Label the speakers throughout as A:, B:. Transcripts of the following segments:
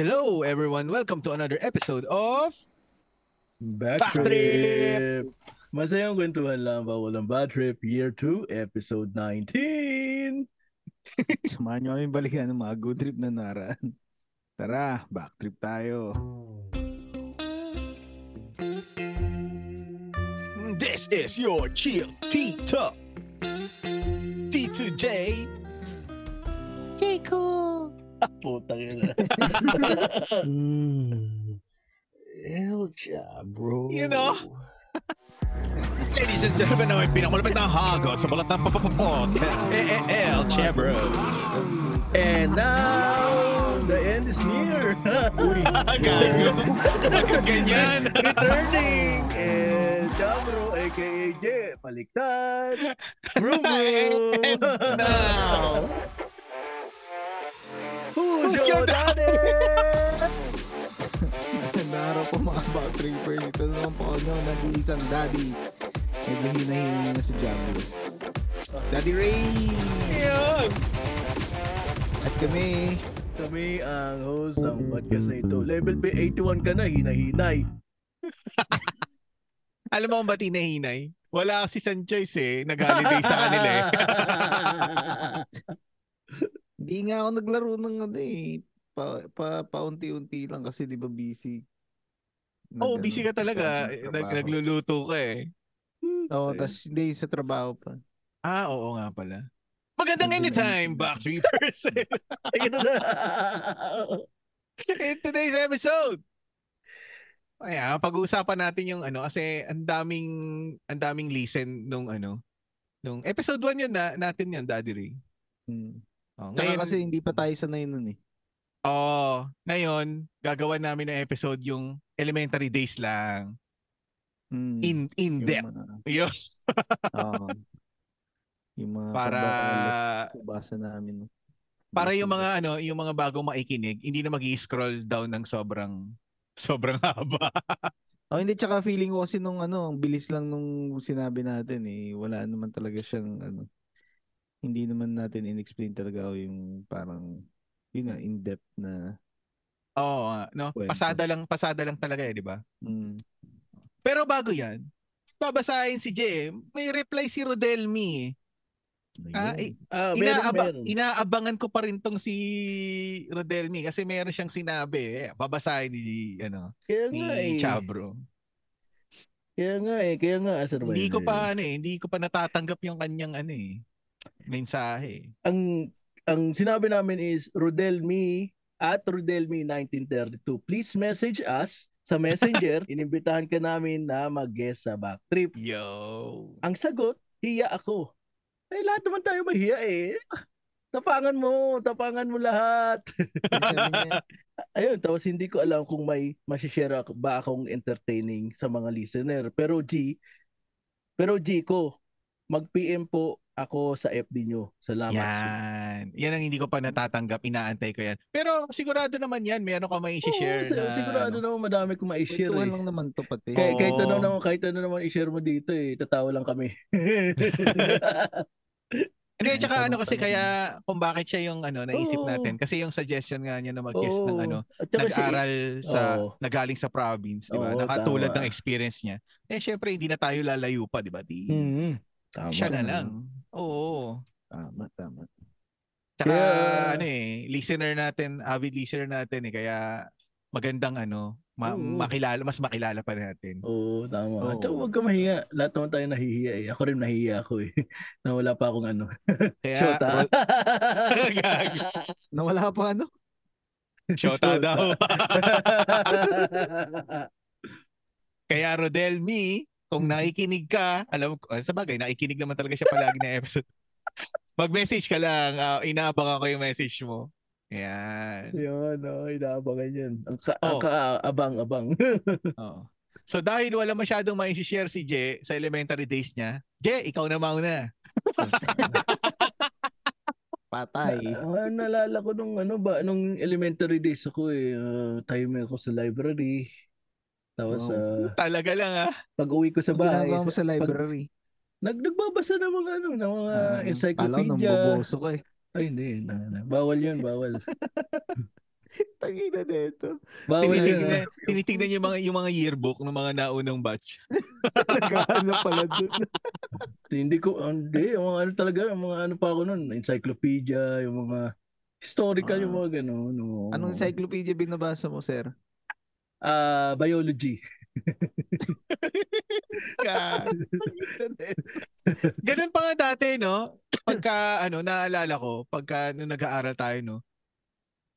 A: Hello, everyone. Welcome to another episode of
B: Back,
A: Back
B: trip.
A: trip!
B: Masayang kwentuhan lang ba walang bad trip year 2 episode 19.
C: Samahan nyo kami balikan ng mga good trip na naraan. Tara, back trip tayo.
A: This is your chill Tito. T2J. Keiko.
B: Ah, putang ina.
D: Mm. Hell job, bro.
A: You know? Ladies and gentlemen, ang pinakamalapit na hagot sa balat ng Eh, papapapot. El Chebro.
B: And now, the end is near.
A: Gago. Ganyan.
B: Returning and Jabro aka J, Paliktad. Vroom vroom.
A: And now.
B: Who's,
A: Who's your
B: your daddy?
C: Magandang araw po mga back trippers. Ito naman po ano, nag-iisang daddy. Medyo hinahingi na si Jumbo. Daddy Ray!
A: Yun.
C: At kami,
B: Kami ang host ng podcast na ito. Level B81 ka na, hinahinay.
A: Alam mo ba tinahinay? Wala kasi San Choice eh. Nag-holiday sa kanila eh.
C: hindi nga ako naglaro ng ano eh. Pa, pa, paunti-unti lang kasi di ba busy. Nag-
A: Oo, oh, busy
C: ano,
A: ka talaga.
C: trabaho.
A: Nag- nagluluto ka eh.
C: Oo, tas hindi sa trabaho pa.
A: Ah, oo nga pala. Magandang
C: Magandang
A: anytime,
C: anytime.
A: back reapers.
B: Ito na.
A: In today's episode. Ayan, pag-uusapan natin yung ano kasi ang daming ang daming listen nung ano nung episode 1 yun na natin yun, Daddy Ray.
C: Hmm.
A: Oh,
C: Tsaka kasi hindi pa tayo sanay nun eh.
A: oh, ngayon gagawa namin ng episode yung elementary days lang
C: Hmm.
A: in in
C: Yung
A: depth.
C: mga-
A: Yun.
C: Oo. yung mga
A: Para-
C: pambakalas subasa namin. no?
A: Para yung
C: Bakit?
A: mga ano, yung mga bagong makikinig, hindi na magi-scroll down ng sobrang sobrang haba.
C: Oh, hindi tsaka feeling ko kasi nung ano, ang bilis lang nung sinabi natin eh, wala naman talaga siyang ano. Hindi naman natin inexplain talaga yung parang yun nga in-depth na
A: Oo, nga, no.
C: Kwento.
A: Pasada lang, pasada lang talaga eh, di ba?
C: mm,
A: Pero bago 'yan, babasahin si JM, may reply si Rodelmi. eh. Ah,
C: ayun.
A: i-
B: Ah, meron,
A: inaaba-
B: meron.
A: inaabangan ko pa rin tong si Rodelmi kasi meron siyang sinabi eh. Babasahin ni ano,
B: Kaya nga eh.
A: ni Chabro.
B: Kaya nga eh. Kaya nga, ah, survivor.
A: Hindi ko pa ano eh, hindi ko pa natatanggap yung kanyang ano eh mensahe.
B: Ang, ang sinabi namin is, Rodel Me at Rodel Me 1932. Please message us sa messenger. Inimbitahan ka namin na mag-guest sa back trip.
A: Yo.
B: Ang sagot, hiya ako. Eh, lahat naman tayo mahiya eh. Tapangan mo, tapangan mo lahat.
C: Sabi niya,
B: Ayun, tapos hindi ko alam kung may masishare ako, ba akong entertaining sa mga listener. Pero G, pero G ko, mag-PM po ako sa FB nyo. Salamat.
A: Yan. Yan ang hindi ko pa natatanggap. Inaantay ko yan. Pero sigurado naman yan. Meron ka may
B: Oo,
A: share
B: sig-
A: na...
B: sigurado
A: ano.
B: naman madami kong ma-share
C: "Kwentuhan
B: eh.
C: lang naman to pati.
B: Kahit,
A: Oo.
B: kahit ano naman, kahit ano naman i-share mo dito eh, tatawa lang kami.
A: Hindi,
C: Ang
A: tsaka ano
C: tanong-tanong
A: kasi
C: niya.
A: kaya kung bakit siya yung ano naisip
B: Oo.
A: natin kasi yung suggestion nga niya na mag-guest ng
B: Oo.
A: ano
B: At saka siya-
A: nag-aral sa
B: Oo.
A: nagaling sa province, 'di ba?
B: Oo,
A: Nakatulad ng
B: tama.
A: experience niya. Eh syempre hindi na tayo lalayo pa, 'di ba? Di
B: Mhm.
A: Hmm.
B: Tama.
A: siya na
C: Tama.
A: lang. Oo.
C: ano, Tama, tama.
A: Tsaka
B: Kaya-
A: ano eh, listener natin, avid listener natin eh kaya magandang ano ma-
B: Oo.
A: makilala mas makilala pa natin.
B: Oo, tama. At
C: Oo.
B: saka huwag ka mahiya. Lahat naman tayo nahihiya eh. Ako rin nahihiya ako eh. Na wala pa akong ano.
A: Kaya
B: Shota.
A: Gag.
C: Nawala pa ano?
A: Shota daw. Kaya Rodel Me, kung nakikinig ka, alam ko, ah, sa bagay, nakikinig naman talaga siya palagi na episode. Mag-message ka lang. ah, inaabangan ko yung message mo. Ayan.
B: Yun, oh, inaabangan yun. Ang, ka-
A: Oh.
B: ang kaabang-abang.
A: Oo. So dahil wala masyadong maisishare si Je sa elementary days niya, Je, ikaw na mauna.
C: Patay.
B: Ah, nalala ko nung ano ba, nung elementary days ako eh, ah, time ako sa library. Tapos
C: Wow.
B: ah,
A: Talaga lang ah.
B: pag-uwi ko sa
C: Ang
B: bahay,
C: ginagawa mo sa library.
B: nag nagbabasa ng mga ano, ng mga
C: Ah, Kala ko nung
B: encyclopedia.
C: boboso ko eh.
B: Ay, hindi. na- na- Bawal yun, bawal.
C: Tangina na ito.
B: Bawal
A: Tinitignan,
B: na.
A: tinitignan yung mga yung mga yearbook ng mga naunang batch.
C: Nagkahanap pala dun.
B: Hindi ko, hindi. Yung mga ano talaga, yung mga ano pa ako nun. Encyclopedia, yung mga historical,
C: Ah.
B: yung mga ganun. oo.
C: Anong encyclopedia binabasa mo, sir?
B: Ah, biology.
A: Ka- Ganun pa nga dati, no? Pagka, ano, naalala ko, pagka nung nag-aaral tayo, no?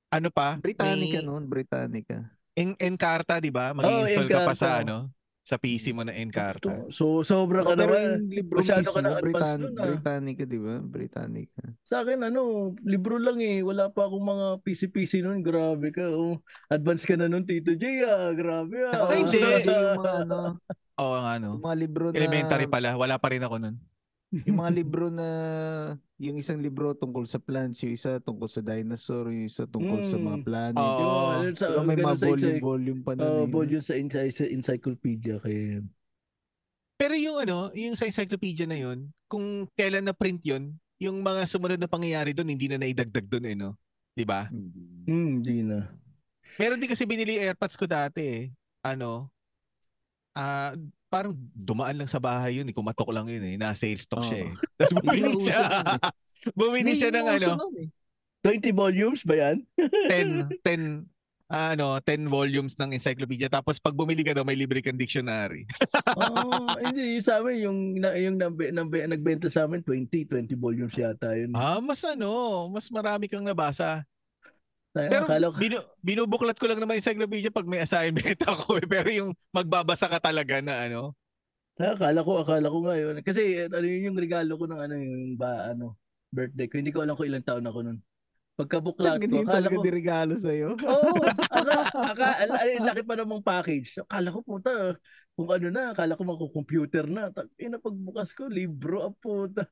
A: Ano pa?
C: Britannica
A: May-
C: noon, Britannica.
A: En- Encarta, di ba?
B: Oh,
A: Mag-install ka pa sa,
B: Encarta.
A: ano? Sa PC mo na Encarta.
B: So, sobra ka
C: Oh, pero
B: naman.
C: yung libro
B: masyado
C: mismo,
B: ka na advanced
C: Britan-
B: dun, ah.
C: Britannica, di ba? Britannica.
B: Sa akin, ano, libro lang eh. Wala pa akong mga PC-PC nun. Grabe ka. Oh. Advance ka na nun, Tito J. Ah, grabe ah.
C: Saka
A: Ay,
C: uso
A: hindi.
C: na kasi yung mga ano,
A: Oo nga, no?
C: yung mga libro na
A: Elementary pala. Wala pa rin ako nun.
C: yung mga libro na yung isang libro tungkol sa plants, yung isa tungkol sa dinosaur, yung isa tungkol sa mga
B: Mm.
A: Oo.
C: planet.
B: Yung, ano, sa,
C: Diba may
B: ganun
C: mga
B: sa encycl-
C: volume-volume pa eh, na.
B: Oh, volume sa, ency- sa encyclopedia kay
A: Pero yung ano, yung sa encyclopedia na yun, kung kailan na print yun, yung mga sumunod na pangyayari doon, hindi na naidagdag doon eh, no? Di ba?
B: Hmm, di na.
A: Meron din kasi binili yung airpods ko dati eh. Ano? Ah, parang dumaan lang sa bahay yun eh. Kumatok lang yun eh. Nasa sales stock siya eh. Tapos bumili
C: Hindi
A: siya.
C: nauso nun
A: bumili siya ng ano,
C: eh.
B: 20 volumes ba yan?
A: 10, 10, ah, ano, 10 volumes ng encyclopedia. Tapos pag bumili ka daw, may libre kang dictionary.
B: oh, hindi. Yung sa amin, yung, na- yung nambe, nambe, nagbenta sa amin, 20, 20 volumes yata yun.
A: ah, mas ano, mas marami kang nabasa.
B: Ay,
A: Pero
B: akala ko,
A: binu- binubuklat ko lang naman yung encyclopedia pag may assignment ako eh. Pero yung magbabasa ka talaga na ano.
B: Ah, akala ko, akala ko nga yun. Kasi eh, ano yun yung regalo ko ng ano yung ba, ano, birthday ko. Hindi ko alam kung ilang taon ako nun. Pagkabuklat ko,
C: Ganyan
B: akala
C: talaga
B: ko, oh,
C: dirigalo sa'yo.
B: Oo, akala, akala, ay, laki pa namang package. Akala ko puta, kung ano na, akala ko magko-computer na. Tag, ina pagbukas ko, libro ang puta.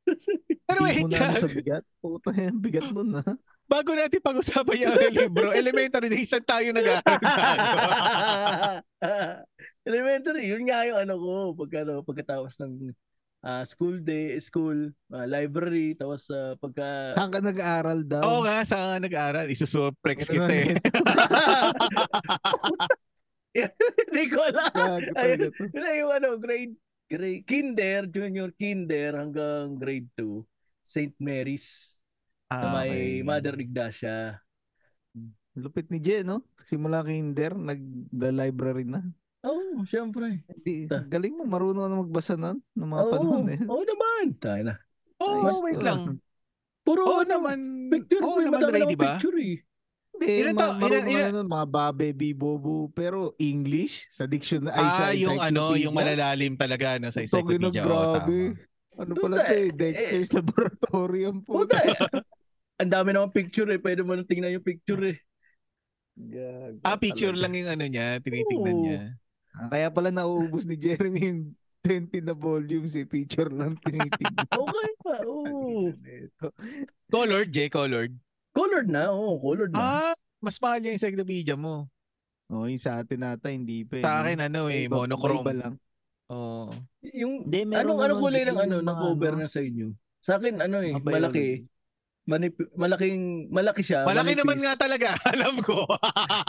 A: Pero wait
C: Beat mo na
A: lang.
C: ako ano sa bigat. Puta yan, bigat nun ah.
A: Bago natin pag-usapan yung ano, libro, elementary days, saan tayo nag-aaral tayo?
B: Elementary, yun nga yung ano ko, pagka, ano, pagkatapos ng ah, school day, school, ah, library, tapos ah, pagka...
C: Saan ka nag-aaral Ano daw?
A: Oo nga, saan ka nag-aaral? Isusurplex kita eh.
B: Hindi ko alam.
C: Gago talaga to.
B: Yun na yung ano, grade, grade, kinder, junior kinder hanggang grade 2, St. Mary's.
A: Ah,
B: na
A: okay.
B: may Mother Ignacia.
C: Lupit ni Jay, no? Simula kinder, nag-library na.
B: Oo, oh, syempre.
C: Hindi, galing mo, marunong na magbasa nun ng mga
B: Ah. Oo,
C: panahon eh.
B: oo naman. Tayo na.
A: Oo,
C: Ayos
A: wait
C: to.
A: lang.
B: Puro
A: Oo
B: ano,
A: naman.
B: Picture
A: Oo
B: mo,
A: naman,
B: madami
A: Ray,
B: na
A: di ba?
B: picture eh.
C: Hindi,
A: Ilan
C: ma-
A: taon-
C: marunong
A: ilan-
C: ka na nun, mga babe, bibobo, pero English, sa dictionary, ay, sa
A: Ah, yung ano, yung
C: encyclopedia.
A: malalalim talaga no, sa
C: Puto,
A: encyclopedia. Oo,
C: grabe.
A: tama.
C: Ano
B: Puta,
C: pala to eh,
B: eh,
C: Dexter's Laboratory ang
B: Puta
C: puta.
B: eh. Ang dami naman picture eh. Pwede mo na tingnan yung picture eh.
C: Gago
A: Ah, picture
C: talaga.
A: lang yung ano niya, tinitingnan
B: Oo.
A: niya.
C: Ah, Kaya pala nauubos ni Jeremy yung 20 na volumes eh, picture lang tinitignan.
B: Okay pa. Oo.
C: Hmm. Ito.
A: Colored, J, colored.
B: Colored na. Oo, colored
C: Hmm.
B: na.
A: Ah, mas mahal yung encyclopedia mo.
C: Oh, yung sa atin nata, hindi pa eh.
A: Sa
C: no?
A: akin, ano eh,
C: Iba- iba
A: monochrome.
C: lang.
A: Oo.
B: Yung,
C: Hindi, meron
B: anong, anong
C: naman
B: kulay
C: din
B: lang ano,
C: yung mga
B: na-cover
C: ano,
B: na sa inyo? Sa akin, ano eh,
C: mga
B: malaki.
C: biology.
B: Manip- malaking, malaki siya.
C: Ah,
A: Malaki
B: manipis.
A: naman nga talaga, alam ko.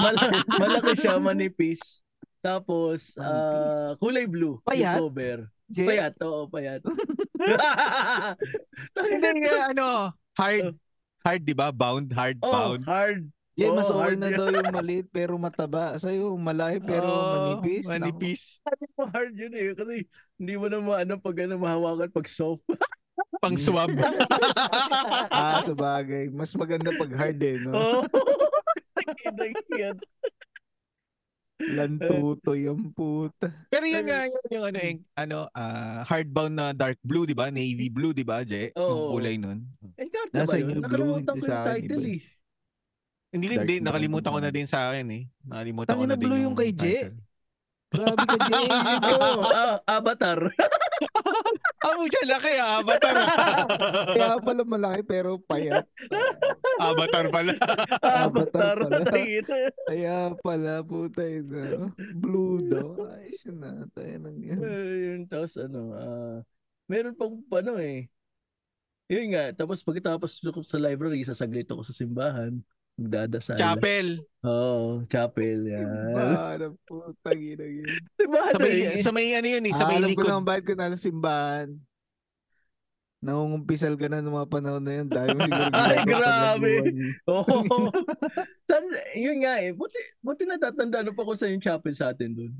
B: Mala- malaki siya, manipis. Tapos, ah,
C: Manipis.
B: kulay blue.
C: Payat? Eh.
B: Yung cover.
C: Jay,
B: Payat, oo, payat.
A: Hindi nga, ano,
C: Oh.
A: hard. Hard, di ba? Bound, hard,
B: oh,
A: bound.
B: hard.
C: Jay, mas
B: Oh,
C: okay
B: hard
C: na
B: yun.
C: daw yung maliit pero mataba. Sa'yo, malaki pero
B: Oh,
A: Oo,
C: manipis. Nako.
A: Oh, Manipis.
B: Hard yun eh. Kasi hindi mo na maano pag ano, mahawakan pag soft.
A: Pang swab.
C: Ah, sa bagay. Mas maganda pag hard eh, no?
B: Oo. Kitang cute.
C: Lantuto yung puta.
A: Pero yun nga, yun yung ano, yung, ano ah, hardbound na dark blue, di ba? Navy blue, di ba, Je? Yung
B: Oo.
A: kulay nun.
B: Encarta Eh, ba
C: Nasa inyo,
B: yun?
C: Blue,
B: Nakalimutan
C: hindi
B: ko
C: sa
B: yung
C: akin,
B: title
C: iba
B: eh.
A: Hindi,
C: Dark
A: hindi.
C: blue.
A: Nakalimutan ko na din sa akin eh. Nakalimutan ko
C: Tangina,
A: na din
C: blue yung kay Je.
A: title.
C: Grabe ka, Jay.
B: Oo, ah, Avatar.
A: Ah, oh, siya laki ah. Avatar.
C: Kaya pala malaki pero payat.
A: Avatar pala.
C: Avatar
B: Avatar.
C: pala.
B: Ito.
C: Kaya pala, puta yun. Blue daw. Ayos yun na. Tayo nang yan.
B: Ayun, tapos ano, ah, meron pang ano eh. Yun nga, tapos pagkatapos ko sa library, sasaglit ako sa simbahan. Magdadasal.
A: Chapel.
B: Oo, chapel. Yan.
C: Simbahan ang putang ina yun.
B: Diba?
A: Sa
B: Ano,
A: may,
B: eh?
A: sa may ano yun eh, sa
C: Ah,
A: may
C: alam ko
A: likod.
C: lang bakit ko nasa simbahan. Nangungumpisal ka na noong mga panahon na yun. Dahil mo siguro
B: Ay,
C: ginagawa
B: grabe.
C: paglaguan mo.
B: Oo. San, yun nga eh. Buti, buti natatandaan pa kung saan yung chapel sa atin doon.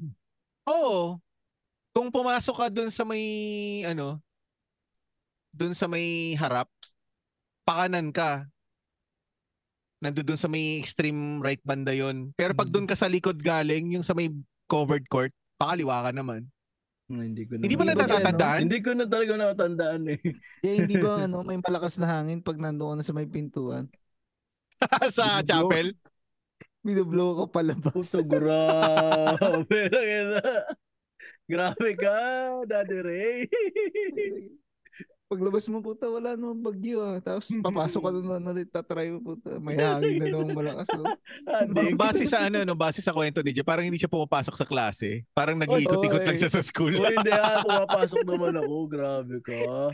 A: Oo. Kung pumasok ka dun sa may, ano, dun sa may harap, pakanan ka. Nandun dun sa may extreme right banda yon. Pero pag
C: Mm.
A: dun ka sa likod galing, yung sa may covered court, pakaliwa ka naman.
B: Hindi ko na.
A: Hindi mo
C: Hindi ba dyan,
A: natatatandaan?
B: Hindi ko na talaga natatandaan eh.
C: Eh, hindi ba ano, may malakas na hangin pag nandoon ka na sa may pintuan?
A: sa chapel?
C: Binublow ko palabas.
B: Puto, grabe. grabe ka, Daddy Ray.
C: Paglabas mo puta, wala namang bagyo ah. Tapos papasok ka na na ulit, tatry mo puta. May hangin na naman malakas. Oh.
A: Ba-
B: Adik.
A: base sa ano, no, base sa kwento ni Jay, parang hindi siya pumapasok sa klase. Parang nag-iikot-ikot
C: eh.
A: lang siya sa school.
B: Uy, hindi ah. Pumapasok naman ako. Grabe ka.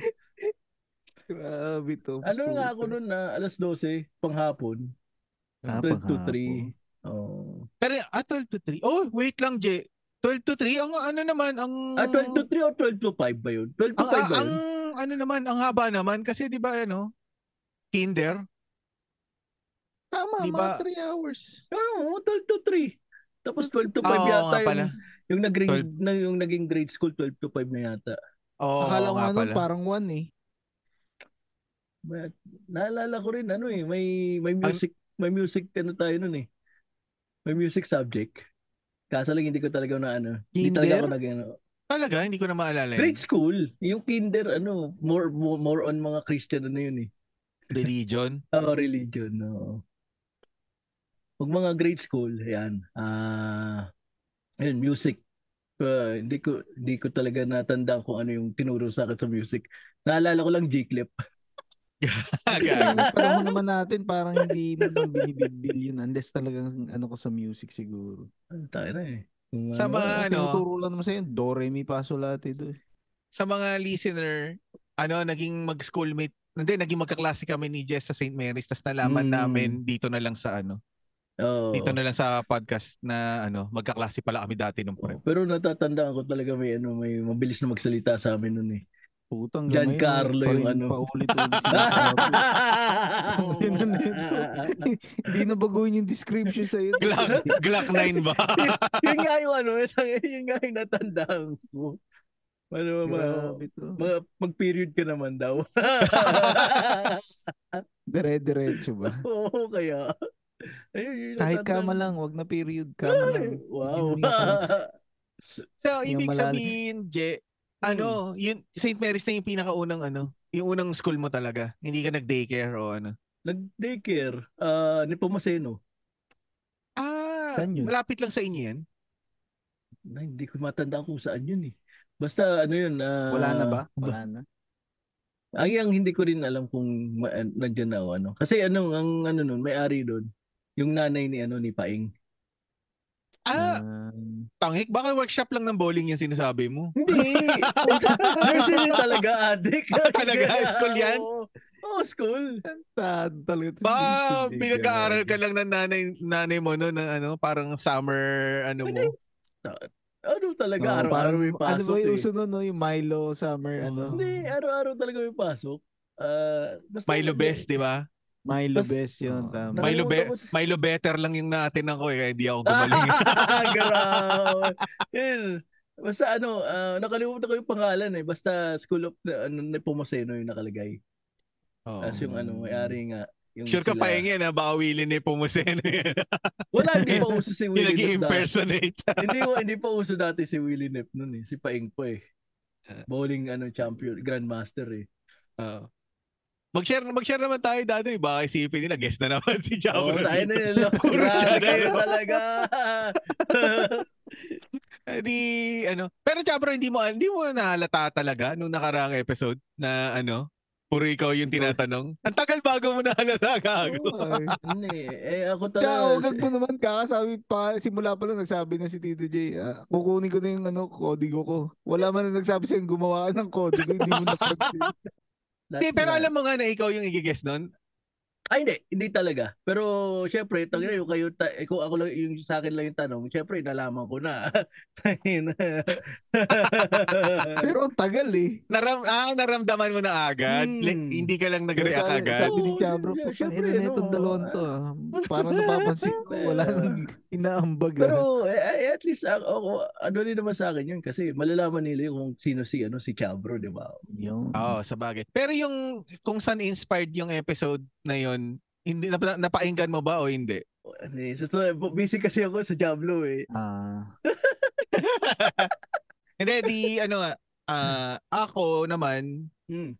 C: Grabe to.
B: Ano nga ako nun na alas 12, panghapon. 12
C: Ah,
B: to
C: panghapon.
B: 3. Oh.
A: Pero ah, 12 to 3. Oh, wait lang, Jay. 12 to 3, ang ano naman, ang...
B: Ah, 12 to 3 o 12 to 5 ba yun? 12 to
A: ang,
B: 5 ba
A: ang,
B: yun?
A: ano naman, ang haba naman kasi 'di ba ano, kinder.
C: Tama,
A: Di
C: mga
A: ba-
C: 3 hours.
B: Oo, 12 to 3. Tapos 12 to 5
A: Oo
B: yata
A: nga pala.
B: yung, yung, nagring,
A: 12.
B: na, yung naging grade school, 12 to 5 na yata.
A: Oo, oo
C: Akala ko
A: nga
C: ano,
A: pala.
C: parang 1 eh.
B: But, naalala ko rin, ano eh, may, may music, may music, ano tayo nun eh. May music subject. Kaso lang hindi ko talaga na ano. Hindi talaga ako
C: Kinder?
B: nag ano.
A: Talaga, hindi ko na maalala.
B: Grade
A: Yun.
B: school, yung kinder, ano, more, more, more on mga Christian ano yun eh.
A: Religion.
B: Oh, religion, no. Pag mga grade school, ayan. Ah, ayun, music. Ah, hindi ko hindi ko talaga natandaan kung ano yung tinuro sa akin sa music. Naalala ko lang G-clip.
C: Kasi
A: Ah, Gago.
C: yung panahon naman natin, parang hindi mo nang binibigbil yun unless talagang ano ko sa music siguro.
B: Ang tayo na eh. Kung
A: Sa
B: ano,
A: mga-
C: Ano?
A: Ano?
C: Tinuturo lang naman sa'yo, do, re, mi, fa, sol, la, ti, do. eh.
A: Sa mga listener, ano, naging mag-schoolmate, hindi, naging magkaklase kami ni Jess sa St. Mary's, tas nalaman
C: Hmm.
B: Mm.
A: namin dito na lang sa ano,
B: oo.
A: dito na lang sa podcast na ano, magkaklase pala kami dati nung prep.
B: Pero natatandaan ko talaga may ano may mabilis na magsalita sa amin noon eh.
C: Putang
B: Gian Carlo yung ano.
C: Paulit-ulit. Tangin na nito. Hindi na baguhin yung description sa'yo.
A: Glock, Glock 9 ba?
B: yun nga yung ano, yun nga yung natandaan ko. Ano, mga,
C: Grabe to.
B: mga mag-period ka naman daw.
C: Dire-diretso ba?
B: Oo, kaya. Ayun, yun yung
C: Kahit
B: natatandaan.
C: kama lang, wag na period, kama
B: Ay,
C: lang.
B: Wow.
C: Yun nga pala.
A: So,
C: Yung
A: ibig
C: malalim.
A: sabihin, Je,
B: Hmm.
A: ano, yun, St. Mary's na yung pinakaunang ano, yung unang school mo talaga. Hindi ka nag-daycare o ano.
B: Nag-daycare ah ni Pumaseno.
A: Ah,
C: Saan yun?
A: malapit lang sa inyo yan.
B: Na, hindi ko matandaan kung saan yun eh. Basta ano yun. ah,
C: Wala na ba? Wala na.
B: Ay, ang hindi ko rin alam kung ma- an- nandiyan na o ano. Kasi ano, ang ano nun, may-ari doon, yung nanay ni ano ni Paing. Hmm.
A: Ah,
C: Um,
A: tangik. Baka workshop lang ng bowling yung sinasabi mo.
B: Hindi. Nursery talaga, adik.
A: Talaga? School yan?
B: Oo, Oo, school.
C: tad talaga. to.
A: Ba,
C: Hindi,
A: pinag-aaral ka
C: grabe.
A: lang ng nanay, nanay mo no, ng ano, parang summer, ano mo.
B: Ano talaga,
C: Oo,
B: araw-araw
C: parang-
B: may pasok.
C: Ano ba yung
B: eh.
C: uso nun, no? Yung Milo summer,
A: Oo.
C: ano?
B: Hindi, araw-araw talaga may pasok. Ah, basta-
A: Milo best, di ba?
C: Milo
B: Bas-
C: best yun.
B: Oo.
C: Tama.
B: Nakalimutan
A: Milo, be-
B: ko si-
A: Milo better lang yung natin ako eh, kaya hindi ako gumaling.
B: Ah, grabe. Yun. Basta ano, ah, nakalimutan ko yung pangalan eh. Basta School of the, ano, ni Pomoseno yung nakalagay.
A: Oo.
B: Tapos yung ano, may-ari nga. Yung
A: Oh. Sure ka
B: sila-
A: pa yan, ha? baka willing na ano pumuseno yan.
B: Wala, hindi pa uso si
A: yung
B: Willie Nep dati.
A: nag-impersonate.
B: hindi, wa- hindi pa uso dati si Willie Nep nun eh. Si Paing po eh. Bowling ano, champion, grandmaster eh.
A: Oo. mag-share, mag-share naman tayo dati. Baka isipin nila, guest na naman si Jabo.
B: Oo, Oh, tayo na yun.
A: Ah, Puro
B: Grabe
A: siya na
B: kayo
A: yun.
B: talaga.
A: Eh, Di, ano. Pero Jabro, hindi mo, hindi mo nahalata talaga nung nakaraang episode na ano, puro ikaw yung tinatanong. Ang tagal bago mo nahalata, gago.
C: Ay.
B: Ano eh, eh, ako
A: oh,
C: Tsaka
B: talaga.
C: huwag mo naman kakasabi pa, simula pa lang nagsabi na si Tito J, ah, kukunin ko na yung ano, kodigo ko. Wala man na nagsabi sa'yo gumawa ka ng kodigo, hindi mo napansin.
A: Hindi, pero alam mo nga na ikaw yung i-guess nun.
B: Ay, hindi. Hindi talaga. Pero, syempre, tangin na yung kayo, ta- eh, kung ako lang, yung sa akin lang yung tanong, syempre, nalaman ko na. Tangin na.
C: Pero ang tagal eh.
A: Naram, ah, naramdaman mo na agad.
B: Hmm.
A: Like, hindi ka lang
C: Pero
A: nag-react
C: sabi-
A: agad.
C: Sabi ni
B: Oo,
C: Chabro,
B: yeah,
C: putang
B: syempre,
C: ina na itong
B: no.
C: dalawang to. ah. Parang napapansin ko, wala nang inaambag. ah.
B: Pero, eh, eh, at least, ah, oo, ano rin naman sa akin yun, kasi malalaman nila kung sino si, ano, si Chabro, di ba?
C: Yun.
A: Oo, sa bagay. Pero yung kung saan inspired yung episode na yun, hindi napa, napainggan mo ba o hindi?
B: Ano eh, So, so, busy kasi ako sa Jablo eh.
C: Ah,
A: Hindi, di ano nga, ah, ako naman,
B: Hmm.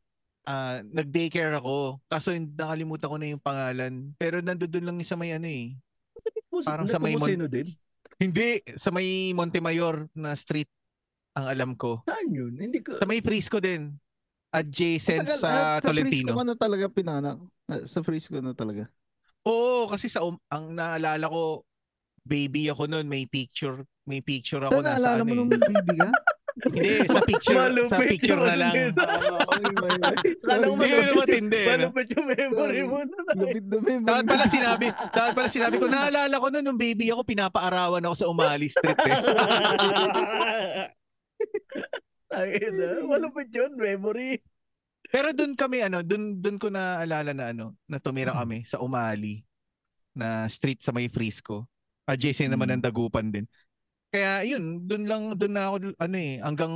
A: ah, nag-daycare ako. Kaso yung- nakalimutan ko na yung pangalan. Pero nandoon lang sa may ano eh.
B: Puso-
A: Parang sa may mon-
B: Nagkumusino din.
A: Hindi, sa may Montemayor na street ang alam ko.
B: Saan yun? Hindi ko.
A: Sa may Frisco din. Adjacent
C: Tagal,
A: sa
C: ah, Frisco
A: Tolentino.
C: ka na talaga pinanak. Ah, Sa Frisco na talaga.
A: Oo, kasi sa um- ang naalala ko, baby ako noon, may picture, may picture
C: Ito,
A: ako na sa
C: naalala mo nung
A: ano. eh.
C: baby ka?
A: Hindi, sa picture, sa
B: Malupit
A: picture
B: yung
A: na
B: ano
A: lang.
B: nila.
C: Sorry.
B: Sana
A: Hindi ko na matindi. eh, no?
B: Malapit yung memory mo na.
C: Lupit na may
A: Dapat pala sinabi, dapat pala sinabi ko, naalala ko noon, nung baby ako, pinapaarawan ako sa Umali Street. Eh.
B: Tangin na. Malapit yun, memory.
A: Pero doon kami, ano, doon doon ko naalala na ano, na tumira kami sa Umali na street sa may Frisco. Adjacent naman
C: Hmm.
A: ng Dagupan din. Kaya yun, doon lang doon na ako ano eh hanggang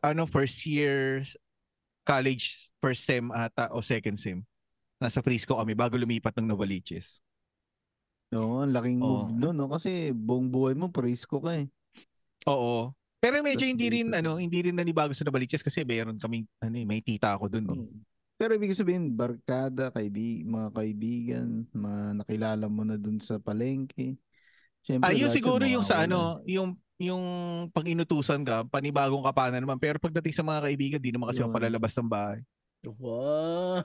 A: ano first year college first sem ata o second sem. Nasa Frisco kami bago lumipat ng Novaliches.
C: Oo, ang laking
A: Oo.
C: move nun, no? Kasi buong buhay mo, Frisco ka eh.
A: Oo. Pero medyo
C: Tas
A: hindi rin
C: dito.
A: ano, hindi rin nanibago sa Novaliches kasi mayroon kaming ano eh, may tita ako doon.
C: Hmm.
A: Eh.
C: Pero ibig sabihin, barkada, kaibi, mga kaibigan, mga nakilala mo na dun sa palengke.
A: Ah,
C: Siyempre,
A: yun
C: lahat
A: siguro yung sa
C: mawawala.
A: ano, yung yung pag inutusan ka, panibagong kapana naman. Pero pagdating sa mga kaibigan, di naman kasi ako
C: Yun.
A: palalabas ng bahay. ano.
B: Wow.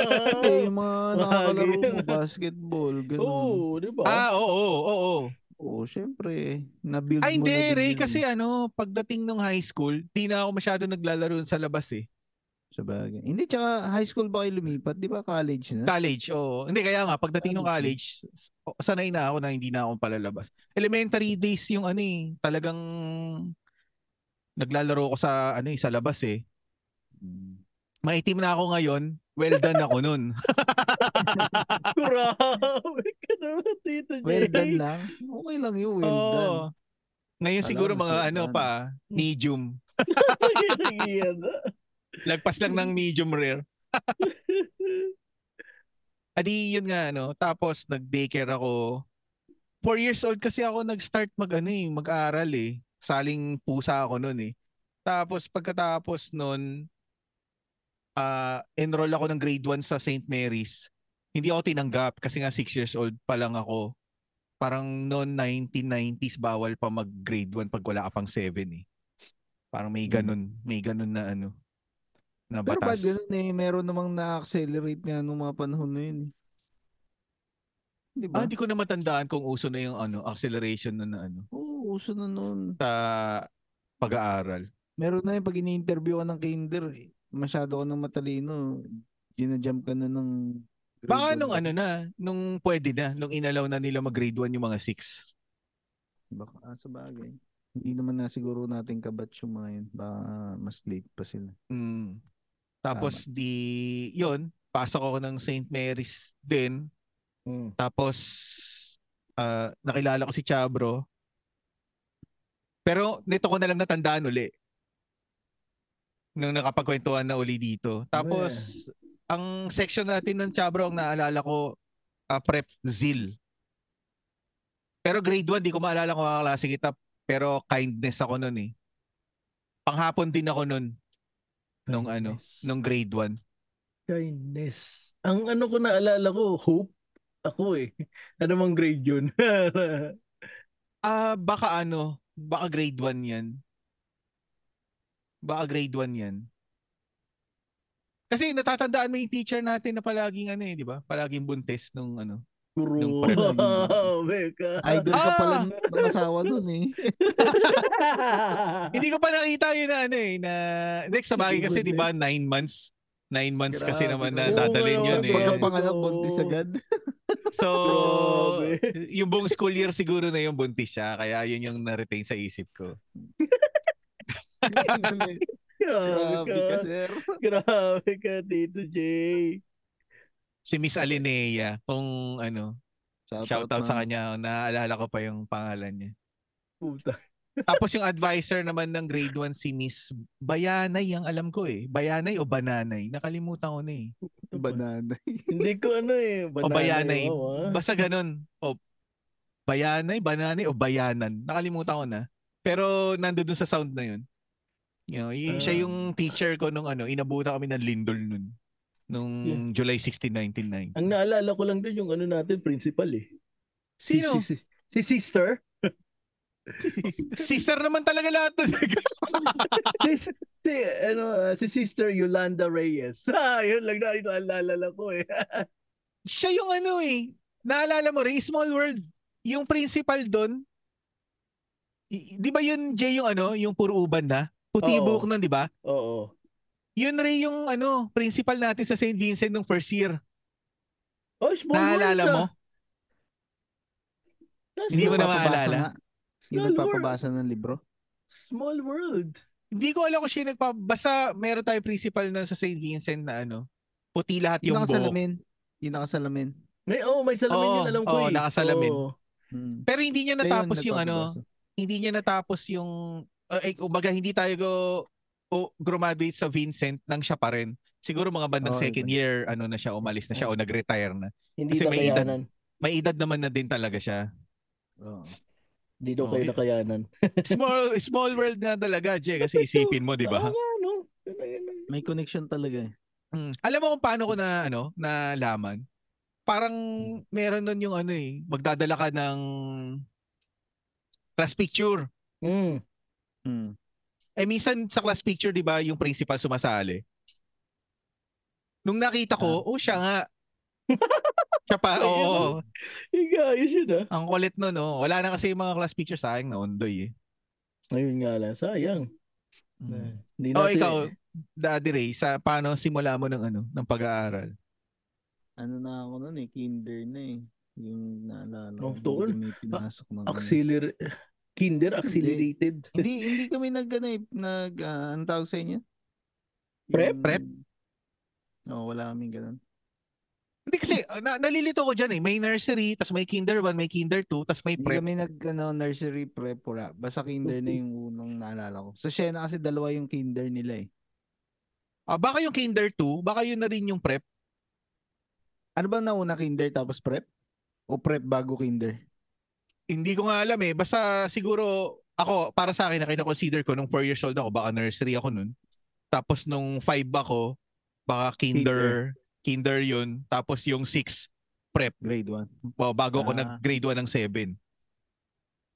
C: Hindi, Eh, yung mga
B: Wag.
C: nakakalaro mo, basketball, ganun. Oo,
B: Oo, di ba?
A: Ah, oo, oo, oo.
C: siyempre. Na-build
A: Ay,
C: mo
A: hindi,
C: na din
A: Ray,
C: yun.
A: kasi ano, pagdating nung high school, di na ako masyado naglalaro sa labas eh.
C: Sa bagay. Hindi, tsaka high school ba kayo lumipat? Di ba college na?
A: College, oo. Hindi, kaya nga, pagdating nung college, s- o- sanay na ako na hindi na ako palalabas. Elementary days yung ano eh, talagang naglalaro ko sa ano eh, sa labas eh.
C: Hmm.
A: Maitim na ako ngayon, well done ako nun.
B: Grabe ka naman, Tito Jay.
C: Well done lang. Okay lang yun, well
A: Oo.
C: done.
A: Ngayon
C: Alam,
A: siguro mga
C: masarap
A: ano
C: yan.
A: pa, medium.
B: Yan na.
A: Lagpas lang ng medium rare. Adi yun nga ano, tapos nag-daycare ako. Four years old kasi ako nag-start mag ano eh, mag-aral eh. Saling pusa ako noon eh. Tapos pagkatapos noon, ah enroll ako ng grade 1 sa St. Mary's. Hindi ako tinanggap kasi nga 6 years old pa lang ako. Parang noon 1990s bawal pa mag grade 1 pag wala ka pang 7 eh. Parang may ganun, may ganun na ano na
C: Pero ba't
A: batas.
C: ganun eh, meron namang na-accelerate nga nung mga panahon na yun eh. Di ba?
A: Ah, hindi ko na matandaan kung uso na yung ano, acceleration na, na ano
C: Oo, uso na noon.
A: sa pag-aaral.
C: Meron na yung pag ini-interview ka ng kinder, eh, masyado ka ng matalino, ginajump ka na ng... grade
A: Baka
C: one.
A: nung ano na, nung pwede na, nung inalaw na nila mag-grade 1 yung mga 6.
C: Baka ah, sa bagay. Hindi naman na siguro natin kabatch yung mga yun. Baka mas late pa sila.
A: Mm. Tapos di, yun, pasok ako ng St. Mary's din. Tapos, ah, nakilala ko si Chabro. Pero nito ko na lang natandaan uli. Nung nakapagkwentuhan na uli dito. Tapos, ang section natin ng Chabro, ang naalala ko, ah, prep zeal. Pero grade 1, di ko maalala kung kaklase kita. Pero kindness ako nun eh. Panghapon din ako nun. Nung ano, nung grade 1.
B: Kindness. Ang ano ko naalala ko, hope. Ako eh. Ano mang grade yun?
A: Ah, baka ano, baka grade 1 'yan. Baka grade 1 'yan. Kasi natatandaan mo yung teacher natin na palaging ano eh, di ba? Palaging buntis nung ano. Nung prep.
B: Grabe ka.
C: Idol ka
A: Ah!
C: pala ng asawa nun eh.
A: Hindi ko pa nakita yun na ano eh, na next sa bagay kasi di ba 9 months, 9 Nine months kasi
C: Grabe,
A: naman na
C: grabe.
A: dadalhin
B: Oo,
A: yun
B: grabe.
A: eh.
C: Pagkapanganak, buntis agad.
A: So,
B: Grabe.
A: yung buong school year siguro na yung buntis siya. Kaya yun yung na-retain sa isip ko.
B: Grabe
C: Grabe ka,
B: ka.
C: sir.
B: Grabe ka, Tito Jay.
A: Si Miss Alinea, kung ano, shout out sa kanya. Naalala ko pa yung pangalan niya.
B: Puta.
A: Tapos yung advisor naman ng grade 1 si Miss Bayanay ang alam ko eh. Bayanay o Bananay? Nakalimutan ko na eh.
C: Banana.
B: Hindi ko ano eh. ah.
A: O
B: banana
A: Bayanay.
B: yung awa.
A: Basta ganun. O Bayanay, Bananay o Bayanan. Nakalimutan ko na. Pero nandoon dun sa sound na yun. You know, y- siya
B: Ah.
A: yung teacher ko nung ano, inabutan kami ng lindol nun. Nung July 16, 1990.
B: Ang naalala ko lang doon yung ano natin, principal eh. Si-
A: Sino?
B: Si, si- si sister?
A: Sister naman talaga lahat nun.
B: si, si, ano, ah, si sister Yolanda Reyes. Ha, yun lang na ito naalala ko eh.
A: siya yung ano eh. Naalala mo rin, Small World, yung principal doon, i- di ba yun, Jay, yung ano, yung puro uban na? Puti
B: Oo.
A: buhok nun, di ba?
B: Oo.
A: Yun rin yung ano, principal natin sa St. Vincent nung first year.
B: Oh, small
A: Naalala
B: world
A: mo?
B: na.
A: Hindi mo
B: Small-
A: na maalala.
B: Small
C: Yung nagpapabasa ng libro.
B: Small world.
A: Hindi ko alam kung siya nagpa... Basta meron tayo principal nun sa St. Vincent na ano, puti lahat yung
C: Yung
A: buhok.
C: nakasalamin. Yung nakasalamin.
B: May, oh, may salamin
A: Oo,
B: yun, alam ko
A: oo,
B: eh.
A: nakasalamin.
B: Oo.
C: Hmm.
A: Pero hindi niya
C: Siya
A: natapos yung ano,
C: nagpapabasa.
A: hindi niya natapos yung uh, eh, kumbaga hindi tayo go o graduate sa Vincent nang siya pa rin. Siguro mga bandang
C: Oo,
A: second
C: iba.
A: year ano na siya umalis na siya o nag-retire na.
B: Hindi
A: Kasi may edad.
B: nakayanan.
A: May edad naman na din talaga siya.
C: Oo.
B: Hindi daw
A: Oo,
B: kayo
A: eh.
B: nakayanan.
A: Small small world na talaga, Jay, kasi isipin mo, 'di
B: Oo
A: ba?
B: nga, no? Yun na, yun na.
C: May connection talaga eh.
A: Mm. Alam mo kung paano ko na ano, nalaman? Parang meron nun yung ano eh, magdadala ka ng class picture.
B: Mm.
C: Hmm.
A: Eh minsan sa class picture, 'di ba, yung principal sumasali. Nung nakita ko, oh siya nga. siya pa,
B: Sayang.
A: oo.
B: Igayos yun ah.
A: Ang kulit nun, no? Wala na kasi yung mga class picture sayang na ondoy eh.
B: Ayun nga lang, sayang.
A: Mm.
B: Hindi
A: Oh,
B: natin-
A: ikaw, Daddy Ray, sa paano simula mo ng ano, ng pag-aaral?
C: Ano na ako nun eh. Kinder na eh. Yung naalala
B: Oh,
C: ko.
B: doon.
C: May pinasok na kami.
B: Auxiliary, kinder accelerated.
C: hindi, hindi kami nag, ano, eh, nag, ah, ano tawag sa inyo?
B: Prep?
A: Prep?
C: Oo, wala kaming ganun.
A: Hindi kasi na, nalilito ko diyan eh. May nursery, tas may kinder 1, may kinder 2, tas may
C: Hindi
A: prep.
C: kami nag, ano, nursery prep, wala. Basta kinder na yung unang naalala ko. Sa Shena kasi dalawa yung kinder nila eh.
A: Ah, baka yung kinder 2, baka yun na rin yung prep.
C: Ano bang nauna kinder tapos prep? O prep bago kinder?
A: Hindi ko nga alam eh. Basta siguro ako, para sa akin, na kinoconsider ko nung 4 years old ako, baka nursery ako nun. Tapos nung 5 ako, baka kinder, kinder, yun. Tapos yung 6, prep.
C: Grade 1.
A: Ba- Bago ako
C: Ah.
A: nag-grade 1 ng 7.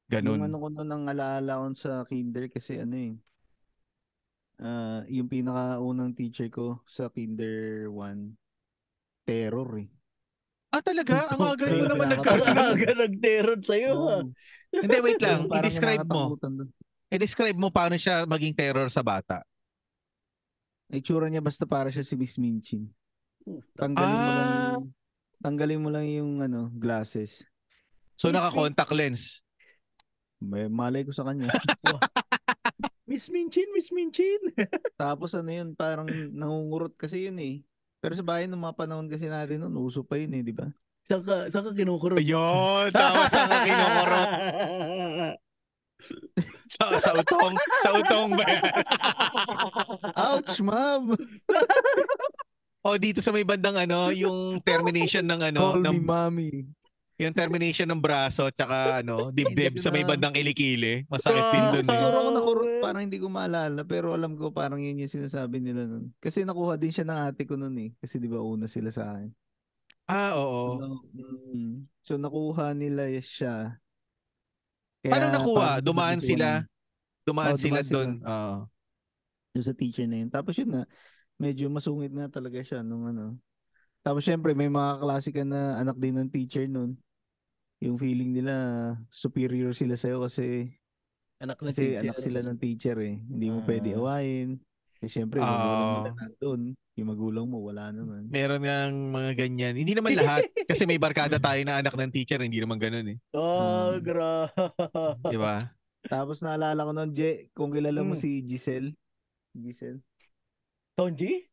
A: Ganun.
C: Yung ano ko noon ang alaala ko sa kinder kasi ano eh. Ah, yung pinakaunang teacher ko sa kinder 1, terror eh.
A: ah, talaga? Ang aga mo
C: Ayun,
A: naman
B: Ang
A: nagkaroon.
B: aga nag-terror sa'yo ah. ha.
C: Oo.
A: Hindi, wait lang.
C: Parang
A: I-describe mo.
C: nakakatakutan dun.
A: I-describe mo paano siya maging terror sa bata.
C: Ang itsura niya basta para siya si Miss Minchin. Tanggalin mo lang
A: Ah.
C: yung, tanggalin mo lang yung ano, glasses.
A: So, naka-contact lens.
C: May malay ko sa kanya.
B: Miss Minchin, Miss Minchin.
C: Tapos ano yun, parang nangungurot kasi yun eh. Pero sa bahay nung mga panahon kasi natin noon, uso pa yun eh, di ba?
B: Saan ka, saan ka kinukurot?
A: Ayun, tapos sa kinukurot. Sa, sa utong. Sa utong ba yan?
C: Ouch, ma'am!
A: O Oh, dito sa may bandang ano, yung termination ng ano,
C: Call
A: ng,
C: me mommy.
A: yung termination ng braso tsaka ano, dibdib
C: Hindi ko
A: sa may
C: na-
A: bandang kilikili. Masakit din
B: Ah,
A: dun eh.
C: Siguro ako nakurot,
B: Okay.
C: parang hindi ko maalala. Pero alam ko parang yun yung sinasabi nila nun. Kasi nakuha din siya ng ate ko nun eh. Kasi di ba una sila sa akin.
A: Ah, oo.
C: So, mm, so nakuha nila siya. Kaya
A: Paano nakuha?
C: parang
A: Dumaan
C: nagustuhan
A: sila? Dumaan
C: Oo,
A: sila
C: dumaan sila.
A: doon. Oo.
C: doon sa teacher na yun. Tapos yun na, medyo masungit na talaga siya nung ano. Tapos syempre may mga klasika na anak din ng teacher nun. Yung feeling nila superior sila sa'yo kasi
B: anak na
C: kasi anak sila ng teacher eh. Hindi mo
B: Ah.
C: pwede awayin. Kasi syempre, uh,
A: Ah.
C: doon. Yung magulang mo, wala naman.
A: Meron ngang mga ganyan. Hindi naman lahat. Kasi may barkada tayo na anak ng teacher, hindi naman ganun eh.
B: Oh,
C: Hmm.
B: gra.
A: Di ba?
C: Tapos naalala ko nun, Je, kung kilala mo
B: Mm.
C: si Giselle. Giselle?
B: Tonji?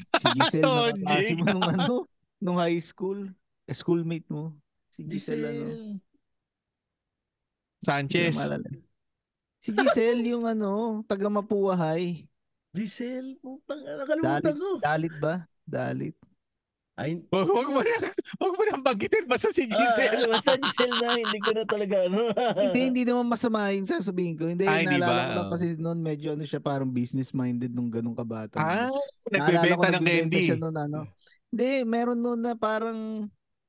C: Si Giselle na
A: Tonjing.
C: kaklase mo nung ano, nung high school. Eh, Schoolmate mo. Si Giselle, ano. Hindi
A: Sanchez.
C: ko maalala. Si Giselle yung ano, taga Mapuahay.
B: Giselle, putang, nakalimutan ko.
C: Dalit ba? Dalit.
B: Ay,
A: Wag, wag mo na, wag mo na banggitin basta si
B: ah,
A: Giselle.
B: ano, basta Giselle na, hindi ko na talaga, ano.
C: Hindi, hindi naman masama yung sasabihin ko. Hindi,
A: Ah, hindi
C: naalala
A: ba?
C: ko lang
A: Oh.
C: kasi noon medyo ano siya parang business-minded nung ganung kabata.
A: ah,
C: Naalala
A: nagbebenta ng
C: ko nagbebenta
A: candy.
C: Siya noon, ano. Hindi, meron noon na parang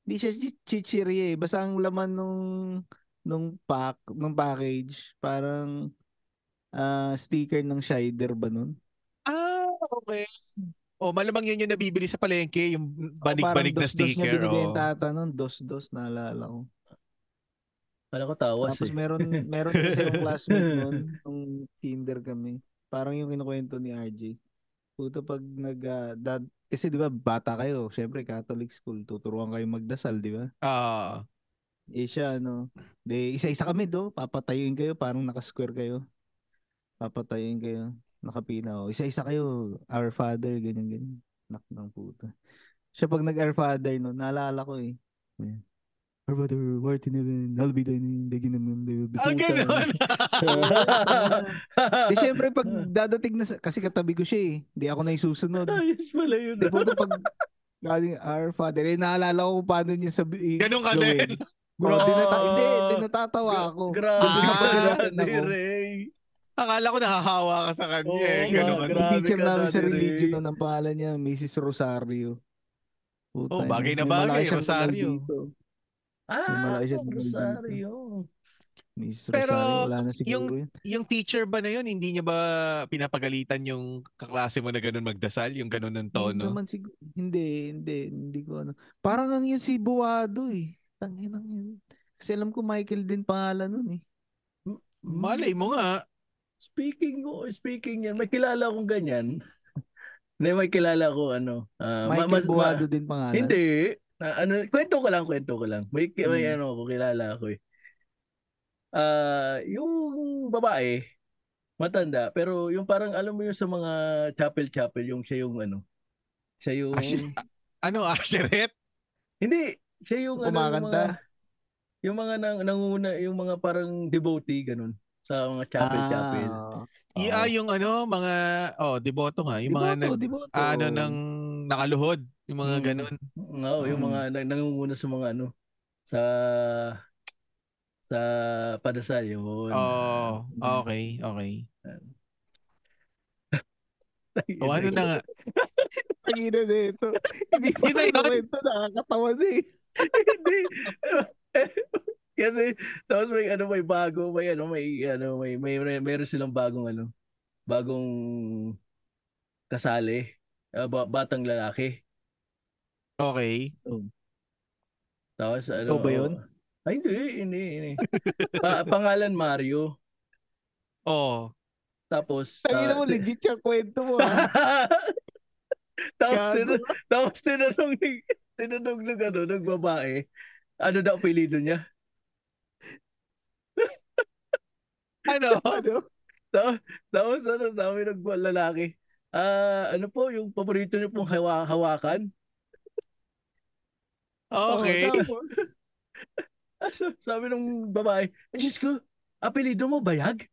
C: hindi siya chi- chichirye eh. Basta ang laman nung nung pack, nung package, parang ah, sticker ng Shider ba noon?
A: Ah, okay. O, Oh, malamang yun yung nabibili sa palengke, yung banig-banig na
C: Niya
A: sticker. Oh.
C: binibenta ata noon, dos-dos naalala ko.
B: Kala ko tawas
C: Tapos
B: eh.
C: meron meron kasi yung classmate noon nung kinder kami. Parang yung kinukwento ni RJ. Puta pag nag ah, dad, kasi 'di ba bata kayo, syempre Catholic school, tuturuan kayo magdasal, 'di ba?
A: Ah.
C: Eh siya ano, de isa-isa kami do, papatayuin kayo parang naka-square kayo. Papatayuin kayo, nakapila oh. Isa-isa kayo, Our Father ganyan ganyan. Nak ng puta. Siya pag nag Our Father no, naalala ko eh. Ayan. Our Father, who art in heaven, hallowed be thy name, thy kingdom come, thy will be
A: Ang
C: done."
A: Ah, ganun.
C: Di Eh, syempre pag dadating na sa- kasi katabi ko siya eh. Di ako na isusunod.
B: Ayos pala yun.
C: Di puto pag galing our father eh naalala ko kung paano niya sabi. eh,
A: Ganun ka
C: gawin.
A: din.
C: Oh, di nata- hindi, di natatawa
B: Gra-
C: ako.
B: Grabe,
C: Hindi ako.
B: Ray.
A: Akala ko nahahawa ka sa kanya. eh.
B: Oo,
A: Ganun
B: nga,
A: ka.
C: Yung
B: Grabe
C: teacher
B: ka
C: namin sa
B: dati,
C: religion
B: Ray.
C: na ang pangalan niya, Mrs. Rosario. Puta,
A: Oh,
C: yun.
A: bagay na
C: May malaki
A: bagay,
C: siyang tunog
A: Rosario.
C: dito.
B: Ah, oh.
C: malaki siya dito.
B: Rosario.
C: Mrs.
A: Pero,
C: Rosario, wala na siguro
A: yung-
C: yun.
A: Yung teacher ba na yun, hindi niya ba pinapagalitan yung kaklase mo na ganun magdasal? Yung ganun ng
C: Hindi
A: tono?
C: naman siguro. Hindi, hindi, hindi ko ano. Parang ang yun si Buwado eh. Tangin ang yun. Kasi alam ko Michael din pangalan nun eh.
A: Malay mo nga.
B: Speaking ko, speaking yan, may kilala akong ganyan. Hindi, may kilala ko ano. ah, ma-
C: Michael
B: mas- ma-
C: Buwado din pangalan.
B: Hindi. Na, ano, kwento ko lang, kwento ko lang. May, may
C: Hmm.
B: ano ako, kilala ako eh. Ah, yung babae, matanda, pero yung parang alam mo yung sa mga chapel-chapel, yung siya yung ano, siya yung,
A: Ah, shit. Ano, Asheret?
B: hindi, siya yung ano, yung mga,
C: Kumakanta.
B: yung mga nang, nanguna, yung mga parang devotee, ganun, sa mga
C: Ah,
B: chapel-chapel.
A: Iya yung ano, mga, oh, deboto Hmm. nga. Yung mga nag, ano, ng nakaluhod. Yung mga
B: Mm.
A: ganun.
B: Oo, yung mga
C: Mm.
B: nang, nangunguna sa mga ano, sa, sa padasal, yun.
A: Oh, okay, okay.
B: Ay,
C: Oh,
A: O ano
B: ina-
A: na nga.
C: Tangina na ito. Hindi ko
A: Yun na yun.
C: kwento. Nakakatawa na eh.
B: Hindi. Kasi tapos may ano may bago, may ano may ano may may, may meron silang bagong ano, bagong kasali, Ah, ba- batang lalaki.
A: Okay.
B: Tapos ano
C: Ikaw ba yun?
B: oh, Ay hindi, hindi, hindi. Pa- pangalan Mario.
A: Oh.
B: Tapos
C: Tangina
B: ah,
C: mo, legit yung kwento mo. ah.
B: tapos
C: Gago.
B: tin- tapos tinanong ni tinanong ng ano, ng babae, ano daw apelyido niya?
A: Ano?
C: Ano?
B: Ta- Tapos ano, sabi ng lalaki, ah ano po, yung paborito niyo pong hawa- hawakan?
A: Okay.
C: Oh, tapos,
B: Ah, sa- Sabi ng babae, "Ay, Diyos ko, apelido mo bayag?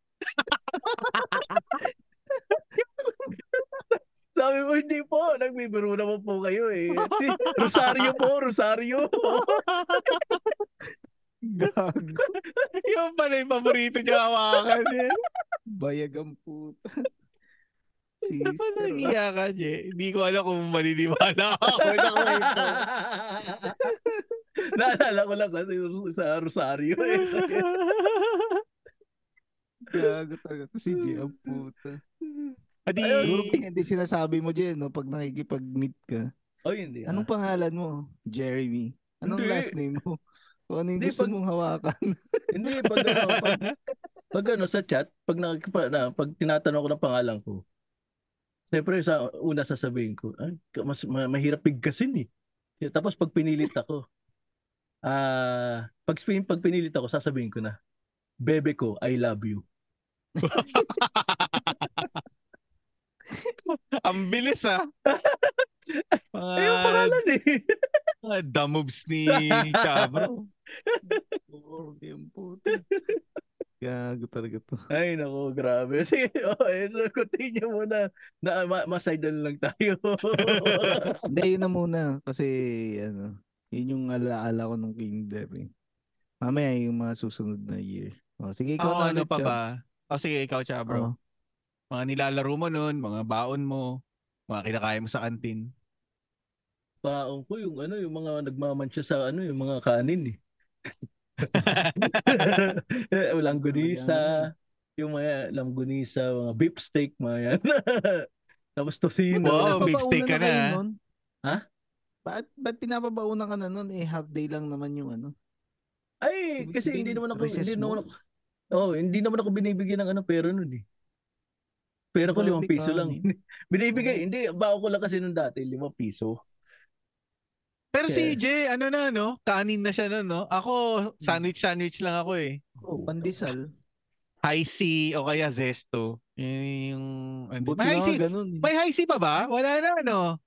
B: sabi mo, hindi po, nagbibiro naman po kayo eh. Si Rosario po, Rosario.
C: Gago.
A: yung pala yung paborito niya hawakan. eh.
C: Bayag ang puta.
A: Ano ba
C: Sister. ah.
A: nangiya ka, Je? Hindi ko alam kung maniniwala ako sa kwento.
B: Naalala ko lang kasi sa Rosario eh.
C: Gago talaga. to Si G, ang puta.
A: Adi,
C: Siguro hindi sinasabi mo dyan, no? Pag nakikipag-meet ka.
B: Oh, hindi. ah.
C: Anong pangalan mo? Jeremy. Anong
B: Hindi.
C: last name mo? O ano yung
B: Hindi,
C: gusto
B: pag-
C: mong hawakan?
B: Hindi, pag ano, pag, pag ano sa chat, pag, nakikip, na, pag tinatanong ko ng pangalan ko, Siyempre, sa una sasabihin ko, ay, ka- mas ma- mahirap bigkasin eh. Yeah, Tapos pag pinilit ako, ah, pag, pin- pag pinilit ako, sasabihin ko na, bebe ko, I love you.
A: Ang bilis ah. Mga
B: Eh, yung pangalan eh.
A: mga the moves ni Chabro.
C: Yung puto. Gago talaga to.
B: Ay, nako, grabe. Sige, oh, eh, continue muna. Na, ma- masaydan lang tayo.
C: Hindi, yun na muna. Kasi, ano, yun yung alaala ko nung Kingdom eh. Mamaya yung mga susunod na year. O, sige, ikaw
A: Ikaw
C: na
A: ano
C: ulit,
A: pa
C: Chubbs. Oh.
A: ba? O sige, ikaw Chabro.
C: Oo.
A: Mga nilalaro mo nun, mga baon mo, mga kinakaya mo sa kantin.
B: Paong ko yung ano, yung mga nagmamansya sa ano, yung mga kanin eh. langgunisa, yung mga langgunisa, mga beef steak, mga yan. Tapos tocino.
A: Wow,
C: Pinapabauna
A: beef steak ka na,
C: kayo
A: ah.
C: nun?
B: Ha?
C: Ba't, ba't pinapabauna ka na nun? Eh, half day lang naman yung ano.
B: Ay,
C: Ibig
B: kasi hindi
C: sabihin,
B: naman ako,
C: recess
B: hindi naman
C: mo?
B: ako, oh, hindi naman ako binibigyan ng ano, pero nun eh. Pero ko
C: Grabe
B: limang piso
C: ka,
B: lang. Binibigay, hindi, bao ko lang kasi nung dati, limang piso.
A: Pero si
B: Yeah.
A: Jay, ano na, no? Kanin na siya nun, no? Ako, sandwich-sandwich lang ako eh.
B: Oh,
C: Pandesal.
A: High C o kaya Zesto. Yun yung... ano.
C: Buti
A: may
C: na
A: high C,
C: nga ganun. eh.
A: may high C pa ba? Wala na, ano?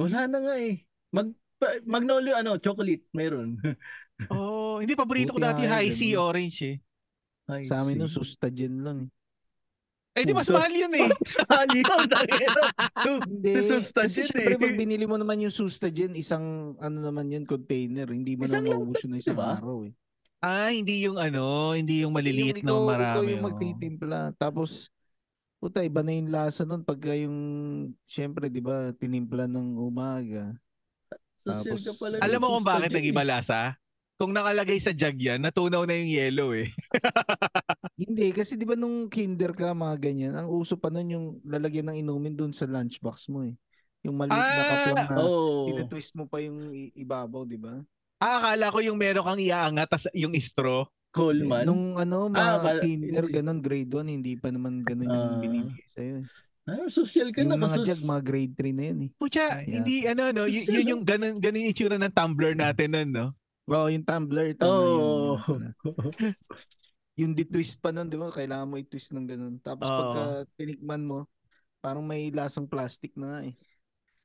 B: Wala na nga eh. Mag, pa- Magnolia, ano, chocolate, meron.
A: Oo, oh, hindi paborito ko
C: Buti nga
A: dati
C: yun,
A: high C
C: ganun.
A: orange eh.
B: Ay,
C: Sa amin
B: see.
C: nun, sustagen lang. eh.
A: Eh di mas
B: Puto.
A: mahal yun eh.
B: Saan yun? Tangina. Su-
C: Hindi.
B: sustagen eh.
C: Kasi syempre, pag binili mo naman yung sustagen, isang ano naman yun, container. Hindi mo
B: Isang
C: naman
B: lang
C: maubos yun na isang
B: diba?
C: araw eh.
A: Ah, hindi yung ano, hindi yung maliliit na
C: Yung ikaw- Ikaw
A: marami.
C: yung
A: oh.
C: magtitimpla. Tapos, puta, iba na yung lasa nun pagka yung, syempre, di ba, tinimpla ng umaga.
B: Social
C: Tapos,
B: ka pala.
A: Alam mo kung bakit
B: Sustagen
A: nag-iba lasa? Kung nakalagay sa jug yan, natunaw na yung yellow eh.
C: Hindi, kasi di ba nung kinder ka, mga ganyan, ang uso pa nun yung lalagyan ng inumin dun sa lunchbox mo eh. Yung maliit na
A: Ah,
C: kaplang
B: eh.
C: na
B: Oo.
C: tinatwist mo pa yung i- ibabaw, di ba?
A: Ah, akala ko yung meron kang iaangat tas yung straw.
B: Coleman.
C: Nung ano, mga
B: Ah, akala-
C: kinder,
B: hindi.
C: ganun, grade 1, hindi pa naman ganun
B: Ah.
C: yung binibigay sa'yo. eh.
B: Ah, social ka na.
C: Yung mga
B: kasus-
C: jag, mga grade 3 na yun eh.
A: Pucha,
C: Yeah.
A: hindi ano no, y- yun yung ganun ganun yung itsura ng tumbler natin nun, no?
C: Oo, yung tumbler, tama
B: Oo.
C: yun. yun. Yung di-twist pa nun, di ba? Kailangan mo i-twist ng ganun. Tapos
A: Oo.
C: pagka tinikman mo, parang may lasang plastic na nga eh.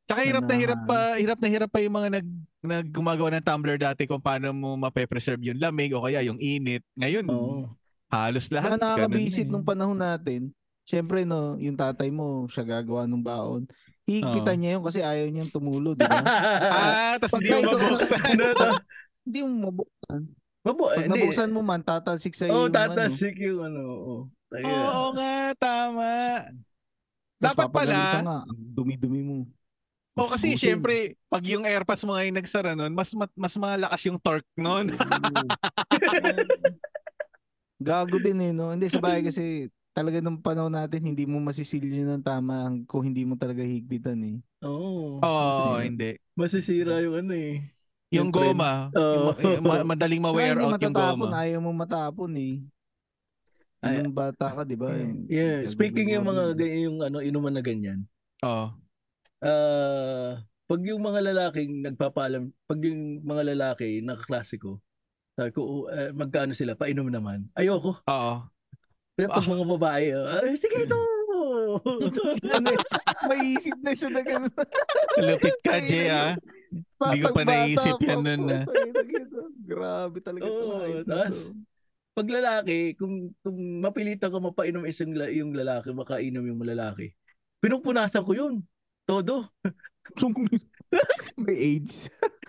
A: Tsaka hirap na
C: Nanahalo.
A: hirap pa, hirap na hirap pa yung mga nag naggumagawa ng tumbler dati kung paano mo mape-preserve yung lamig o kaya yung init. Ngayon,
B: Oo.
A: halos lahat. ganun
C: Lahat
A: na
C: nakakabisit
A: eh.
C: nung panahon natin, syempre no, yung tatay mo, siya gagawa ng baon. Hihigpitan
A: Oo.
C: niya yun kasi ayaw niyang tumulo, di ba?
A: Ah, tas hindi mo
C: Pagka ito-
A: mabuksan.
B: Ano to?
C: Hindi mo mabuksan.
B: Babo,
C: Pag
B: hindi.
C: nabuksan mo man, tatalsik sa'yo
B: Oo,
C: yung ano.
B: tatasik yung ano. oo.
A: Oo
B: Tangina.
A: nga, tama.
C: Tapos
A: Dapat pala,
C: papagalitan nga, ang dumi-dumi mo.
A: o kasi
C: Busbusin.
A: syempre, pag yung airpads mo ngayon nagsara nun, mas, mas, mas malakas yung torque nun.
C: Gago din eh, no? Hindi, sa bahay kasi talaga nung panahon natin, hindi mo masisilyo ng tama ang- kung hindi mo talaga higpitan eh.
A: Oo,
B: Oo.
A: oh,
B: Masisira-
A: hindi.
B: Masisira yung ano eh.
A: Yung
C: Yung trend.
A: goma,
B: Oo.
A: yung ma- ma- madaling
C: Kaya
A: ma-wear
C: hindi
A: out yung
C: matatapon, ah.
A: goma.
C: ayaw mo matapon eh. Yun
B: Ay-
C: Nung bata ka, di ba?
B: Yeah,
C: Gago-
B: speaking yung mga
C: gago-
B: ganyan- yung ano inuman na ganyan.
A: Oo.
B: Ah, pag yung mga lalaking nagpapaalam, pag yung mga lalaki nakaklase ko, sabi ko, "Oh, eh, magkano sila, painom naman. Ayoko.
A: Oo.
B: Pero pag mga babae, ah, "Ay, sige ito.
C: ano eh, may isip na siya na gano'n.
A: Lupit ka, Jay, ah. Hindi ko pa
C: Batang-bata
A: naisip yan
C: pa,
A: nun, ah.
C: putang ina, ganun. Grabe talaga to,
B: Oo,
C: ay,
B: taas.
C: to.
B: pag lalaki, kung, kung mapilitan ko mapainom isang la- yung lalaki, makainom yung lalaki, pinupunasan ko yun. Todo.
C: May AIDS.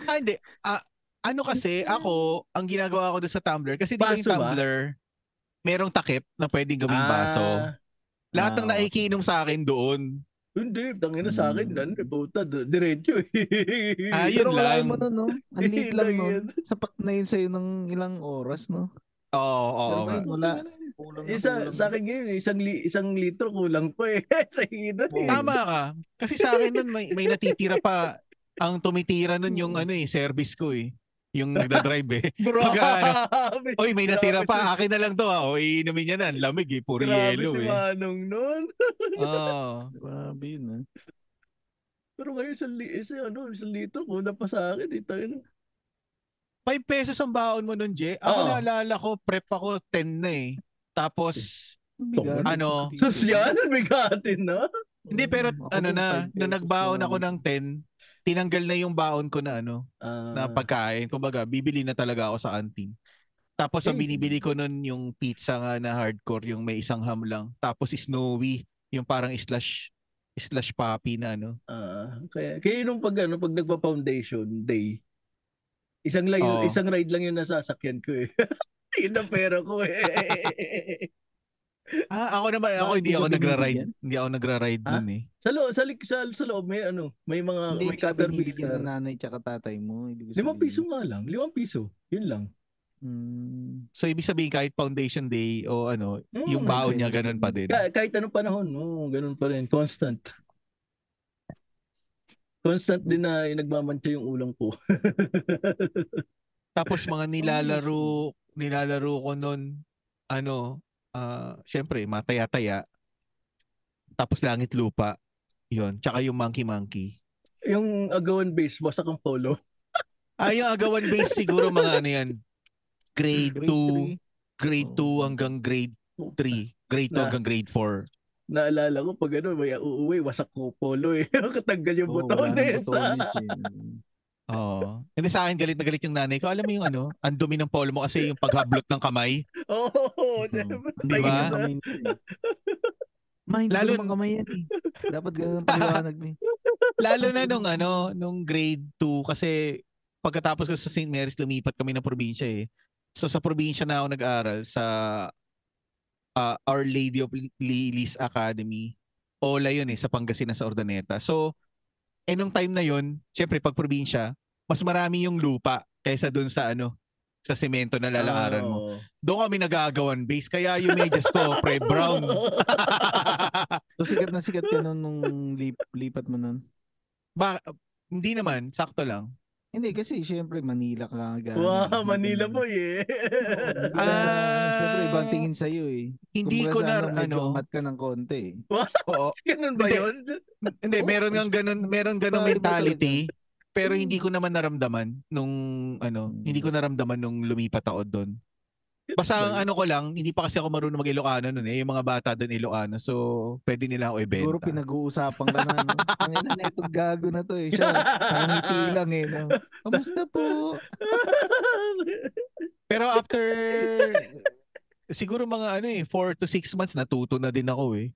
A: Ah, hindi. Ah, ano kasi, ako, ang ginagawa ko doon sa tumbler, kasi di ba yung
B: Baso ba?
A: tumbler, merong takip na pwedeng gawing baso.
B: Ah,
A: Lahat ng
C: Ah, okay.
A: nakikinom sa akin doon.
B: hindi, tangina sa akin,
C: Hmm.
B: ano, puta, d- diretso. eh.
A: Ah, yun
C: Pero
A: lang.
C: kalahin mo nun, no? ano, Ang liit
B: Yun
C: lang
B: lang
C: nun.
B: yun.
C: Sapat na yun sa'yo ng ilang oras, no?
A: Oo, oo,
C: Pero
A: oo nga.
C: ngayon, wala. Kulang na
B: Isa,
C: kulang.
B: sa akin ngayon, eh, isang, li- isang litro kulang pa eh. Tangina eh.
A: Tama ka. Kasi sa akin nun, may, may natitira pa. Ang tumitira nun yung
B: Hmm.
C: Mm.
A: ano eh, service ko eh. Yung nagdadrive eh.
B: Grabe.
A: Oy, may
B: Grabe
A: natira
B: si-
A: pa. Akin na lang to ah. O, iinumin niya na. Ang Lamig eh. Puro
B: Grabe
A: yelo
B: si
A: eh.
B: Manong nun.
A: Oo.
C: Grabe yun, ah.
B: Pero ngayon sa, li- isa, ano, isang litro ko na pa sa akin. Ito yun.
A: 5 pesos ang baon mo nun, Jay. Ako
B: Oo.
A: naalala ko, prep ako 10 na eh. Tapos,
C: Bigat.
A: Ano?
B: Sosyal, bigatin na.
A: hindi pero
C: Mm, Ako
A: ano
C: din,
A: na,
C: five
A: nung
C: pesos
A: nagbaon
C: lang.
A: ako ng 10, tinanggal na yung baon ko na ano,
B: Ah,
A: na pagkain. Kumbaga, bibili na talaga ako sa canteen. Tapos ang
B: Hmm.
A: binibili ko nun yung pizza nga na hardcore, yung may isang ham lang. Tapos snowy, yung parang slash slash papi na ano.
B: ah, kaya, kaya nung pag, ano, pag nagpa-foundation day, isang, lay,
A: Oo.
B: isang ride lang yung nasasakyan ko eh. yun ang pera ko eh.
A: Ah, ako naman, ako
C: Bakit
A: hindi ako
C: di ka Ah.
A: nagra-ride.
C: binibigyan?
A: Hindi ako nagra-ride
B: Ha?
A: nun eh.
B: sa, lo, sa, lik- sa, sa loob may ano, may mga
C: Hindi,
B: may caterpillar.
C: binibigyan ng nanay tsaka tatay mo. Ibig
B: Limang
C: sabihin.
B: piso nga lang. Limang piso. Yun lang.
C: Mm.
A: So ibig sabihin kahit foundation day o ano,
B: Mm.
A: yung
C: ba-
A: baon niya
C: pesos
A: ganun pa din.
B: Ka- kahit anong panahon, no, ganun pa rin. Constant. Constant din na yung nagmamantya yung ulang ko.
A: Tapos mga nilalaro, nilalaro ko nun, ano, ah syempre, mataya-taya. Tapos langit lupa. Yun. Tsaka yung monkey monkey.
B: yung agawan base, wasak ang polo.
A: Ah, yung agawan base siguro mga ano yan. Grade
C: Grade
A: 2,
C: three.
A: grade 2 hanggang grade 3. Grade 2
B: Na-
A: hanggang grade 4.
B: Naalala ko pag ano, may uuwi, wasak ko polo eh. Katanggal yung
C: Oo,
B: buton
C: wala nang
B: eh. Sa...
C: botones eh. Mm.
A: Oo. Hindi sa akin galit na galit yung nanay ko. Alam mo yung ano, ang dumi ng polo mo kasi yung paghablot ng kamay.
B: Oo, oh,
C: Oo.
A: Di ba?
C: Ang kamay nito eh. Ma, hindi
A: Lalo-
C: Lalo... kamay yan eh. Dapat ganun ang paliwanag mo eh.
A: Lalo na nung ano, nung grade 2 kasi pagkatapos ko sa St. Mary's lumipat kami ng probinsya eh. So sa probinsya na ako nag-aral sa ah, Our Lady of Lilies Academy. Ola yun eh, sa Pangasinan sa Ordaneta. So, eh nung time na yun, syempre pag probinsya, mas marami yung lupa kaysa dun sa ano, sa semento na lalakaran
C: Ah,
A: mo. Doon kami nagagawan base, kaya yung medyas ko, pre, Eh, brown.
C: So sikat na sikat ka nun nung lip- lipat mo nun.
A: ba- hindi naman, sakto lang.
C: Hindi kasi syempre Manila ka agad.
B: wow, Manila boy eh.
A: Ah.
C: Ah, syempre ibang tingin sa iyo eh.
A: Hindi
C: Kumbaga
A: ko
C: sa
A: na,
C: ano, medyo
A: ano,
C: mat ka ng konti eh.
A: oo,
B: Ganun ba
A: Hindi.
B: yun?
A: Hindi,
C: Oo,
A: meron
C: is-
A: ngang ganun, meron ganung
C: Iba- iba
A: mentality. Pero hindi
C: Mm.
A: ko naman naramdaman nung ano,
C: Mm.
A: hindi ko naramdaman nung lumipat ako doon. Basta ang ano ko lang, hindi pa kasi ako marunong mag-Ilocano noon eh, yung mga bata doon Ilocano. So, pwede nila ako ibenta.
C: Siguro pinag-uusapan ka na no. Ang ina na itong gago na to eh. Siya, pangiti lang eh. No? Kamusta po?
A: Pero after siguro mga ano eh, 4 to 6 months natuto na din ako eh.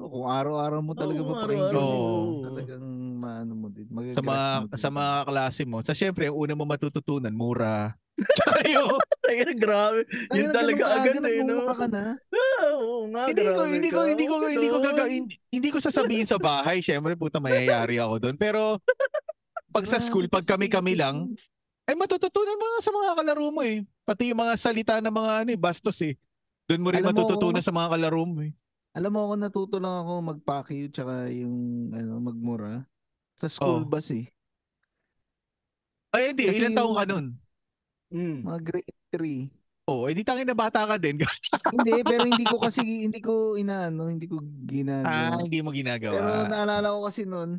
C: Oh, Kung araw-araw mo talaga eh.
B: Oo,
C: mapakinggan
A: araw-araw.
C: yun,
B: Oo.
C: talagang maano mo din.
A: Sa mga sa mga klase mo. Sa syempre, ang una mo matututunan, mura. Tayo.
B: Ay, grabe. Yun talaga agad eh, no?
C: Ka na.
B: Ah, Oo nga,
A: hindi ko
B: grabe
A: hindi ko
B: ka.
A: hindi ko hindi ko
B: Oo,
A: gagawin hindi ko sasabihin sa bahay syempre puta mayayari ako doon pero pag sa
C: Grabe,
A: school pag
C: kasi
A: kami-kami
C: ganito.
A: lang eh matututunan mo nga sa mga kalaro mo eh pati yung mga salita ng mga ano eh bastos eh doon mo rin
C: Alam mo,
A: matututunan sa mga kalaro mo eh
C: Alam mo ako natuto lang ako magpakyu tsaka yung ano magmura sa school
A: Oh.
C: bus eh.
A: ay hindi
C: Kasi
A: ilang taong
C: yung-
A: ka nun
B: Mm.
C: Mga grade 3.
A: oh edi tangin na bata ka din
C: hindi, pero hindi ko kasi hindi ko inaano, hindi ko
A: ah
C: ginagawa.
A: hindi mo
C: pero
A: ginagawa
C: naalala ko kasi noon,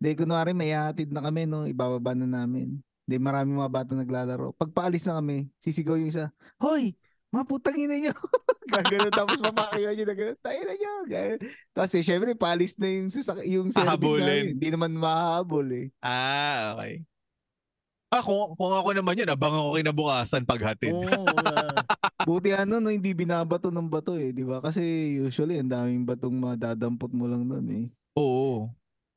C: di kunwari may hatid na kami no, ibababa na namin. Di marami mga bata naglalaro. Pagpaalis na kami, sisigaw yung isa, "Hoy, maputang ina niyo." Gagano tapos papakyaw niyo na gano'n. Tayo na niyo. Ganun. Tapos eh, syempre paalis na yung sasak- yung service
A: Hahabulin.
C: namin. Hindi naman mahabol eh.
A: ah okay ah kung, kung ako naman yun abang ako kinabukasan paghatid
B: Oo, wala.
C: Buti ano, no, hindi binabato ng bato eh, di ba? Kasi usually, ang daming batong madadampot mo lang nun eh.
A: oo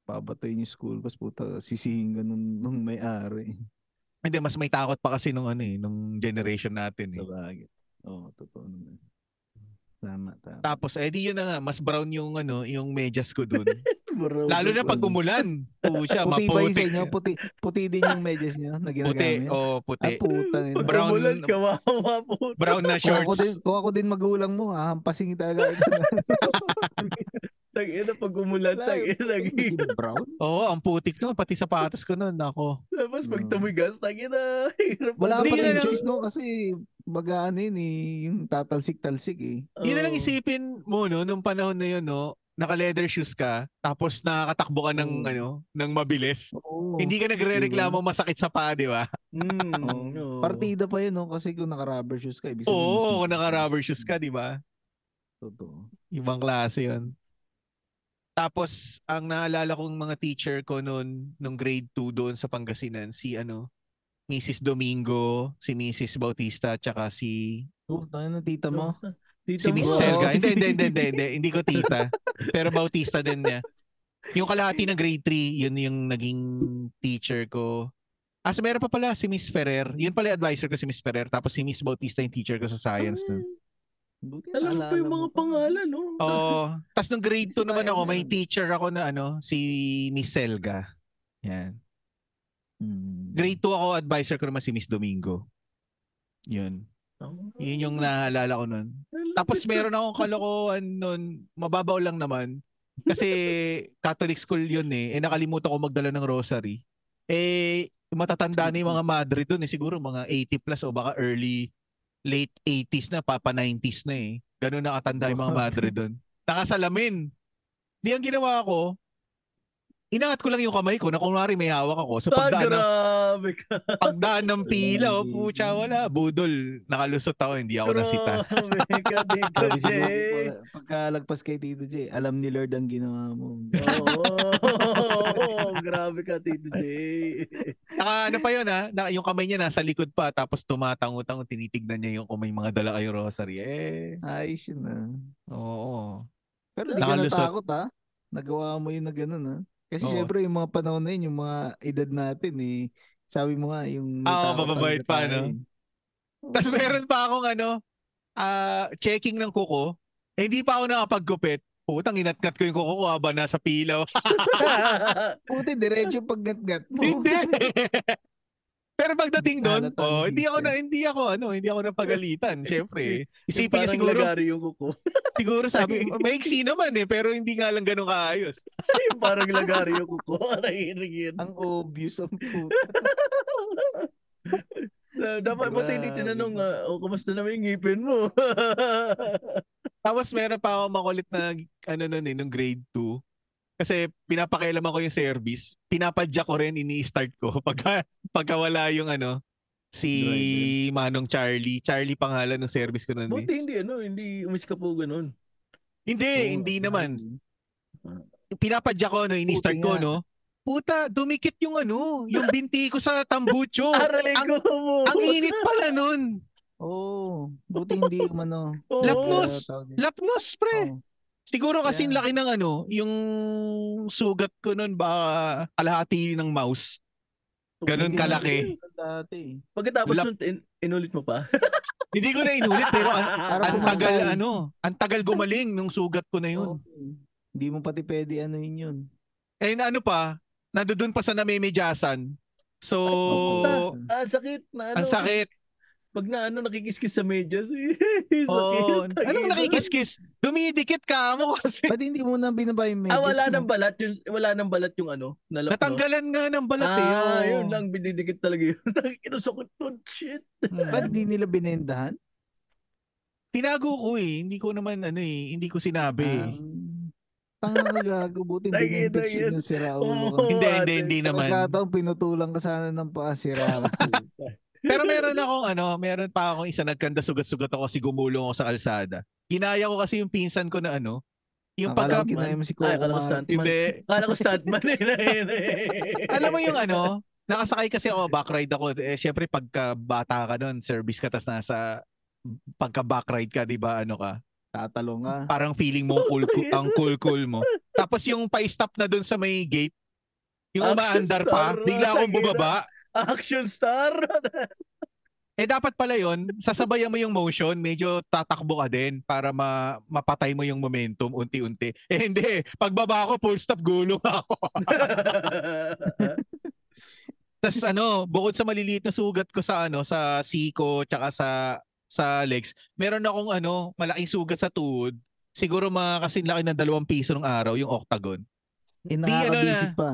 C: Papatayin yung school bus, puta, sisihin ka nung, nung may-ari.
A: hindi mas may takot pa kasi nung ano eh nung generation natin eh
C: Sa bagay. Oo, totoo naman. Tama, tama.
A: Tapos, eh, di yun na nga, mas brown yung, ano, yung medyas ko dun.
B: Bro,
A: Lalo na pag
B: bro.
A: umulan. Pucha,
C: puti ba yung sa
A: maputi.
C: inyo? Puti, puti din yung medyas nyo na
A: Puti,
C: ginagamit?
A: oh,
C: Ah,
A: puti.
C: putang ina.
A: Brown-
B: Umulan, kawawa po.
A: Brown na
C: Kung ako din,
A: shorts.
C: kung ako din magulang mo, hahampasin kita agad.
B: Tangina pag umulan,
C: Layo.
B: tangina.
C: Hindi brown?
A: Oo, ang putik nun. Pati sapatos ko nun. Ako.
B: Tapos pag
A: Hmm.
C: Mm.
B: tumigas, tangina. Hirap
C: Wala
A: Hindi
C: pa
A: na
C: rin
A: lang-
C: choice no kasi baga ano yun eh, yung tatalsik-talsik eh.
A: Yun na lang
B: Oo.
A: isipin mo, no? Nung panahon na yun, no? Naka-leather shoes ka. Tapos nakakatakbo ka ng,
C: Mm.
A: ano, ng mabilis.
C: Oo.
A: Hindi ka nagre-reklamo masakit sa paa, di ba?
B: Mm,
A: Oh.
B: oo.
C: Oo. Partida pa yun no kasi kung naka-rubber shoes ka ibig sabihin. mas-
A: Oo, kung naka-rubber shoes ka, di ba?
C: Totoo.
A: Ibang klase yun. Tapos, ang naalala kong mga teacher ko noon, nung grade 2 doon sa Pangasinan, si ano, Mrs. Domingo, si Mrs. Bautista, tsaka si,
C: Oh, tayo na tita mo.
A: si
B: Tita mo. ah.
A: Miss
C: Wow.
A: Selga. Hindi, hindi, hindi, hindi, hindi, hindi ko tita. Pero Bautista din niya. Yung kalahati ng grade 3, yun yung naging teacher ko. As meron pa pala si Miss Ferrer. Yun pala yung advisor ko si Miss Ferrer. Tapos si Miss Bautista yung teacher ko sa science nun.
C: Buti
B: Alam mo
C: naalala
B: pa yung mga
C: pa.
B: pangalan, no?
A: Oh. Oo. Tapos nung grade 2
C: Sa
A: naman ako, may
C: ayan.
A: teacher ako na ano, si Miss Selga. Yan.
C: Hmm.
A: Grade 2 ako, advisor ko naman si Miss Domingo. Yun. Yun
B: Hmm.
A: yung naalala ko nun. Tapos
B: Ah,
A: meron akong kalokohan nun, mababaw lang naman. Kasi Catholic school yun eh. Eh nakalimutan ko magdala ng rosary. Eh matatanda na yung mga madre dun eh. Siguro mga 80 plus o baka early, late 80s na, papa 90s na eh. Ganun nakatanda yung mga madre dun. Nakasalamin. Di ang ginawa ko, inangat ko lang yung kamay ko na kunwari may hawak ako. So
B: Ah,
A: pagdaan ng,
B: grabe ka.
A: pagdaan ng pila, oh,
C: Grabe.
A: pucha wala, budol. Nakalusot ako, hindi ako nasita.
B: Grabe ka, Tito
C: Sabi siguro,
B: Jay.
C: pag- pagkalagpas kay Tito J, alam ni Lord ang ginawa mo.
B: Oo, grabe ka, Tito Jay.
A: Naka ano pa yun ha? Na, yung kamay niya nasa likod pa tapos tumatango-tango tinitignan niya yung kung may mga dala kayo rosary. Eh,
C: Ayos yun ah.
A: oo.
C: Pero di ka
A: Nakalusot.
C: natakot ah. Nagawa mo yun na ganun ah. Kasi
A: Oo.
C: syempre yung mga panahon na yun, yung mga edad natin eh. Sabi mo nga yung... may
A: Ah,
C: takot
A: mababait
C: talaga
A: pa,
C: tayo,
A: no?
C: eh.
A: Tapos meron pa akong ano, ah, checking ng kuko. Eh, hindi pa ako nakapagkupit. Putang inatngat ko yung kuko ko habang nasa pilaw.
C: Puti, diretso yung paggatgat mo.
A: Hindi. Pero pagdating doon,
C: Halata
A: oh,
C: ang
A: hindi ako
C: sister.
A: na hindi ako ano, hindi ako napagalitan, syempre. Isipin niya
B: Parang
A: siguro,
B: lagari yung kuko.
A: siguro sabi, "Oh, maiksi naman eh, pero hindi nga lang ganun kaayos.
B: Yung parang lagari yung kuko. Naiinig yun.
C: Ang obvious ang puta.
B: Ah, Dapat
C: Grabe.
B: ba't hindi tinanong, ah, oh, kumusta naman yung ngipin mo?
A: Tapos meron pa ako makulit na ano nun eh, nung grade 2. Kasi pinapakialaman ko yung service. Pinapadya ko rin, ini-start ko. Pagka, pagka wala yung ano, si Manong Charlie. Charlie pangalan ng service ko nun eh.
B: Buti hindi, ano, hindi umis ka po ganun.
A: Hindi,
C: Oo,
A: hindi naman.
B: Ah.
A: Pinapadya ko, no, ini-start
C: Buti
A: ko,
C: nga.
A: no. Puta, dumikit yung ano, yung binti ko sa tambucho.
B: Aralin
A: ang-
B: ko mo!
A: Ang init pala nun.
C: Oo. buti hindi yung ano.
B: Oo.
A: Lapnos!
C: tawag nito.
A: Lapnos, pre.
C: Oo.
A: Siguro kasi
C: Oh. Yeah.
A: laki ng ano, yung sugat ko nun ba kalahati ng mouse. Ganun
C: Hindi
A: kalaki.
C: na- Dati. eh.
B: Pagkatapos
A: Lap-
B: nun, in- inulit mo pa?
A: Hindi ko na inulit pero ang,
C: Para
A: ang
C: kumagal.
A: tagal ano, ang tagal gumaling nung sugat ko na yun.
C: Oo. Hindi mo pati pwede ano yun yun.
A: Eh na ano pa, nandoon pa sa namimedyasan. So,
B: Oo. Ah, sakit na ano.
A: ang sakit.
B: Pag na ano, nakikiskis sa medyas. eh, sakit.
A: Oo.
B: Tangina.
A: Anong nakikiskis? Dumidikit ka mo kasi.
C: Pati hindi mo na binaba yung
B: Ah, wala
C: medis
B: nang
C: mo.
B: balat yung wala nang balat yung ano, na lapno.
A: Natanggalan nga ng balat eh.
B: Ah,
A: oo.
B: yun lang binidikit talaga yun. Inusok ko shit.
A: Hmm.
C: Ba't di nila binendahan?
A: Tinago ko eh. Hindi ko naman ano eh. Hindi ko sinabi. eh.
C: Ah, Tanga ka gago. Buti hindi
B: Tangina yun.
C: na-infection yung sira ulo ka.
B: Oo,
A: hindi,
B: ate.
A: hindi, hindi naman.
C: Pagkataong pinutulang ka sana ng paa, sira ulo.
A: Pero meron akong ano, meron pa akong isa nagkanda sugat-sugat ako kasi gumulong ako sa kalsada. Ginaya ko kasi yung pinsan ko na ano, yung
C: Akala
A: pagka
C: ko kinaya mo si Coco
B: Ay, akala ko
C: Mar-
B: stuntman.
A: hindi.
B: Akala ko stuntman. eh.
A: Alam mo yung ano, nakasakay kasi ako, backride ako. Eh, syempre pagka bata ka nun, service ka, tas nasa pagka backride ka, di ba, ano ka,
C: Tatalo nga.
A: parang feeling mo cool, cool- ang cool-cool mo. Tapos yung pa-stop na dun sa may gate, yung umaandar pa,
B: Action star,
A: bigla akong
B: tangina.
A: bumaba.
B: Action star.
A: Eh dapat pala yon, sasabayan mo yung motion, medyo tatakbo ka din para ma- mapatay mo yung momentum unti-unti. Eh hindi, pagbaba ako full stop gulong ako. Tapos ano, bukod sa maliliit na sugat ko sa ano, sa siko, tsaka sa sa legs, meron akong ano, malaking sugat sa tuhod. Di,
C: Eh,
A: ano
C: nakakabisi
A: na.
C: pa.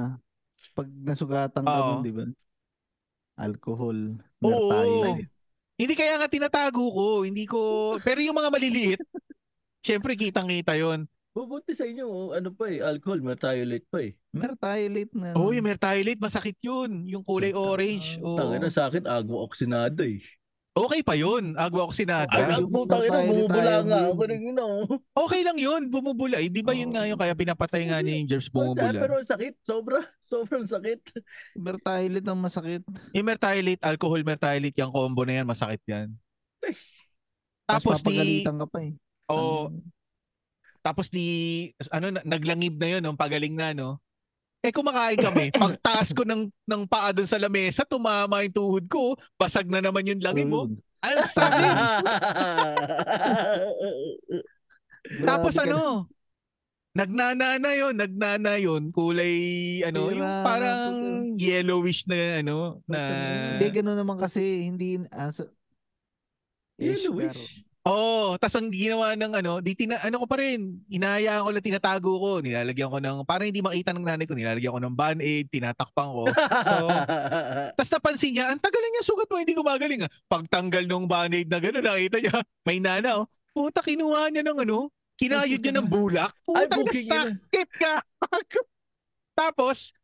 C: Pag nasugatan ka
A: Oo.
C: nun, di ba? Alcohol.
A: Oo.
C: mertayo.
A: Hindi kaya nga tinatago ko. Hindi ko... Pero yung mga maliliit, syempre kitang-kita yun.
B: Bubuti sa inyo, oh, ano pa eh, alcohol, metayolit pa eh.
C: Mertayo late na.
A: Oo, oh, yung mertiolate, masakit yun. Yung kulay
C: Puta.
A: orange. Oo.
B: Tangina Ah, na sa akin, agwa oksinada eh.
A: Okay pa yun. Agwa oksinada.
B: Ay,
C: Ah,
B: ang putang ina,
C: tayo,
B: bumubula
C: tayo,
B: nga
C: yun.
B: ako rin, you know.
A: Okay lang yun. Bumubula. Eh, di ba yun
C: Oo.
A: nga yun? Kaya pinapatay nga niya yung germs
B: Pero
A: bumubula.
B: ang sakit, sobra, sobrang sakit.
C: Mertayo late ang masakit.
A: Yung mertiolate, alcohol mertiolate, yung combo na yan, masakit yan.
C: Tapos
A: Tapos di...
C: papagalitan ka pa eh.
A: Oo, Tapos di, ano, na- naglangib na yun, nung pagaling na, no? Eh, kumakain kami. Pagtaas ko ng, ng paa doon sa lamesa, tumama yung tuhod ko. Basag na naman yung langib
C: Mm.
A: mo. Ang sakit. Tapos ano, nagnana na yun, nagnana yun, kulay, ano, yung
C: Tira,
A: parang
C: puta.
A: yellowish na, ano, na,
C: Hindi, ganun naman kasi. Hindi, ah, so, Ish, pero-
B: Yellowish.
A: oh, tas ang ginawa ng, ano, di tina, ano ko pa rin, inayaan ko lang, tinatago ko, nilalagyan ko ng, para hindi makita ng nanay ko, nilalagyan ko ng band-aid, tinatakpan ko, so, Tapos napansin niya, ang tagal na niya sugat mo, hindi gumagaling. ah. Pagtanggal ng band-aid na gano'n, nakita niya, may nana, oh. Puta, kinuha niya ng ano, kinayod niya ng bulak.
B: Ay,
A: Puta,
B: booking ina.
A: nasakit ka. Tapos,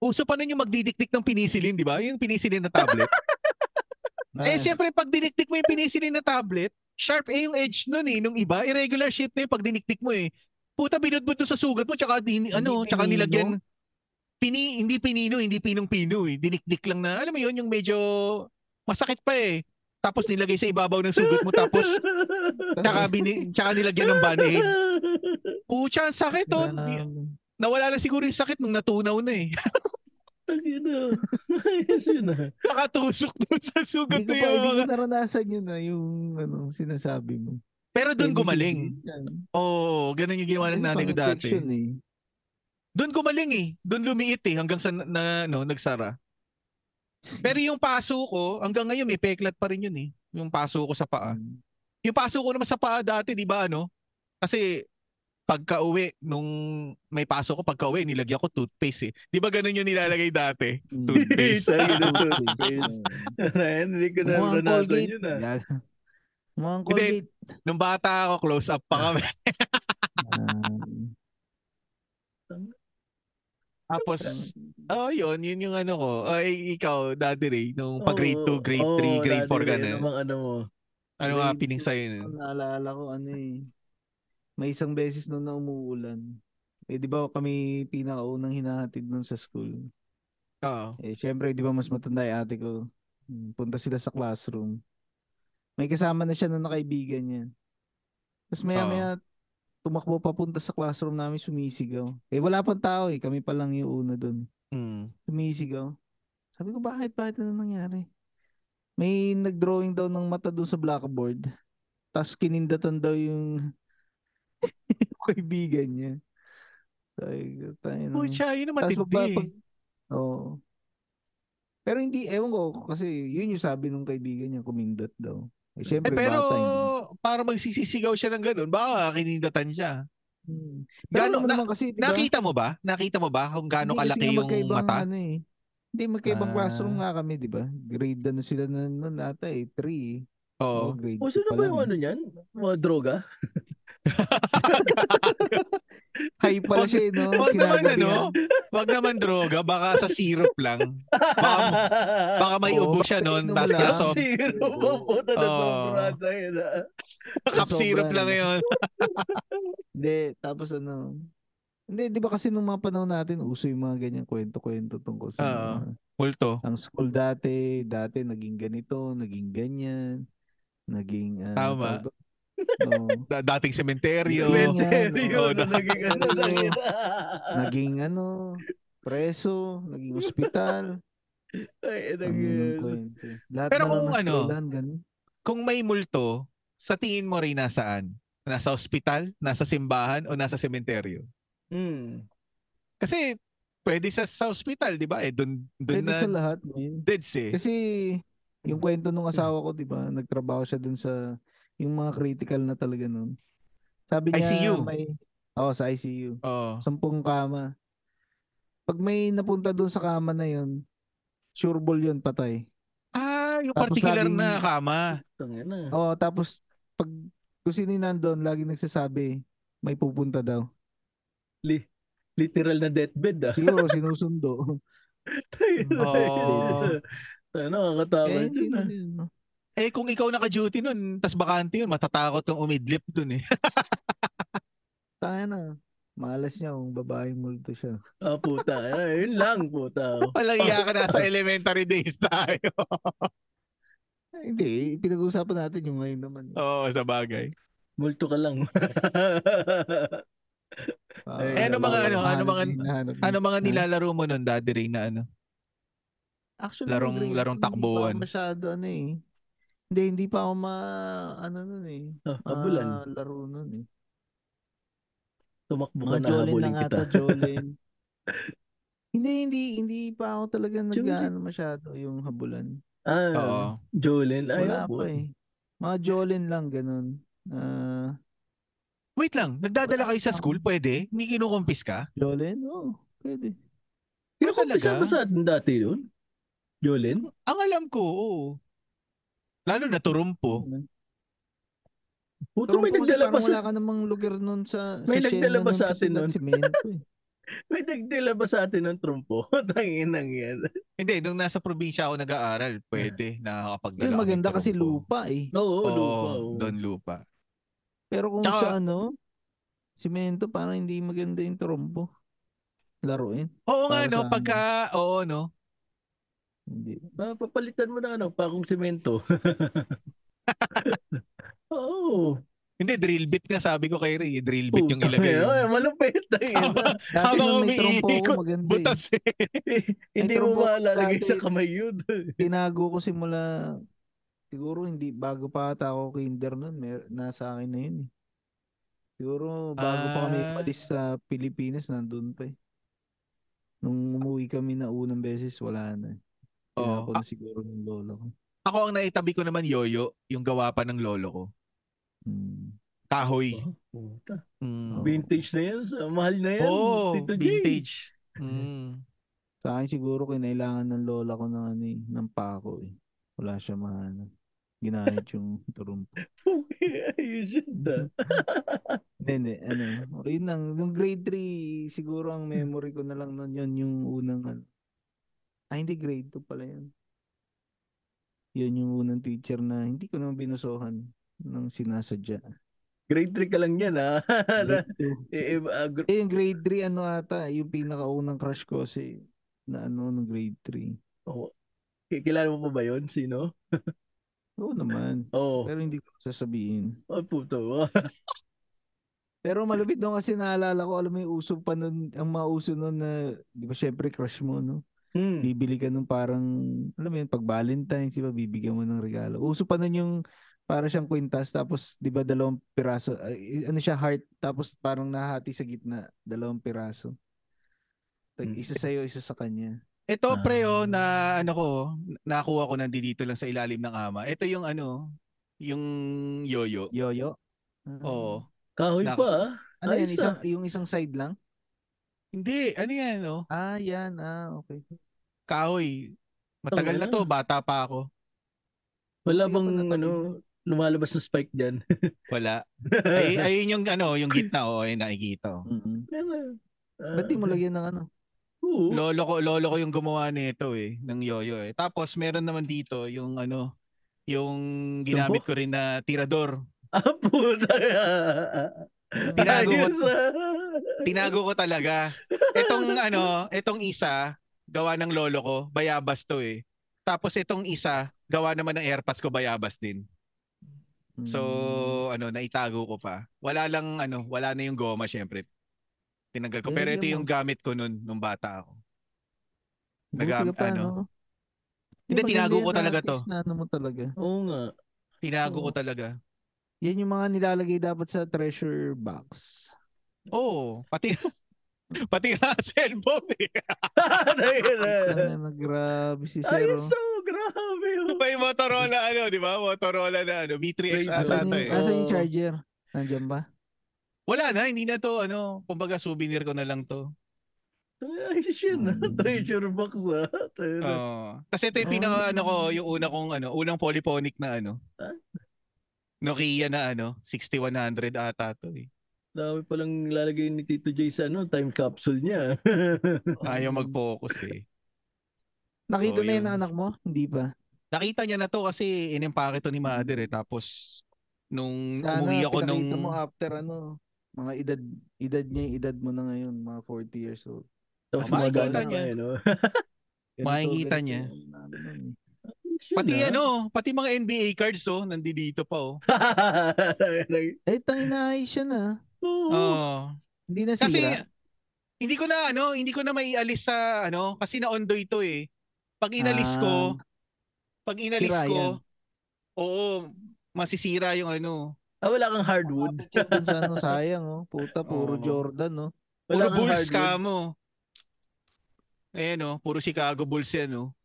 A: uso pa nun yung magdidikdik ng pinisilin, di ba? Yung pinisilin na tablet.
C: ah,
A: eh, siyempre, pag dinikdik mo yung pinisilin na tablet, sharp eh yung edge nun eh, nung iba. Irregular shape na yung pag dinikdik mo eh. Puta, binudbud doon sa sugat mo, tsaka, din, ano, tsaka
C: pinino?
A: nilagyan. Pini, hindi pinino, hindi pinong-pino eh. Dinikdik lang na, alam mo yun, yung medyo masakit pa eh. Tapos nilagay sa ibabaw ng sugat mo, tapos tsaka, bini, tsaka nilagyan ng band-aid. Pucha, ang sakit oh. Di-
C: Grabe.
A: Nawala lang siguro yung sakit nung natunaw na eh.
B: Tangina. oh. Ayos yun ah.
A: Nakatusok doon sa sugat
C: Hindi ko
A: mo
C: pa, hindi
A: yun.
C: ko naranasan yun na yung ano, sinasabi mo.
A: Pero doon
C: Penicillin
A: gumaling.
C: yan.
A: Oo, oh, ganun yung ginawa ng
C: Kasi
A: nanay ko dati.
C: pang-infection eh.
A: Doon gumaling eh. Doon lumiit eh hanggang sa na, na ano, nagsara. Pero yung paso ko, hanggang ngayon may peklat pa rin yun eh. Yung paso ko sa paa.
C: Mm.
A: Yung paso ko naman sa paa dati, di ba ano? Kasi pagka-uwi, nung may paso ko pagka-uwi, nilagyan ko toothpaste eh. Di ba ganun yung nilalagay dati?
C: Mm.
A: Toothpaste.
B: Tangina,
C: Toothpaste.
B: toothpaste. Ayun, oh. Hindi ko na
C: Mukhang
B: naranasan
C: Colgate.
B: yun ah.
C: Yeah. Mukhang
A: Hindi.
C: Colgate.
A: Nung bata ako, close up pa kami.
C: Um,
A: Tapos, oh yun, yun yung ano ko. Ay, ikaw, Daddy Ray, nung pag grade
B: Oo,
A: 2, grade
B: oo,
A: 3, grade 4
B: dati
A: ka
B: rin,
A: na.
B: Ano bang ano mo?
A: Ano nga
C: grade
A: piling
C: two.
A: sa'yo na?
C: Ang naalala ko ano eh. May isang beses nung na umuulan. Eh di ba kami pinakaunang hinahatid nun sa school.
A: Oo.
C: Eh syempre di ba mas matanda yung ate ko. Hmm, Punta sila sa classroom. May kasama na siya na nakaibigan niya. Tapos maya
A: Oo.
C: maya tumakbo papunta sa classroom namin sumisigaw. Eh wala pang tao eh. Kami pa lang yung una doon. Hmm.
A: Mm.
C: Sumisigaw. Sabi ko, bakit? Bakit ano nangyari? May nag-drawing daw ng mata doon sa blackboard. Tapos kinindatan daw yung yung kaibigan niya. Sabi ko, tayo na.
A: Pucha, yun ang
C: Tapos
A: matindi.
C: pagpa- pag- Oo. Pero hindi, ewan ko, kasi yun yung sabi nung kaibigan niya, kumindot daw. Eh,
A: Eh,
C: syempre,
A: pero
C: bata eh. yun.
A: para magsisisigaw siya ng ganun, baka kinindatan siya.
C: Hmm. Pero
A: Gano,
C: alam mo
A: na-
C: naman kasi, di ba?
A: nakita mo ba? Nakita mo ba kung gaano
C: Hindi, kasi
A: kalaki
C: nga
A: yung
C: magkaibang
A: mata?
C: Ano eh. Hindi, magkaibang
A: Ah.
C: classroom nga kami, di ba? Grade ano sila na nun ata eh, 3
A: Oo.
C: Oh, grade
B: O
C: two
B: sino
C: pa
B: ba
C: lang
B: yung
C: eh.
B: ano niyan? Mga droga?
C: High pala siya, eh, no?
A: Wag naman
C: Sinabi
A: ano,
C: niya.
A: wag naman droga, baka sa syrup lang. Baka may
C: Oo,
A: ubo siya
C: baka
A: noon,
C: inom
A: tapos
C: lang.
A: na soft
B: Zero po po na
A: Oo.
B: sobra dahil ah.
A: cup
C: Sobra,
A: syrup lang
C: ano.
A: yun.
C: Hindi, tapos ano. Hindi, di ba kasi nung mga panahon natin, uso yung mga ganyan kwento-kwento tungkol sa
A: Oo.
C: mga,
A: Multo.
C: ang school dati, dati naging ganito, naging ganyan, naging... ah,
A: Tama.
C: tawag doon? Oo.
A: Da- dating sementeryo.
C: Ganyan,
B: Cementerio
A: oo.
B: na naging ano
C: Oo.
B: tangina.
C: naging ano, preso, naging ospital.
B: Ay,
C: Ang
B: naging- ano.
C: kwento. Lahat
A: Pero
C: na lang
A: kung
C: ng
A: ano,
C: eskwelahan, ganun.
A: Kung may multo, sa tingin mo rin nasaan? Nasa ospital, nasa simbahan, o nasa sementeryo?
B: Hmm.
A: Kasi pwede sa, sa ospital, di ba? Eh, dun, dun
C: Pwede
A: na
C: sa lahat, man.
A: deads eh.
C: Kasi yung kwento nung asawa ko, 'di ba, nagtrabaho siya dun sa yung mga critical na talaga nun. Sabi niya
A: ICU.
C: may Oo, sa ICU.
A: Oo.
C: Sampung kama. Pag may napunta doon sa kama na 'yon, sure ball 'yon patay.
A: Ah, yung
C: Tapos
A: particular
C: laging-
A: na kama.
B: Tangin na.
C: Oo, tapos pag kung sino yung nandun, lagi nagsasabi, may pupunta daw.
B: Li- literal na deathbed ah.
C: Siguro sinusundo.
A: Oo.
B: Ano, nakakatawa
C: eh, hindi
B: yun ah.
C: na yun, no?
A: Eh, kung ikaw naka-duty nun, tas bakante yun, matatakot kang umidlip dun eh.
C: Tayo na. Malas niya kung babaeng multo siya.
B: Ah, puta. Ah, yun lang, puta.
C: Oh.
A: Walang iya ka nasa elementary days tayo.
C: Eh, Hindi, pinag-uusapan natin yung ngayon naman.
A: Oo, sa bagay.
B: Multo ka lang.
C: Ah,
B: Eh,
A: ano mga ano, ano
C: hinahanap
A: mga-
C: niya, hinahanap niya.
A: Ano mga nilalaro mo nun, Daddy Ray, na ano?
C: Actually,
A: Larong-
C: nung grade
A: larong
C: two, hindi pa
A: takbuhan.
C: ako masyado ano eh. Hindi, hindi pa ako ma... Ano nun eh.
B: Ah, Habulan.
C: ma- laro nun eh.
B: Tumakbo ka
C: Mga
B: na
C: Jolin
B: habulin
C: lang
B: kita.
C: ata, Jolin. hindi, hindi, hindi pa ako talaga nag
B: Jolin.
C: ano, masyado yung habulan. Um,
B: Ah,
A: Oo.
B: Jolin. Ay,
C: Wala
B: po.
C: pa eh. Mga Jolin lang, ganun. Ah,
A: Wait lang, nagdadala kayo
C: um,
A: sa school, pwede? Hindi kinukumpis ka?
C: Jolin? Oo, pwede.
A: Pero
B: Yung kumpisa
A: Ah, talaga?
B: ba sa atin dati yun? Jolin?
A: Ang alam ko, oo. Lalo na turumpo.
B: Puto, may
C: Pero kasi
B: nagdala
C: parang
B: pa sa,
C: wala ka namang lugar nun sa...
B: May nagdala
C: sa Siena
B: ba
C: nun
B: sa
C: kasi
B: atin
C: na
B: nun?
C: Semento eh.
B: may nagdala ba sa atin ng trumpo? Tangin ang yan.
A: Hindi, nung nasa probinsya ako nag-aaral, pwede. Nakakapagdala
C: Yung
A: kami
C: maganda kasi
A: turumpo.
C: lupa eh.
B: Oo,
A: Oo,
B: lupa. oo.
A: doon lupa.
C: Pero kung
A: Tsaka-
C: sa ano, simento parang hindi maganda yung trompo. Laruin.
A: Oo nga,
C: Para
A: no?
C: sa
A: Pagka, oo, no?
C: Hindi.
B: Ah, papalitan mo na ano, pakong semento. Oo.
A: Hindi, drill bit nga sabi ko kay Ray. Drill bit yung
B: Puta,
A: ilagay.
B: eh, Ay, malupit. tangin na.
C: Dati
A: Habang
C: nung may trompo ako,
A: umiikot,
C: maganda eh.
A: Butas eh.
B: Hindi
C: trumpo
B: mo maalalagay
C: dati.
B: sa kamay yun.
C: Tinago ko simula, siguro hindi, bago pa ata ako kinder nun, mer- nasa akin na yun eh. Siguro bago pa kami
A: Ah.
C: umalis sa Pilipinas, nandun pa eh. Nung umuwi kami na unang beses, wala na. eh.
A: Oo.
C: Tinapon siguro ng lolo ko.
A: Ako ang naitabi ko naman yoyo, yung gawa pa ng lolo ko.
C: Hmm.
A: Kahoy.
B: Puta. Hmm.
A: Mm.
B: Vintage na yan. sa- Mahal na yan.
C: Oh,
A: Oo,
B: Oh. Tito J.
A: vintage. Mm.
C: Sa akin siguro kinailangan ng lola ko ng ano eh, ng pako eh. Wala siya mahanap. Ginahit yung turumpo.
B: you should. ah.
C: Hindi, hindi, ano. Yun lang, nung grade 3, siguro ang memory ko na lang nun yun, yung unang, ano. Ay, hindi, grade 2 pala yun. Yun yung unang teacher na hindi ko naman binusuhan ng sinasadya.
B: Grade 3 ka lang yan, ha?
C: Grade 2.
B: Eh, eh, ah, gr-
C: Eh, yung grade 3, ano ata, yung pinakaunang crush ko kasi, na ano, nung grade 3.
B: oh, ki- kilala mo pa ba yun? Sino?
C: Oo naman.
B: Oo.
C: Pero hindi ko sasabihin.
B: Oh, puto.
C: Pero malupit doon kasi naalala ko, alam mo yung uso pa nun, ang mga uso nun na, di ba syempre crush mo, no?
B: Hmm.
C: Bibili ka nung parang, alam mo yun, pag Valentine's, di ba, bibigyan mo ng regalo. Uso pa nun yung, para siyang kwintas, tapos, di ba, dalawang piraso, ay, ano siya, heart, tapos parang nahati sa gitna, dalawang piraso. Tag-
B: Hmm.
C: Isa sa'yo, isa sa kanya.
A: Ito, pre, oh,
B: Ah.
A: na ano ko, nakuha ko nandito lang sa ilalim ng ama. Ito yung ano, yung yoyo.
C: Yoyo? Ah.
A: Oo.
B: Kahoy
A: Nako.
B: pa, ah.
C: Ano
B: Ah,
C: yan,
B: isa.
C: isang, yung isang side lang?
A: Hindi, ano yan, oh?
C: Ah, yan, ah, okay.
A: Kahoy. Matagal na
B: Tangina.
A: to, bata pa ako.
B: Wala
C: Buti ka
B: bang,
C: pa natabi.
B: ano, lumalabas na spike dyan?
A: Wala. Ay, ayun yung ano, yung gitna, oh, ay nakikita. oh.
C: Mm-mm.
B: Ah,
C: Ba't di mo lagyan ng ano?
B: oo.
A: Lolo ko, lolo ko yung gumawa nito eh, ng yoyo eh. Tapos meron naman dito yung ano, yung ginamit ko rin na tirador.
B: Ah, puta.
A: Tinago mo-
B: Ayos, ah.
A: Tinago ko talaga. Etong ano, etong isa, gawa ng lolo ko, bayabas to eh. Tapos etong isa, gawa naman ng airpads ko, bayabas din. So, ano, naitago ko pa. Wala lang, ano, wala na yung goma, syempre. Tinanggal ko. Pero
C: Nilagyan
A: ito
C: mo.
A: yung gamit ko nun, nung bata ako.
C: Hmm. Buti
A: Nagam-
C: ka pa,
A: ano.
C: no?
A: Hindi,
C: Maganda
A: tinago
C: yan,
A: ko talaga
C: artist Na, ano mo talaga.
B: Oo nga.
A: Tinago
C: Oo.
A: ko talaga.
C: Yan yung mga nilalagay dapat sa treasure box.
A: Oo, pati, pati nga cellphone eh.
C: Ang na grabe si oh. Zero.
B: Ayos, ah, grabe. ah.
A: May Motorola ano, di ba? Motorola na ano, V3X
B: Razor.
A: asa
C: Asan
A: ata
C: yung,
A: eh.
B: Ah,
C: asan yung
B: Oo.
C: charger? Nandiyan ba?
A: Wala na, hindi na to, ano, kumbaga souvenir ko na lang to.
B: Ay, shit. ah.
C: Mm. Oh.
B: Treasure box, ah.
C: Diba?
B: Tayo na.
A: Oo. Tapos ito yung
C: Ah.
A: pinaka, ano ko, yung una kong, ano, unang polyphonic na, ano,
B: Ah?
A: Nokia na, ano, 6100 ata to eh.
B: Dami palang lalagay ni Tito Jay sa ano, time capsule niya.
A: Ayaw mag-focus eh.
C: Nakita
A: So,
C: na yun
A: yun.
C: ng anak mo? Hindi pa.
A: Nakita niya na to kasi inimpake to ni mother eh. Tapos, nung
C: Sana
A: Hmm, umuwi ako nung...
C: pinakita mo after ano, mga edad, edad niya yung edad mo na ngayon, mga 40 years old.
B: Tapos
A: Oh,
B: mga
A: makikita niya.
B: gana niya. Ano.
C: Ganito,
A: Makikita
C: ganito
A: niya.
C: yung ano nun eh.
A: Pati
C: ah.
A: ano, pati mga NBA cards oh, nandito pa oh.
B: ah.
C: Eh, tangin na ayos siya na. Oh.
B: Oo.
A: Oo.
C: Hindi na
A: Kasi
C: sira.
A: hindi ko na ano, hindi ko na maialis sa ano kasi na-ondo ito eh. Pag inalis ko, pag inalis
C: Ah, sira yan.
A: ko, oo, masisira yung ano.
B: Ah, wala kang hardwood.
C: Ah, dun sa ano, sayang oh. Puta, puro
A: Oo.
C: Jordan oh.
A: Puro
B: Wala kang
A: Bulls
B: hardwood.
A: ka mo. Ayan oh, puro Chicago Bulls yan oh.
B: Mm.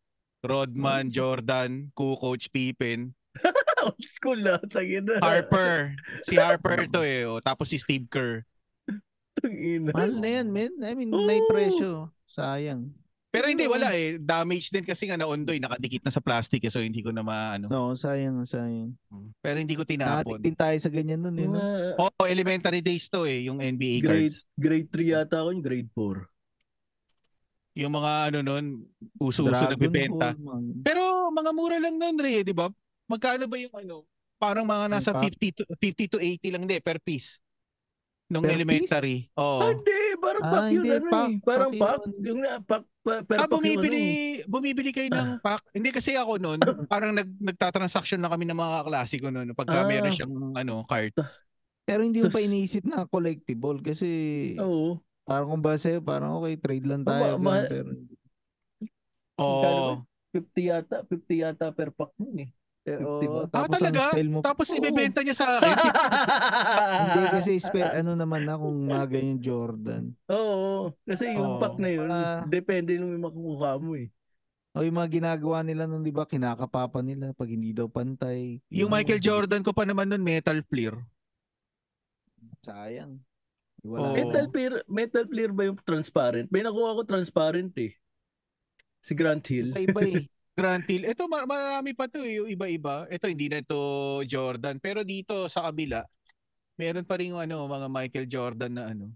A: Rodman, Jordan, Kukoc, Pippen,
B: Old school na. Tangina.
A: Harper. si Harper to eh. Oh. Tapos si Steve Kerr.
B: Tangina.
C: Mahal na yan, men. I mean, may
B: Oo.
C: presyo. Sayang.
A: Pero hindi, wala eh. Damage din kasi nga na-ondoy. Nakadikit na sa plastic eh. So hindi ko na maano.
C: No, sayang, sayang.
A: Pero hindi ko tinapon.
C: Nakatik din tayo sa ganyan nun eh. No?
B: Mga-
A: Oo, oh, elementary days to eh, yung NBA
B: Grade,
A: cards.
B: grade 3 yata ako yung grade 4.
A: Yung mga ano nun, uso-uso
C: Dragon
A: nagbibenta.
C: Ball, man.
A: Pero mga mura lang nun, Ray, di ba? Magkano ba yung ano? Parang mga
C: Ang
A: nasa
C: pack.
A: 50 to, 50 to 80 lang, di, per piece. Nung
C: Per
A: elementary.
B: Ah,
A: Oo.
B: Hindi, parang
C: Ah,
B: pack yun.
C: hindi,
B: ano
C: pack,
B: eh. Parang
C: pack
B: pack.
C: yun.
B: Yung na, pack, pa, pero
A: Ah,
B: pack yung ano eh.
A: bumibili, bumibili kayo ng pack. Hindi kasi ako nun, parang nag, nagtatransaction na kami ng mga kaklase ko nun pagka
B: Ah.
A: meron siyang ano, card.
C: Mm. Pero hindi ko
B: Sus.
C: pa iniisip na collectible kasi
B: Oo.
C: parang kung ba sa'yo, parang okay, trade lang
B: Aba, Oh,
C: tayo.
B: ma-
C: ganun, pero,
B: Magkano
A: Oo.
B: 50 yata, 50 yata per pack nun eh.
C: pero,
B: Fifty ba?
C: oo,
A: Ah,
C: tapos ang
A: talaga?
C: style mo,
A: Tapos
B: Oo.
A: ibebenta niya sa akin.
C: hindi
B: Ah,
C: kasi spe- ano naman na kung mga ganyan Jordan.
B: Oo, kasi
A: Oo.
B: yung pack na yun,
C: Ah.
B: depende nung yung makukuha mo eh.
C: O yung mga ginagawa nila nun, di ba, kinakapapa nila pag hindi daw pantay.
A: Yung
C: Yun,
A: Michael Jordan ko pa naman nun, metal player.
C: Sayang.
A: Oo.
C: Wala.
B: Metal player, metal player ba yung transparent? May nakuha ko transparent eh. Si Grant Hill.
C: Iba eh.
A: Grant Hill. Ito, mar- marami pa to eh, yung iba-iba. Ito, hindi na to Jordan. Pero dito, sa kabila, meron pa rin yung ano, mga Michael Jordan na ano.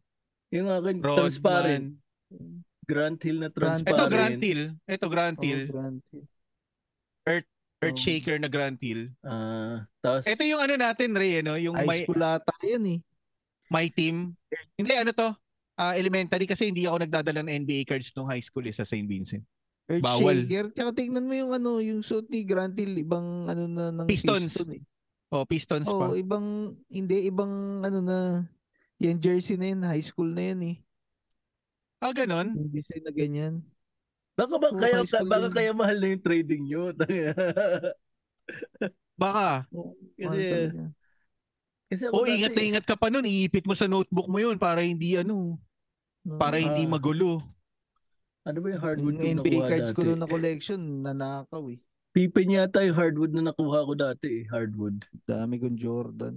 B: Yung akin, transparent.
A: Rodman.
B: Grant Hill na
C: Grant-
A: Ito,
B: transparent.
A: Grant Hill. Ito, Grant
C: Oo,
A: Hill.
C: Grant Hill. Oh.
A: Earthshaker na Grant Hill.
B: Ah, tapos,
A: Ito yung ano natin, Ray, ano? Yung
C: High
A: my,
C: school ata yun eh.
A: my team. Hindi, ano to? Ah, elementary kasi hindi ako nagdadala ng NBA cards nung high school eh, sa St. Vincent. Bawal.
C: Earthshaker. Tsaka tignan mo yung ano, yung suit ni Grant Hill, ibang ano na ng
A: Pistons.
C: piston eh.
A: Oh, Pistons pa.
C: Oo, ibang, hindi, ibang ano na, yan jersey na yun, high school na yun eh. Oh.
A: Ah, ganun?
C: Yung design na ganyan.
B: baka, ba,
C: Oh,
B: kaya,
C: high school
B: baka
C: yun.
B: kaya mahal na yung trading nyo.
A: Baka.
C: Ano
B: kasi,
C: talaga.
B: kasi
C: Ano
B: ako
A: O,
B: dati-
A: ingat na ingat ka pa nun. Iipit mo sa notebook mo yun para hindi ano,
C: No.
A: para hindi
B: Ah.
A: magulo.
B: Ano ba yung hardwood
C: yung
B: ko
C: NBA
B: nakuha
C: cards
B: dati?
C: ko doon na collection, nanakaw eh.
B: Pipin yata yung hardwood na nakuha ko dati eh, hardwood.
C: Dami kong Jordan.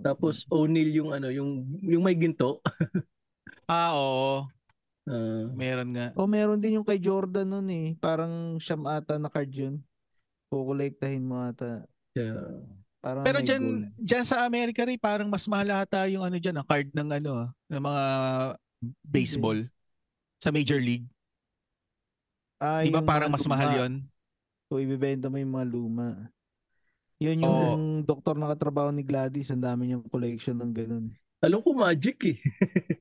B: Tapos O'Neal yung ano, yung yung may ginto.
A: Ah, oo.
B: Ah,
A: Meron nga.
C: O Oh, meron din yung kay Jordan noon eh. Parang siyam ata na card yun. Kukulektahin mo ata.
B: siya.
C: Parang
A: Pero
C: Ah, may
A: dyan,
C: gold.
A: dyan sa America rin, parang mas mahal ata yung ano dyan, ang card ng ano, ah, ng mga baseball sa Major League.
C: Ah,
A: Di ba
C: yung
A: parang
C: mga
A: mas mahal
C: luma.
A: yon
C: So, ibibenta mo yung mga luma. Yun yung doktor na katrabaho ni Gladys. Ang dami niyang collection ng ganun.
B: Alam ko magic eh.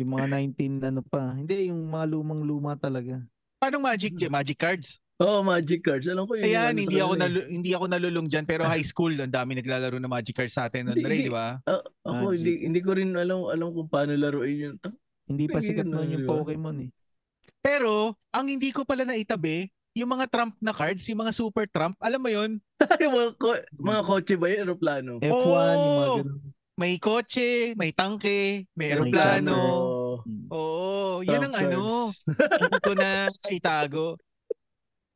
C: Yung mga 19 ano pa. Hindi, yung mga lumang-luma talaga.
A: Paano magic dyan? Magic cards?
B: Oo, oh, magic cards. Alam ko yun. yung
A: Ayan,
B: ano sa
A: hindi ako,
B: kanila eh.
A: nalu- hindi ako nalulung dyan, pero high school, ang dami naglalaro ng magic cards sa atin nun,
B: Hindi,
A: Ray,
B: hindi.
A: di ba?
B: Ah, ako,
C: Magic.
B: hindi, hindi ko rin alam alam kung paano laruin yun. Tang-
C: Hindi pa
B: Ay,
C: sikat
B: yun,
A: ano,
C: noon yung
B: di ba?
C: Pokemon eh.
A: Pero, ang hindi ko pala naitabi, yung mga Trump na cards, yung mga super Trump, alam mo yon
B: Yung mga, ko- mga
C: Mm.
B: kotse ba yun? Aeroplano?
A: Eh,
C: F1, yung mga
A: Oo!
C: ganun.
A: may kotse, may tangke, may
C: May
A: aeroplano.
B: Oo,
C: Mm.
A: Oo, yan
B: Trump
A: ang ano.
B: cards.
A: Hindi ko na itago.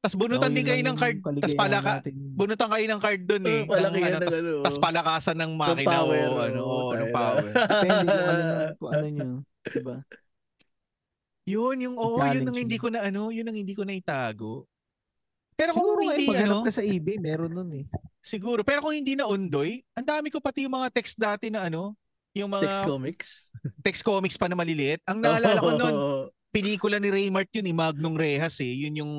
A: Tapos bunutan
C: Ako,
A: din
C: yun
A: kayo
C: lang
A: ng card.
C: yung kaligayahan
A: Tapos palaka,
C: natin.
A: bunutan kayo ng card doon eh.
B: Oo, palaki
A: ng,
B: yan
A: ano,
B: ng
A: tas,
B: ano,
A: tas palakasan ng makina o
B: power,
A: ano,
B: oo,
A: o, ng
B: tayo na.
A: power.
C: Depende kung ano, na- kung ano nyo. Diba?
A: yun, yung, oo, yun
C: Challenge
A: ang
C: yun.
A: hindi ko na, ano, yun ang hindi ko na itago. Pero kung
C: Siguro eh, ngayon,
A: hindi,
C: maghanap
A: ano,
C: ka sa eBay, meron nun eh.
A: siguro. Pero kung hindi na undoy, ang dami ko pati yung mga text dati na ano, yung
B: Text
A: mga
B: comics.
A: text comics pa na maliliit. Ang naalala ko noon,
B: Oo.
A: pelikula ni Ray Mart yun, ni Magnum Rehas eh. Yun yung,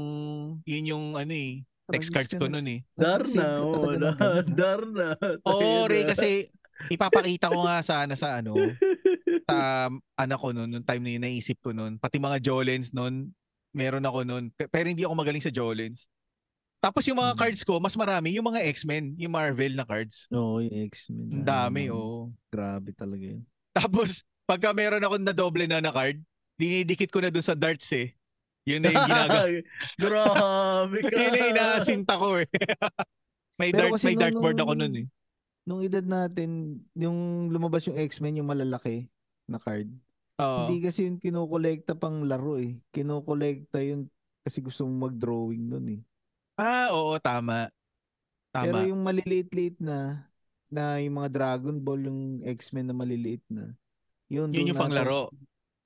A: yun yung ano eh, text cards ko noon eh.
B: Darna.
C: Simple
B: oo,
C: talaga ng
B: lahat.
C: ganun, no?
B: Darna.
A: Oo,
B: Ayun
A: Ray,
C: ah.
B: na.
A: kasi ipapakita ko nga sana sa ano, sa anak ko noon, nung time na yun, naisip ko noon. Pati mga Jolens noon, meron ako noon. Pe- Pero hindi ako magaling sa Jolens. Tapos yung mga
C: Hmm.
A: cards ko, mas marami, yung mga X-Men, yung Marvel na cards.
C: Oo, yung X-Men.
A: Ang dami, oh. oo.
C: Ano, Grabe talaga yun.
A: Tapos, pagka meron ako na doble na na card, dinidikit ko na dun sa darts eh. Yun na yung ginagawa.
B: Grabe ka.
A: yun na yung inaasinta ko eh. may, dart,
C: Pero kasi
A: may
C: nung-
A: dartboard ako
C: nung-
A: noon eh.
C: Nung edad natin, yung lumabas yung X-Men, yung malalaki na card.
A: Oo.
C: Hindi kasi yun kinokolekta pang laro eh. Kinokolekta yun kasi gusto mong mag-drawing nun eh.
A: Ah, oo, tama. Tama.
C: Pero yung maliliit-liit na, na yung mga Dragon Ball, yung X-Men na maliliit na, yun,
A: yun yung
C: doon natin
A: panglaro.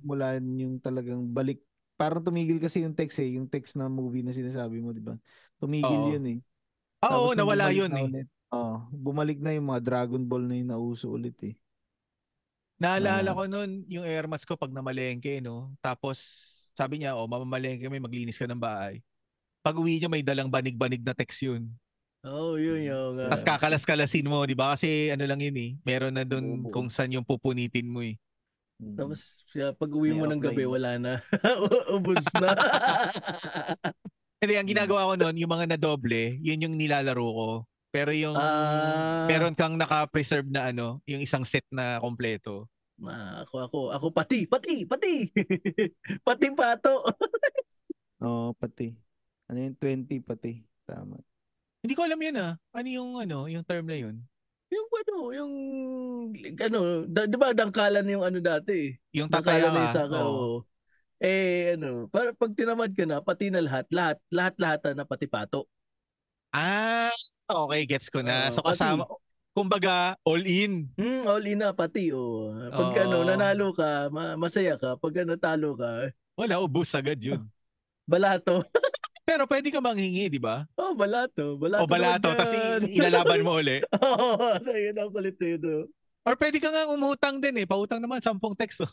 C: Mulan yung talagang balik. Parang tumigil kasi yung text eh, yung text na movie na sinasabi mo, di ba? Tumigil
A: Oo.
C: yun eh.
A: Ah, oo,
C: Tapos nung
A: nawala
C: bumalik
A: yun
C: na
A: eh.
C: ulit- Oo, bumalik na yung mga Dragon Ball na yung nauso ulit eh.
A: Naalala
C: Ah.
A: ko noon, yung air mats ko pag namalengke, no? Tapos, sabi niya, oh, mamamalengke may maglinis ka ng bahay. Pag uwi niya, may dalang banig-banig na text yun.
B: Oo, yun yung... ah,
A: Tapos kakalas-kalasin mo, di ba? Kasi ano lang yun eh. Meron na doon
C: Bumubuo.
A: kung saan yung pupunitin mo eh.
C: Mm.
B: Tapos siya, pag uwi
C: May
B: mo ng
C: outline
B: gabi,
C: na.
B: wala na. U- Ubus na.
A: Hindi, ang
C: Mm.
A: ginagawa ko noon, yung mga nadoble, yun yung nilalaro ko. Pero yung,
B: Ah,
A: meron kang naka-preserve na ano, yung isang set na kompleto.
B: ma, ako, ako, ako pati, pati, pati. pati pato.
C: Oo, pati. Ano yung 20 pati. Tama.
A: Hindi ko alam yun ah. Ano yung ano, yung term na yun?
B: Yung ano, yung ano, da, 'di ba dangkalan yung ano dati? eh.
A: Yung tataya
B: Dangkalan na yung
A: ka.
B: saka.
A: oo.
B: oo. Eh ano, para pag tinamad ka na, pati na lahat, lahat, lahat lahat na pati pato.
A: Ah, okay, gets ko na.
B: Oo,
A: so kasama, kumbaga, all in.
B: Hmm, all in na pati oh. Pag ano,
A: Oo.
B: nanalo ka, ma- masaya ka. Pag ano, talo ka,
A: Wala, ubus agad yun.
B: balato.
A: Pero pwede ka manghingi, di ba?
B: Oh, balato, balato.
A: O balato,
B: naman
A: tapos
B: yan.
A: ilalaban mo uli.
B: Oo, ayun ang kulit na yun. oh.
A: Or pwede ka nga umutang din eh. Pautang naman, sampung oh. tekso.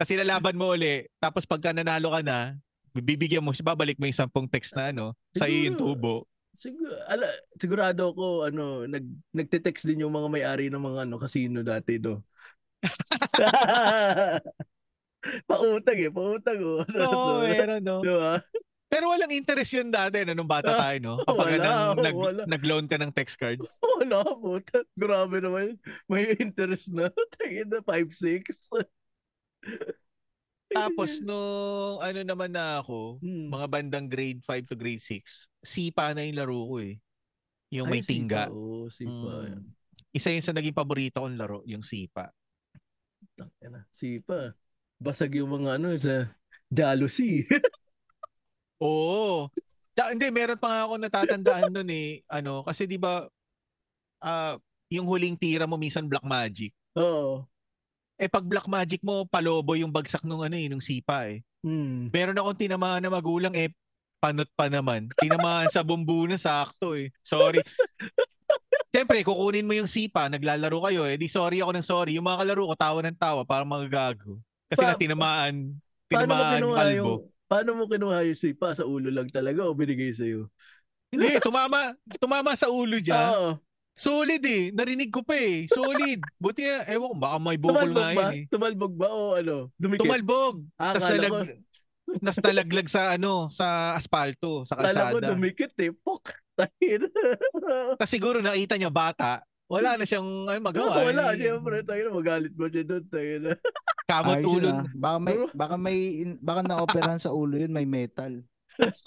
A: Tapos ilalaban mo uli. Tapos pagka nanalo ka na, bibigyan mo siya, babalik mo yung sampung text na ano, sa yung
B: Siguro.
A: tubo.
B: Siguro, ala, sigurado ako ano, nag nagte-text din yung mga may-ari ng mga ano casino dati do. pautang eh, pautang oh.
A: Oo, eh. meron, no?
B: Diba?
A: Pero walang interest yun dati, no, nung bata tayo, no? Kapag
B: Wala,
A: nang, nag,
B: wala.
A: nag-loan ka ng text cards.
B: Oh, Wala, puta. Grabe naman. May interest na. Tingin na 5-6.
A: Tapos nung ano naman na ako,
B: Hmm.
A: mga bandang grade 5 to grade 6, sipa na yung laro ko eh. Yung may
B: Ay, sipa,
A: tingga.
B: Oo, sipa.
A: Mm. Isa yun sa naging paborito kong laro, yung sipa.
B: Tangka na, Sipa. Basag yung mga ano sa jealousy. Oh.
A: Oo. Da, hindi, meron pa nga ako natatandaan nun eh. Ano, kasi di ba ah, yung huling tira mo minsan black magic.
B: Oo.
A: Eh pag black magic mo, palobo yung bagsak nung ano eh, nung sipa eh.
B: Hmm.
A: Meron akong tinamaan na magulang eh, panot pa naman. Tinamaan sa bumbuna, sakto eh. Sorry. Siyempre, kukunin mo yung sipa, naglalaro kayo, eh di sorry ako ng sorry. Yung mga kalaro ko, tawa ng tawa, parang mga gago. Kasi
B: Pa-
A: nga tinamaan,
B: Paano mo
A: tinamaan
B: kinuha
A: kalbo.
B: yung Paano mo kinuha yung sipa sa ulo lang talaga o binigay sa iyo?
A: Hindi, tumama, tumama sa ulo niya.
B: Oo.
A: Solid eh, narinig ko pa eh. Solid. Buti na, ewan ko, baka may bukol
B: Tumalbog
A: nga
B: ba?
A: yun eh.
B: Tumalbog ba o ano? Dumikit.
A: Tumalbog.
B: ah,
A: Tas
B: akala ko,
A: nalag- Nas talaglag sa ano, sa aspalto, sa
B: akala ko
A: kalsada.
B: dumikit eh. Pok. Tahin.
A: Tapos siguro nakita niya bata, wala na siyang ano, magawa. eh.
B: Wala, siyempre. Tayo na, magalit ba siya doon? Tayo na.
A: Kamot
C: Ayos yun,
A: ulo.
C: ah. Baka may,
B: Bro.
C: baka may, baka na-operahan sa ulo yun, may metal.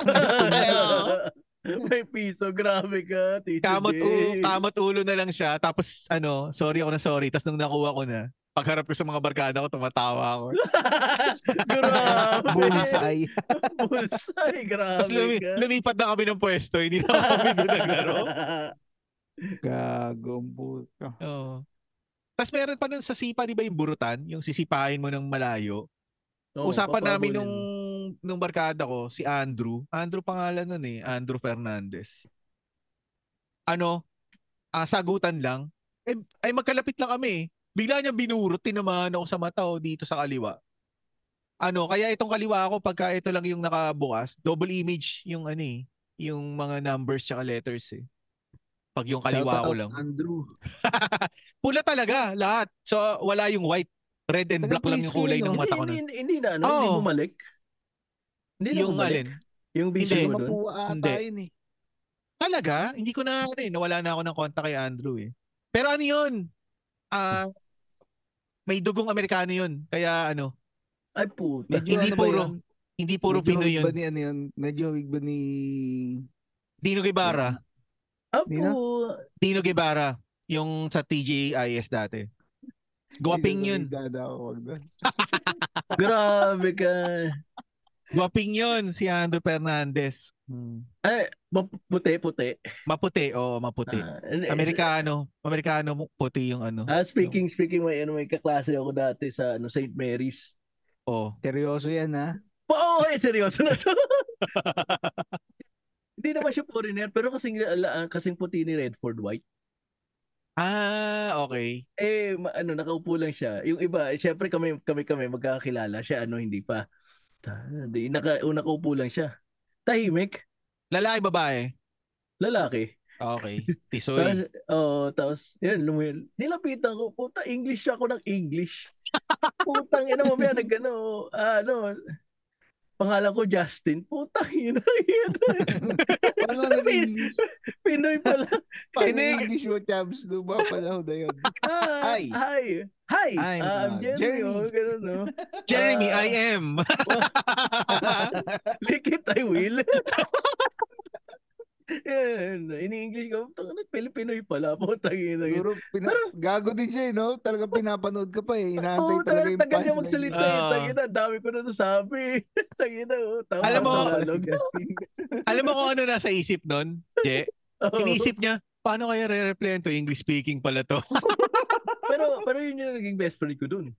C: ah.
B: May piso, grabe ka. Tito
A: Kamot,
B: Jay.
A: u- kamot ulo na lang siya. Tapos ano, sorry ako na sorry. Tapos nung nakuha ko na, pagharap ko sa mga barkada ko, tumatawa ako.
B: grabe.
C: Bullseye.
B: Bullseye, grabe
A: Tapos lumi-
B: ka.
A: lumipat na kami ng pwesto, hindi na kami doon naglaro.
C: Gago ang puta.
A: Oo. Tapos meron pa nun sa sipa, di ba yung burutan? Yung sisipahin mo ng malayo.
B: Oo,
A: Usapan namin
B: papabulin.
A: nung nung barkada ko si Andrew. Andrew pangalan nun eh, Andrew Fernandez. Ano? Ah, sagutan lang. Eh, ay magkalapit lang kami. eh. Bigla niya binurot, tinamaan ako sa mata o dito sa kaliwa. Ano, kaya itong kaliwa ako pagka ito lang yung nakabukas, double image yung ano eh, yung mga numbers tsaka letters eh. Pag yung kaliwa
C: Shoutout,
A: ko lang.
C: Andrew.
A: Pula talaga lahat. So wala yung white, red and
C: Taga
A: black lang yung
C: Brisbane,
A: kulay ng
C: no?
A: mata ko
B: Hindi,
A: nun.
B: hindi, hindi na, ano, hindi
A: Oo.
B: bumalik. Hindi na
A: Yung
B: bumalik.
A: alin?
B: Yung
A: Hindi.
B: vision mo doon.
C: Mapuwa
A: Hindi.
C: ata yun eh.
A: Talaga? Hindi ko na, ano eh, nawala na ako ng konta kay Andrew eh. Pero ano yun? Ah, may dugong Amerikano yun. Kaya ano,
B: Ay, puta.
C: Medyo
A: hindi
C: ano ba
A: puro,
C: yun?
A: hindi puro
C: Medyo
A: Pinoy
C: hawig
A: yun.
C: Ba ni, ano yun? Medyo hawig ba ni...
A: Dino Guevara.
B: Ah,
C: Nina?
B: puta.
A: Dino Guevara. Yung sa TJIS dati. Guwaping yun.
C: Dada ako. wag na.
B: Grabe ka.
A: Guwaping yun si Andrew Fernandez. Hmm.
B: Ay, map- puti, puti.
A: Maputi, oo, maputi.
B: Ah, hindi.
A: Amerikano. Amerikano puti yung ano.
B: Ah, speaking, speaking, may, ano, may kaklase ako dati sa ano, St. Mary's.
A: Oo.
C: Seryoso yan ah. ha.
B: Oo, eh, seryoso na to. Hindi naman siya foreigner, pero kasing, ala- kasing puti ni Redford White.
A: Ah, okay.
B: Eh, ma- ano, nakaupo lang siya. Yung iba, eh, syempre kami, kami, kami, magkakakilala siya, ano, hindi pa. Ta- Di, naka, una kaupo lang siya. Tahimik,
A: Lalaki, babae.
B: lalaki.
A: Okay. Tisoy.
B: Tapos, oh, tapos, yun, lumil. Nilapitan ko, puta, English ako ng English. Putang ina mo, may nagano, ano, pangalan ko Justin. Putang ina,
C: Paano ka nag-English?
B: Pinoy pala.
C: Paano
A: Hindi.
C: nag-English mo, Champs? Noong mga panahon na yun.
B: Hi.
C: Hi.
B: Ah, Hi. Hi.
C: I'm,
B: Ah, I'm
C: uh,
B: Jeremy.
C: Jeremy.
B: Oh, ganun, no?
A: Jeremy,
B: Ah.
A: I am.
B: Lick it, I will. Yan. Ini-English ko. Tangan Pilipinoy pala. Putang ina.
C: Siguro, pina- gago din siya, eh, no? Talagang pinapanood ka pa eh. Inaantay
B: Oo,
C: talaga
B: talaga
C: yung
B: tagal niya
C: punchline.
B: magsalita.
A: Ah.
B: eh. Tangina, dami ko na nasabi. Tangina, oh, tama
A: Alam mo,
B: sa
C: Tama pala si
B: dialogue.
C: Justin.
A: Alam mo kung ano nasa isip nun, Je?
B: Oo.
A: Iniisip niya, paano kaya re-replyan to? English speaking pala to.
B: Pero, pero yun yung naging best friend ko dun.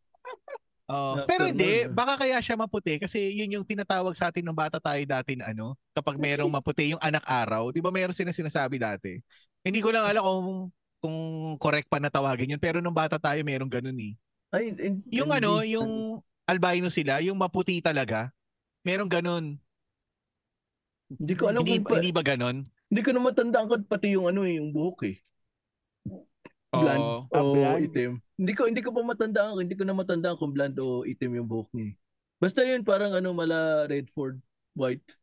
A: Oo.
B: Ah,
A: Pero
B: tama.
A: hindi, baka kaya siya maputi kasi yun yung tinatawag sa atin ng bata tayo dati na ano, kapag merong maputi yung anak araw. Di ba meron sila sinasabi dati? Hindi ko lang alam kung kung correct pa na tawagin yun pero nung bata tayo merong ganun eh.
B: Ay, in-
A: Yung
B: in-
A: ano, yung albino sila, yung maputi talaga, merong ganun.
B: Hindi ko alam
A: Hindi,
B: kung... pa-
A: hindi ba ganun?
B: Hindi ko na matandaan ko pati yung ano eh, yung buhok eh. Bland
A: Oo.
C: Ah,
B: o
C: bland.
B: itim. Hindi ko hindi ko pa matandaan, hindi ko na matandaan kung bland o itim yung buhok niya. eh. Basta yun parang ano mala Redford white.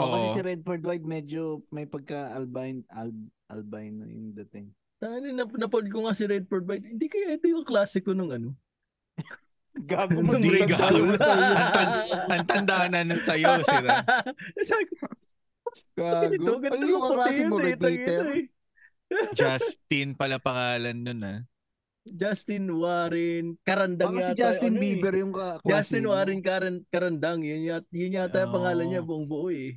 C: O kasi
A: Oo.
C: si Redford White medyo may pagka albine al, albino yung dating.
B: Tani na napold ko nga si Redford white. Hindi kaya ito yung klasiko nung ano.
C: Gago
B: mo,
A: Hindi,
B: Ang
A: gago.
B: tanda-
A: Ang tan- Ang tanda na nun sa'yo, sira.
B: Sabi ko, ganito,
C: Gago.
B: ganito
C: Ano
B: yung
C: yung
B: puti
C: kaklase
B: yun
C: mo,
B: eh,
C: Red
B: tangina
C: Peter?
B: eh.
A: Justin pala pangalan nun ah.
B: Justin Warren, Karandang
C: Baka si
B: yata yung ano
C: Justin
B: eh.
C: Bieber yung ka-
B: Justin
C: classmate mo.
B: Warren Karan, Karandang, yun yata, yun yata yung pangalan niya
A: Oo.
B: buong buo eh.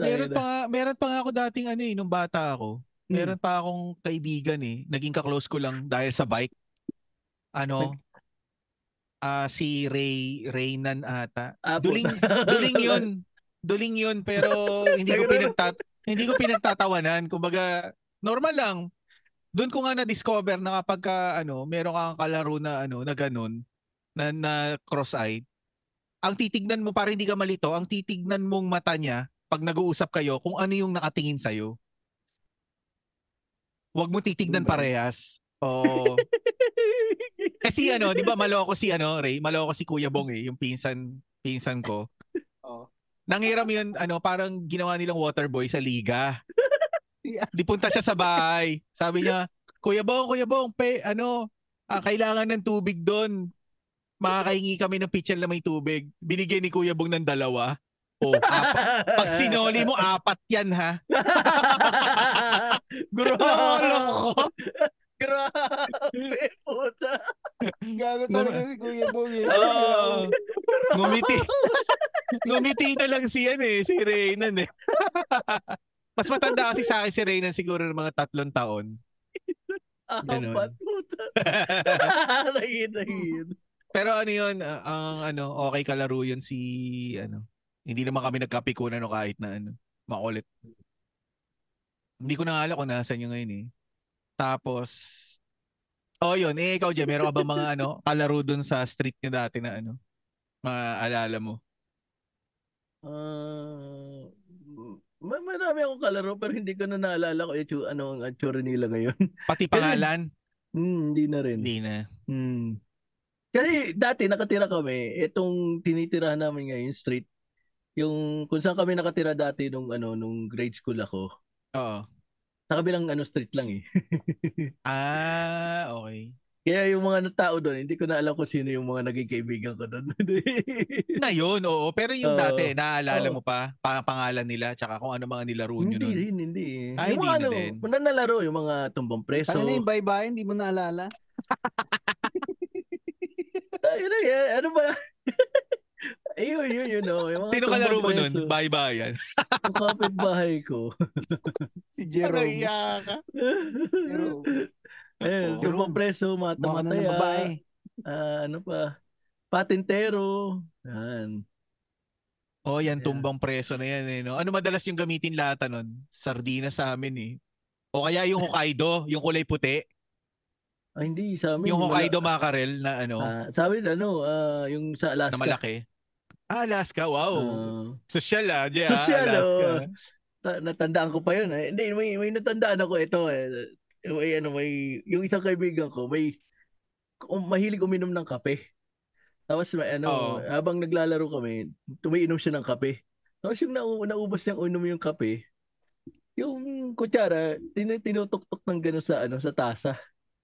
A: Oh. Meron
B: Tangina.
A: pa nga, meron pa nga ako dating ano eh, nung bata ako.
B: Hmm.
A: Meron pa akong kaibigan eh, naging kaklose ko lang dahil sa bike. Ano? Ah si Ray Raynan ata.
B: Ah,
A: Duling
B: puta.
A: duling 'yun. Duling 'yun pero hindi ko pinagtat hindi ko pinagtatawanan. Kumbaga normal lang. Doon ko nga na-discover na kapag ka, ano, meron kang kalaro na ano, na ganun, na, na cross-eyed, ang titignan mo para hindi ka malito, ang titignan mong mata niya pag nag-uusap kayo kung ano yung nakatingin sa iyo. Huwag mo titignan
C: Yun ba
A: parehas. Oo. Kasi ano, 'di ba maloko si ano, Ray, maloko si Kuya Bong eh, yung pinsan pinsan ko.
C: Oo.
A: Nanghiram yun, ano, parang ginawa nilang waterboy sa liga.
C: Yeah.
A: Di punta siya sa bahay. Sabi niya, Kuya Bong, Kuya Bong, pe, ano, ah, kailangan ng tubig doon. Makakahingi kami ng pitcher na may tubig. Binigyan ni Kuya Bong ng dalawa. Oh, apat. Pag sinoli mo, apat yan ha.
B: Grabe.
A: Loko, loko.
B: Grabe.
C: eh.
A: Ngumiti na lang si yan eh, si Reynan eh. Mas matanda kasi sa akin si Reynan siguro ng mga tatlong taon. Ganun.
B: Apat puta. Nakikita yun.
A: Pero ano yun, ah, ang ano, okay kalaro yun si, ano, hindi naman kami nagkapikunan o kahit na ano, makulit. Hindi ko na alam kung nasan yun ngayon eh. Tapos, oh yun, eh ikaw dyan, meron ka ba mga ano, kalaro dun sa street niyo dati na ano, maalala mo?
B: Ah, ma- marami akong kalaro pero hindi ko na naalala ko yung ano ang atsura nila ngayon.
A: Pati pangalan?
B: Hmm, hindi na rin.
A: Hindi na.
B: Hmm. Kasi dati nakatira kami, itong tinitirahan namin ngayon, street, yung kung saan kami nakatira dati nung ano nung grade school ako.
A: Oo.
B: Sa kabilang ano street lang eh.
A: Ah, okay.
B: Kaya yung mga tao doon, hindi ko na alam kung sino yung mga naging kaibigan ko doon.
A: Ngayon, oo. Pero yung
B: Oo.
A: dati, naaalala mo
B: Oo.
A: pa, pa pangalan nila, tsaka kung ano mga nilaro nyo
B: hindi
A: nun.
B: rin, hindi. eh.
A: Ah,
B: yung
A: hindi
B: mga
A: na
B: ano,
A: din.
B: nanalaro yung mga tumbang preso.
C: Tangina Ano yung bye-bye, hindi mo naalala.
B: Tayo na yan. Ano ba? Ayun, yun, yun, oh. Yung mga
A: Sino kalaro mo nun?
B: tumbang preso.
A: Bye-bye
B: Yung kapitbahay ko.
C: Si Jerome.
A: Nakaiyak ka.
C: Jerome.
B: Ayun,
A: Oo.
B: tumbang preso, mga
C: Mukha ano na ng
B: tamataya.
C: babae.
B: Ah, ano pa? Patintero. Yan.
A: Oh, yan
B: Yeah.
A: tumbang preso na yan eh, no? Ano madalas yung gamitin lata nun? Sardinas sa amin eh. O kaya yung Hokkaido, yung kulay puti,
B: Ah, hindi, sa amin.
A: yung
B: wala.
A: Hokkaido mackerel na ano,
B: Ah, sa amin, ano, ah, yung sa
A: na
B: Alaska.
A: malaki. Ah, Alaska, wow.
B: Ah,
A: Social ah, yeah,
B: Social,
A: Alaska.
B: oh. ta- natandaan ko pa yun. Eh. Hindi, may, may natandaan ako ito. Eh. May, ano, may, yung isang kaibigan ko, may um, mahilig uminom ng kape. Tapos may, ano,
A: Oo.
B: habang naglalaro kami, tumiinom siya ng kape. Tapos yung nau- naubos niyang unom yung kape, yung kutsara, tin tinutuktok ng gano'n sa, ano, sa tasa.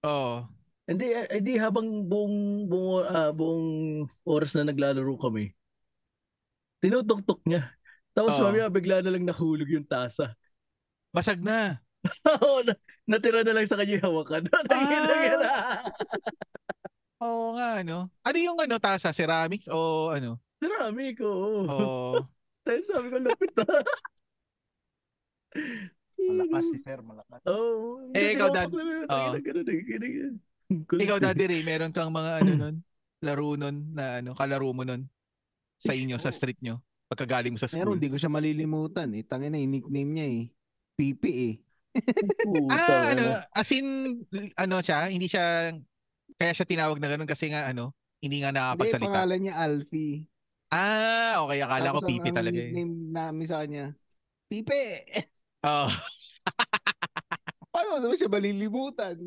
A: Oh.
B: Hindi, eh, hindi habang buong, buong, ah, buong oras na naglalaro kami, tinutuktok niya. Tapos
A: Oo.
B: mamaya bigla na lang nahulog yung tasa.
A: Basag na.
B: Oo, na- natira na lang sa kanya yung hawakan.
A: Ah.
B: Nakikita
A: Oo nga, ano? Ano yung ano, tasa? Ceramics o ano?
B: Marami ko. Oh.
A: Oh.
B: Tapos sabi ko, lapit na.
C: Malakas si Sir, malakas.
B: Oo.
A: Eh, ikaw, Dad. Oo. Ikaw,
B: dad.
A: Daddy Ray, meron kang mga ano nun? Laro nun na ano, kalaro mo nun sa inyo, sa street nyo? Pagkagaling mo sa
C: Pero
A: school.
C: hindi ko siya malilimutan eh. Tangina na yung nickname niya eh. Pipi eh.
A: Ah, ano, as in, ano siya, hindi siya, kaya siya tinawag na ganun kasi nga, ano, hindi nga
C: Hindi,
A: nakakapagsalita.
C: pangalan niya Alfie.
A: Ah, okay, akala ko
C: Tapos ang-
A: pipi
C: ang
A: talaga eh.
C: nickname namin sa kanya, Pipi!
A: Oh,
C: Paano naman siya malilimutan?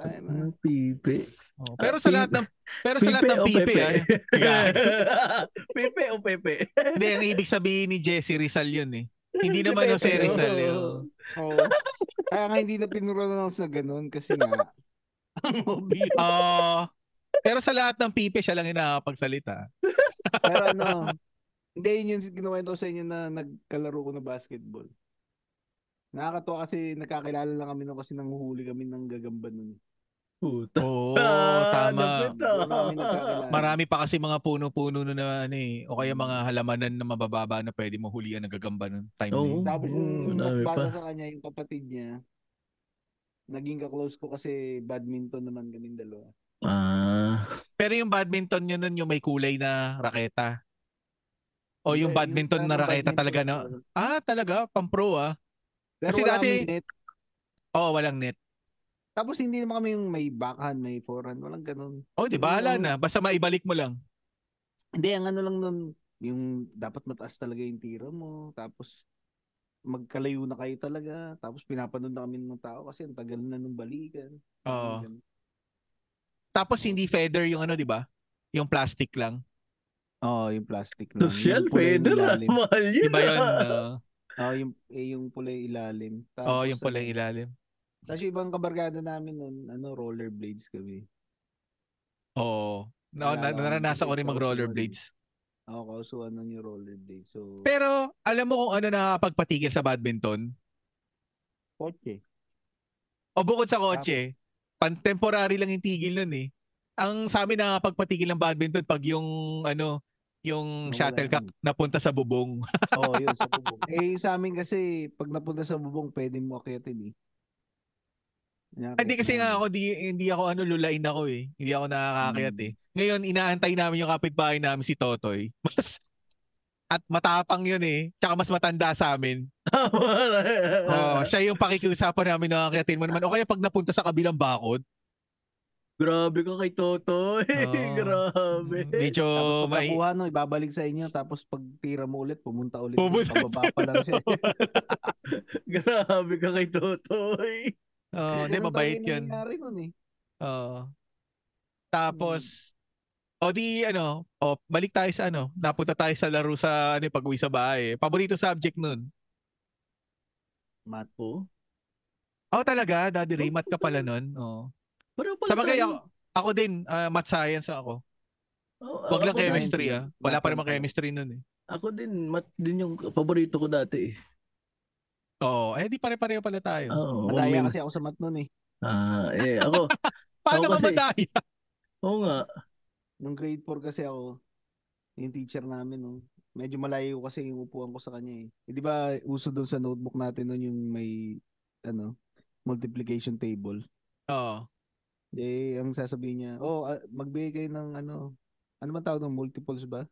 C: Tayo na.
B: Pipe.
C: Oh,
A: pero sa
B: Pipi.
A: lahat ng, pero sa lahat ng
B: o
A: pipi,
B: Pepe?
A: ah, Gago.
B: Pipe o Pepe?
A: hindi, ang ibig sabihin ni Jesse Rizal yun eh. Hindi naman o si
B: Pepe,
A: Rizal
B: oo.
A: eh.
C: Oo. Kaya nga hindi na pinuronounce na ganun kasi nga, ang obvious.
A: Oh, pero sa lahat ng pipi, siya lang yung nakakapagsalita.
C: Pero ano, hindi yun yung kinuwento ko sa inyo na nagkalaro ko na basketball. Nakakatuwa kasi nakakilala lang kami nung kasi nanguhuli kami ng gagamba nun.
B: Puta.
A: Oo,
B: Ah,
A: tama.
C: Ano
B: lapit na.
C: Hindi namin nagkakilala.
A: Marami pa kasi mga puno-puno nun na ano eh, o kaya mga halamanan na mabababa na pwede mo hulihan ng gagamba ng time na
B: Oo.
A: yun.
C: Tapos
B: Oo,
C: yung mas
B: dami
C: bata
B: pa.
C: sa kanya, yung kapatid niya, naging ka-close ko kasi badminton naman kaming dalawa.
B: Ah.
A: Pero yung badminton nyo nun, yung may kulay na raketa. O Oh, yung
C: Hindi,
A: badminton na
C: parang
A: raketa
C: badminton
A: talaga na,
C: talaga.
A: ah talaga, pampro ah.
C: Pero
A: Kasi
C: wala
A: dati-
C: kaming net.
A: Oo, walang net.
C: Tapos hindi naman kami yung may backhand, may forehand, walang ganun.
A: O, di ba? Wala
C: Yung-
A: na. Basta maibalik mo lang.
C: Hindi, ang ano lang nun, yung dapat mataas talaga yung tira mo, tapos magkalayo na kayo talaga, tapos pinapanood na kami ng tao kasi ang tagal na nung balikan.
A: Oo.
C: Ganun.
A: Tapos hindi feather yung ano, di ba? Yung plastic lang.
C: Oo, yung plastic lang.
B: Social,
C: yung pula yung
B: pwede na.
C: ilalim.
B: Mahal yun.
A: Di ba yun?
B: ah.
A: Oo,
C: Oo, yung, eh, yung pula yung ilalim.
A: oh,
C: Tapos,
A: yung pula
C: ano,
A: yung ilalim.
C: Tapos yung ibang kabarkada namin nun, ano, rollerblades kami.
A: Oo. Na, na,
C: Naalala ko
A: naranasan
C: kasi
A: ko rin
C: ikaw,
A: mag-rollerblades.
C: Ako kausuan nun yung rollerblades. So,
A: Pero alam mo kung ano nakakapagpatigil sa badminton?
C: kotse.
A: O bukod sa kotse, pan-temporary lang yung tigil nun eh. Ang sa amin nakakapagpatigil ng badminton pag yung ano, Yung
C: Nawala ano.
A: shuttlecock napunta sa bubong.
C: Oo, yun, sa bubong. eh, sa amin kasi, pag napunta sa bubong, pwede mo akitin eh. Inaakit
A: Ah, Hindi kasi nga
C: namin.
A: ako, di, hindi ako ano, lulain ako eh. Hindi ako nakakakyat
C: Hmm.
A: eh. Ngayon, inaantay namin yung kapitbahay namin si Totoy. Mas, at matapang yun eh. Tsaka mas matanda sa amin.
B: Ah,
C: Ah.
A: Oh, siya yung pakikiusapan namin na akyatin mo naman. O kaya pag napunta sa kabilang bakod,
B: Grabe ka kay Totoy.
A: Oo.
B: Grabe.
A: medyo
C: Tapos
A: Oh.
C: pag
A: Mm-hmm. may...
C: nakuha, no, ibabalik sa inyo. Tapos pag tira mo ulit, pumunta ulit.
A: Pumunta. Oh,
C: Pababa pa lang siya.
B: Grabe ka kay Totoy.
A: Oh, hindi,
C: Ganun
A: mabait
C: talaga yung
A: yun.
C: nangyari nun eh.
A: Oo. Tapos, o di ano, o balik tayo sa ano, napunta tayo sa laro sa ano, pag-uwi sa bahay. eh. Paborito subject nun.
C: Mat.
B: Oh,
A: Oh, talaga, Daddy Ray, mat ka pala nun. Oo.
B: pero pala
A: Sa bagay,
B: tayo-
A: ako, ako din, ah, mat science ako.
B: Oo,
A: Wag lang
B: ako din.
A: chemistry ah. Wala pa namang
C: Math lang tayo.
A: chemistry nun eh.
B: Ako din, mat din yung paborito ko dati eh.
A: Oo, eh di pare-pareho pala tayo.
B: Oo,
C: Madaya
B: wag
C: kasi ako sa mat nun eh.
B: Ah, eh ako,
A: Paano
B: ako
A: ka
B: kasi-
A: madaya?
B: oo nga.
C: Nung grade 4 kasi ako, yung teacher namin, no, medyo malayo kasi yung upuan ko sa kanya eh. Eh, di ba, uso doon sa notebook natin nun yung may, ano, multiplication table.
A: Oo.
C: Eh, ang sasabihin
B: Hmm.
C: niya, oh, ah, magbigay kayo ng ano, ano man tawag ng multiples ba?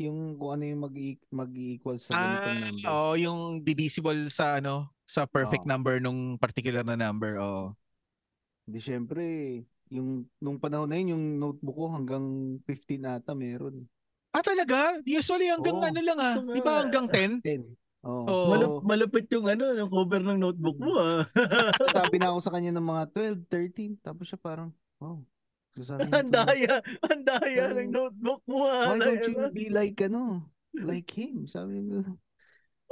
C: Yung kung ano yung mag-i- mag-equal sa ganitong
A: Ah,
C: number.
A: oo, yung divisible sa ano, sa perfect
C: Oo.
A: number nung particular na number. Oo.
C: Di syempre, yung nung panahon na yun, yung notebook ko hanggang 15 ata meron.
A: Ah, talaga? Usually hanggang
C: Oo.
A: ano lang ah.
B: Ito nga.
A: Di ba hanggang 10?
C: 10.
A: Oo.
C: Oh. So,
B: Malup- malupit yung ano, yung cover ng notebook mo ah.
C: sabi na ako sa kanya ng mga 12, 13, tapos siya parang, wow. Sasabi
B: ang daya, ang daya ng notebook mo ah.
C: Why don't
B: Alay,
C: you be like ano? Like him. Sabi niya, ganun.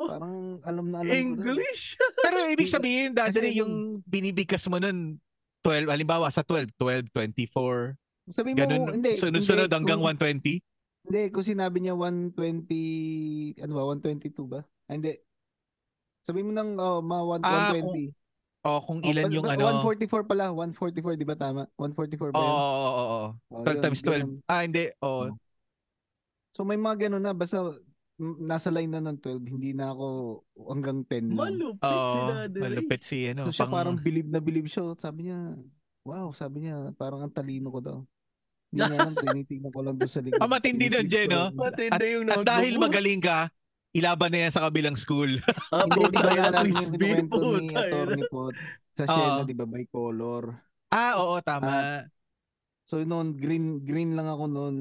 B: Oh,
C: parang alam na
B: ano?
C: alam ko Hmm. na.
B: English.
A: Pero ibig sabihin, dadali
C: Kasi
A: yung binibigkas mo nun, 12, halimbawa sa 12, 12, 24,
C: Sabi mo,
A: ganun,
C: hindi.
A: sunod-sunod
C: hindi,
A: hanggang
C: kung-
A: 120.
C: Hindi, kung sinabi niya 120, ano ba, 122 ba? Ah, hindi. Sabi mo nang oh, ma one-
A: Ah,
C: 120.
A: O kung ilan
C: Oh,
A: yung
C: ba-
A: ano. Oo,
C: 144 pala, 144, di ba tama? 144 ba
A: oo,
C: yun?
A: oo, oo, oo.
C: Oh,
A: 12
C: yun,
A: times 12.
C: ganun.
A: Ah, hindi. Oo.
C: Oo. So may mga ganun na, basta mm, nasa line na ng 12, hindi na ako hanggang 10 lang.
B: Malupit
A: Oo.
B: si Daddy.
A: malupit si ano.
C: so siya
A: pang-
C: parang bilib na bilib siya. Sabi niya, wow, sabi niya, parang ang talino ko daw. Hindi niya alam, tinitignan ko lang doon sa likod.
A: Ah, matindi nun,
C: Tinitignan
A: Jen,
C: ko
A: no?
C: lang.
B: Matindi yung
A: At
B: notebook
A: dahil
B: mo.
A: magaling ka, ilaban na yan sa kabilang school.
B: Ah,
C: Hindi, di ba
B: putang ina,
C: naalala mo yung
B: crispy,
C: kinukwento ni
B: putang ina.
C: Atty. Pot sa
A: Oo.
C: Shella, di ba, by color.
A: ah, oo, tama.
C: So noon, green green lang ako noon.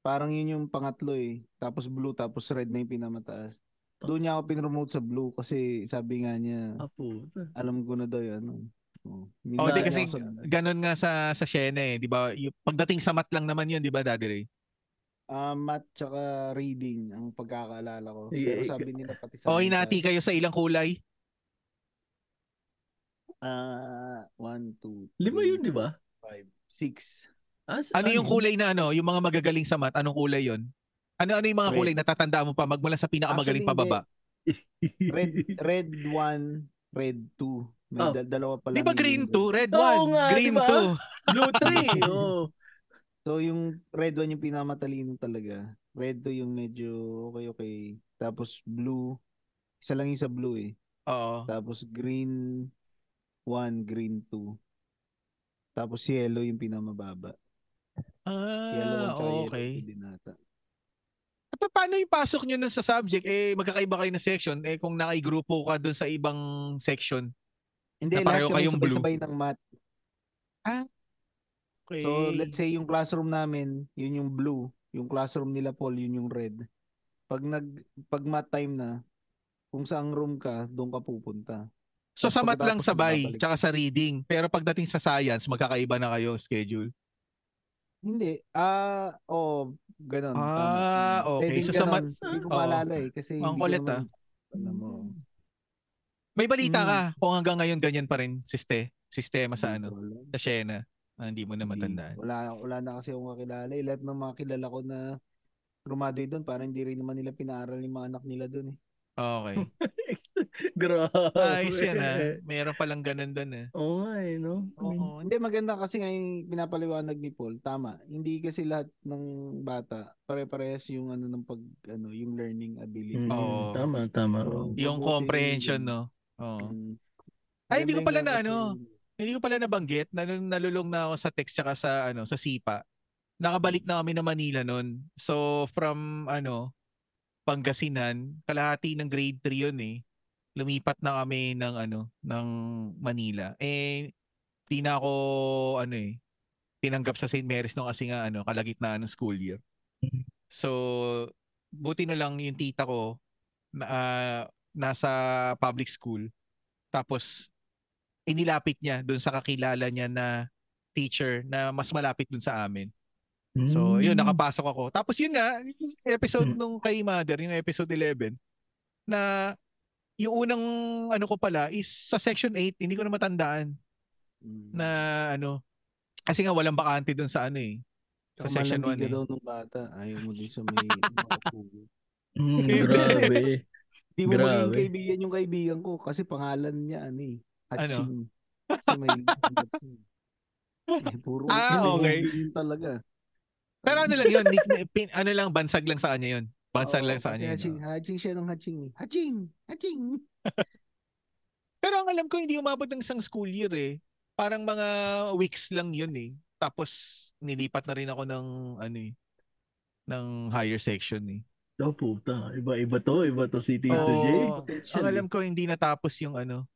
C: Parang yun yung pangatlo eh. Tapos blue, tapos red na yung pinamataas. Doon niya ako pinromote sa blue kasi sabi nga niya,
B: Ah, puta.
C: alam ko na daw yan. ano. Oh, hindi
A: oh,
C: na
A: di
C: niya
A: kasi
C: ako sa-
A: ganun nga sa sa Shene, eh, 'di ba? Yung- Pagdating sa mat lang naman 'yun, 'di ba, Daddy Ray?
C: Ah, math tsaka reading ang pagkakaalala ko.
B: Sige,
C: Pero
B: ik-
C: sabi nila pati sa...
A: O hinati kayo sa ilang kulay.
C: Ah, one, two,
B: Lima
C: three,
B: yun, di ba?
C: five, six.
B: Ah, sa-
A: Ano yung kulay na ano, yung mga magagaling sa mat, anong kulay 'yon? Ano ano yung mga
C: Red.
A: kulay na tatandaan mo pa magmula sa pinakamagaling
C: Actually,
A: pababa?
C: Red, red one, red two. May
B: Oh.
C: dal- dalawa pa
A: 'Di
C: lang
A: ba
C: yung
A: green
C: yun.
A: 2, red 1,
B: Oo nga, diba?
A: green 2?
B: di ba? Blue tree. Oh.
C: So yung red one yung pinamatalino talaga. Red two yung medyo okay okay. Tapos blue, isa lang yung sa blue eh.
A: Oo.
C: Tapos green one, green two. Tapos yellow yung pinamababa. Yellow
A: Ah,
C: one tsaka
A: okay.
C: yellow two din ata.
A: At paano yung pasok nyo nun sa subject? Eh, magkakaiba kayo ng section. Eh, kung nakai-grupo ka dun sa ibang section.
C: Hindi,
A: Na pareho
C: lahat kami
A: kayong blue.
C: sabay-sabay ng math.
A: Okay.
C: So let's say yung classroom namin, yun yung blue. Yung classroom nila Paul, yun yung red. Pag nag pag math time na, kung saang room ka, doon ka pupunta.
A: So sa mat lang
C: pagkatapos
A: sabay,
C: magbabalik.
A: tsaka sa reading. Pero pagdating sa science, magkakaiba na kayo ang schedule.
C: Hindi. Ah, oh, ganun.
A: Ah,
C: tama.
A: okay.
C: Pwedeng
A: So sa
C: ganun.
A: mat-
C: hindi ko
A: Oo.
C: maalala eh kasi
A: Ang
C: hindi ko
A: kulit,
C: naman
A: ah.
C: alam mo.
A: May balita
C: Mm.
A: ka kung hanggang ngayon ganyan pa rin siste, sistema sa ano,
C: Hindi ko alam.
A: sa Shena. Ah, hindi mo na
C: Hmm. Hindi.
A: matandaan.
C: Wala, wala na kasi akong kakilala. Eh. Lahat ng mga kilala ko na graduate doon, parang hindi rin naman nila pinaaral yung mga anak nila doon eh.
A: Okay.
B: Grabe.
A: Ayos yan ah. Meron palang ganun doon eh.
B: Oo nga eh, no?
A: Mm.
C: Oo. Hindi, maganda kasi nga yung pinapaliwanag ni Paul. Tama. Hindi kasi lahat ng bata pare-parehas yung ano ng pag ano yung learning ability.
B: Mm,
A: Oo.
B: Tama, tama.
C: Oo.
A: Yung
C: Mabuti
A: comprehension,
C: yun.
A: no? Oo.
C: Mm.
A: Ay, hindi ko pala
C: Maganda
A: na
C: yung
A: ano.
C: kasi-
A: Hindi ko pala nabanggit na nung nalulong na ako sa text tsaka sa ano sa Sipa. Nakabalik na kami na Manila noon. So from ano Pangasinan, kalahati ng grade 3 yun eh. Lumipat na kami ng ano ng Manila. Eh di na ako ano eh tinanggap sa St. Mary's nung kasi nga ano kalagitnaan ng school year. So buti na lang yung tita ko na ah, nasa public school tapos inilapit niya doon sa kakilala niya na teacher na mas malapit doon sa amin. So,
B: Hmm.
A: yun, nakapasok ako. Tapos yun nga, yung episode
B: Mm.
A: nung kay Mother, yung episode 11, na yung unang ano ko pala is sa section 8, hindi ko na matandaan
C: Mm.
A: na ano, kasi nga walang bakante doon sa ano eh. sa
C: Tsaka
A: section
C: malandi
A: one,
C: ka
A: eh.
C: daw nung bata. Ayaw mo din sa may makakuha.
B: Mm, grabe.
C: Hindi mo
B: Grabe.
C: magiging kaibigan yung kaibigan ko kasi pangalan niya ano eh. Haching. Kasi may eh, puro
A: Ah,
C: may
A: okay.
C: kaibigan talaga.
A: Pero ano lang yun, nick- pin- ano lang, bansag lang sa kanya yun. Bansag lang sa kanya yun.
C: Haching, haching siya ng haching. eh. Haching! Haching!
A: Pero ang alam ko, hindi umabot ng isang school year eh. Parang mga weeks lang yun eh. Tapos, nilipat na rin ako ng, ano eh, ng higher section eh.
B: Oh, puta. Iba-iba to. Iba to si Tito
A: Oo.
B: J.
A: Ang
C: eh.
A: alam ko, hindi natapos yung ano,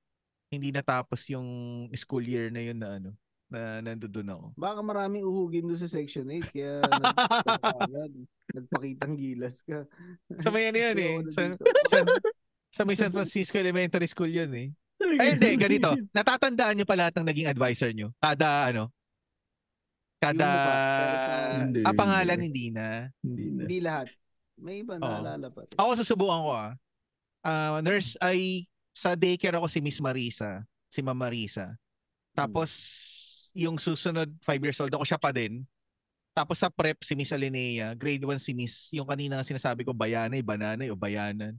A: hindi natapos yung school year na yun na ano, na nandoon ako.
C: Baka maraming uhugin doon sa section 8 kaya nag- pangalan. nagpakitang gilas ka.
A: Sa may ano yun
C: Kasi
A: eh.
C: wala
A: Sa,
C: dito.
A: sa, sa may San Francisco Elementary School yun eh. Ay, hindi. Ganito. Natatandaan nyo pa lahat ng naging advisor nyo? Kada, ano? Kada...
C: Yung mukha, pero sa-
B: Hindi,
A: Ah, pangalan,
B: hindi.
A: hindi na.
B: Hindi na.
C: Hindi lahat. May iba naalala pa. rin.
A: Ako susubukan ko ah. Ah, nurse ay sa daycare ako si Miss Marisa, si Ma'am Marisa. Tapos yung susunod 5 years old ako siya pa din. Tapos sa prep si Miss Alinea, grade 1 si Miss, yung kanina nga sinasabi ko Bayanay, Bananay o Bayanan.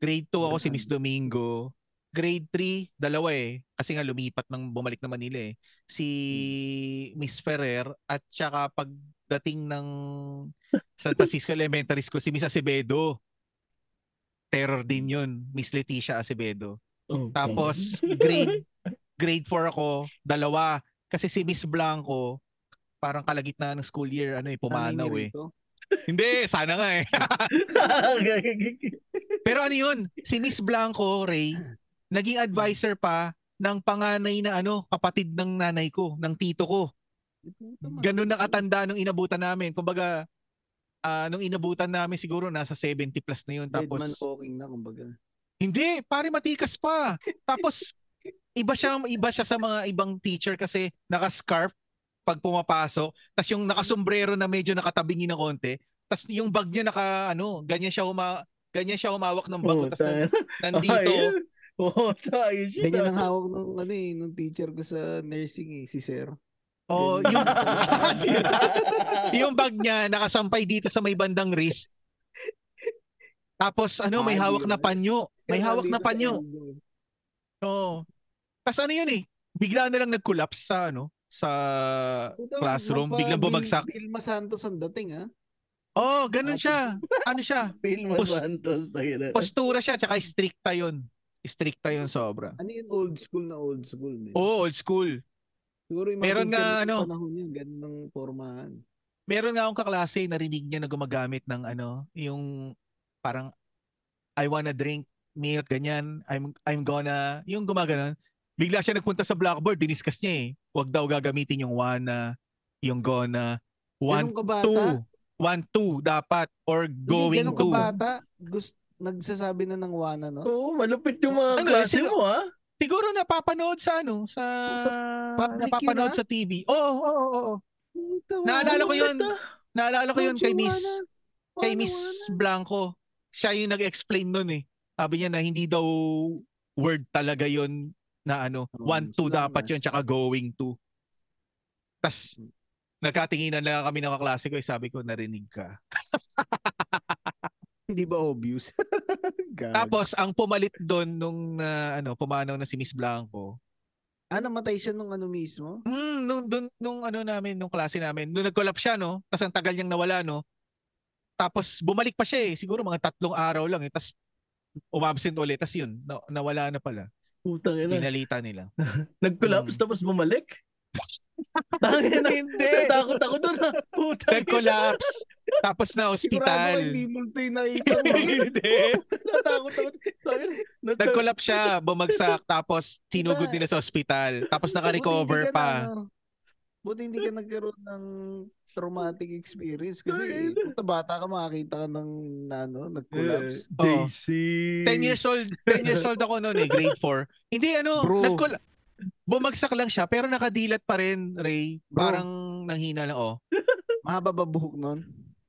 A: Grade 2 ako si Miss Domingo. Grade 3, dalawa eh. Kasi nga lumipat ng bumalik na Manila eh. Si Miss Ferrer at saka pagdating ng San Francisco Elementary School, si Miss Acevedo. Terror din yun. Miss Leticia Acevedo.
B: Oh,
A: Tapos
C: Mm-hmm.
A: grade grade 4 ako, dalawa. Kasi si Miss Blanco, parang kalagitnaan ng school year, ano eh, pumanaw eh.
C: Nanay ni Rico?
A: Hindi, sana nga eh. Pero ano yun, si Miss Blanco, Ray, naging advisor pa ng panganay na ano, kapatid ng nanay ko, ng tito ko.
C: Eh, puta, man.
A: Ganun na katanda nung inabutan namin. Kumbaga, ah, nung inabutan namin siguro nasa 70 plus na yun.
C: Dead
A: Tapos,
C: man walking na kumbaga.
A: Hindi, pare matikas pa. Tapos iba siya iba siya sa mga ibang teacher kasi naka-scarf pag pumapasok, tapos yung nakasombrero na medyo nakatabingi na konti, tapos yung bag niya naka ano, ganyan siya huma ganyan siya humawak ng bag,
B: Oh,
A: tapos nan-
B: tayo.
A: nandito.
B: Oh, tayo siya.
C: Ganyan ang hawak nung ano eh, nung teacher ko sa nursing eh, si Sir.
A: Oh,
C: Ganyan.
A: yung Sira. yung bag niya nakasampay dito sa may bandang wrist. Tapos ano, may
C: Ah,
A: hawak
C: hindi
A: na
C: yun.
A: panyo. May
C: Kaya
A: hawak na
C: nandito sa
A: panyo.
C: elbow eh.
A: Oo. Tapos ano yun eh, bigla na lang nag-collapse sa ano, sa
C: Puta,
A: Classroom,
C: napa-
A: biglang
C: Vil-
A: bumagsak.
C: Vilma Santos ang dating ah.
A: Oh, ganun siya. Ano siya?
B: Pilma
A: Pos-
B: Santos. tayo na.
A: Postura siya tsaka stricta 'yon. Stricta 'yon sobra.
C: Ano yung old school na old school? Man.
A: Oo, old school.
C: Siguro yung mga
A: Oh, meron
C: teacher
A: nga,
C: nung
A: ano.
C: panahon niya, ganun ng formahan.
A: Meron nga akong kaklase narinig niya na gumagamit ng ano, yung parang I wanna drink milk ganyan. I'm I'm gonna yung gumaganon. Bigla siya nagpunta sa blackboard, diniscuss niya eh. Huwag daw gagamitin yung wanna, yung gonna, want
C: Ganun kabata.
A: to. One, two dapat or going
C: Hindi, ganun
A: to.
C: kabata. Gusto, nagsasabi na ng wana, no?
B: Oo, malupit yung mga
A: Ano,
B: klase
A: sino-
B: mo, ha?
A: Siguro napapanood sa ano, sa
C: public
A: napapanood
C: yun, ah?
A: sa TV. Oo, oo, oo, oo.
C: Puta, wana.
A: Naalala ko yun.
B: Malupit, ah.
A: Naalala ko yun
C: Don't
A: kay
C: you
A: Miss
C: wanna-
A: kay
C: wana,
A: Miss
C: wana.
A: Blanco. Siya yung nag-explain nun eh. Sabi niya na hindi daw word talaga yun na ano,
C: Oo,
A: want to
C: slang
A: dapat
C: na,
A: yun, tsaka going to. Tapos, nagkatinginan lang kami ng kaklase ko, eh, sabi ko, narinig ka.
C: Hindi ba obvious? God.
A: Tapos, ang pumalit doon nung na, ano, pumanaw na si Miss Blanco,
C: ah, namatay siya nung ano mismo?
A: mm, nung, dun, nung ano namin, nung klase namin, nung nag-collapse siya, no? Tapos ang tagal niyang nawala, no? Tapos bumalik pa siya eh. Siguro mga tatlong araw lang eh. Tapos umabsent ulit. Tapos yun, na- nawala na pala.
B: Putang ina.
C: Diba?
A: Pinalita nila.
B: Nag-collapse
A: Mm.
B: tapos bumalik. Tangin na.
A: Hindi!
B: Takot ako doon ha. Putang ina.
A: Nag-collapse. Tapos na
C: Sigurado
A: hospital.
C: hindi multo yung nakita mo.
A: Hindi.
B: Natakot ako. Tangin. Nag-
A: Nag-collapse siya, bumagsak, tapos sinugod nila sa hospital. Tapos
C: Buti
A: naka-recover
C: hindi ka
A: pa.
C: na, ano, buti hindi ka nagkaroon ng traumatic experience
B: Ay,
C: kasi
B: ina.
C: puta bata ka makakita ka ng na, ano, nag-collapse.
A: Oh.
B: JC.
A: 10 years old, 10 years old ako noon eh, grade 4. Hindi ano,
C: Bro.
A: nagkul bumagsak lang siya pero nakadilat pa rin, Ray.
C: Bro.
A: Parang nanghina lang oh.
C: Mahaba ba buhok nun?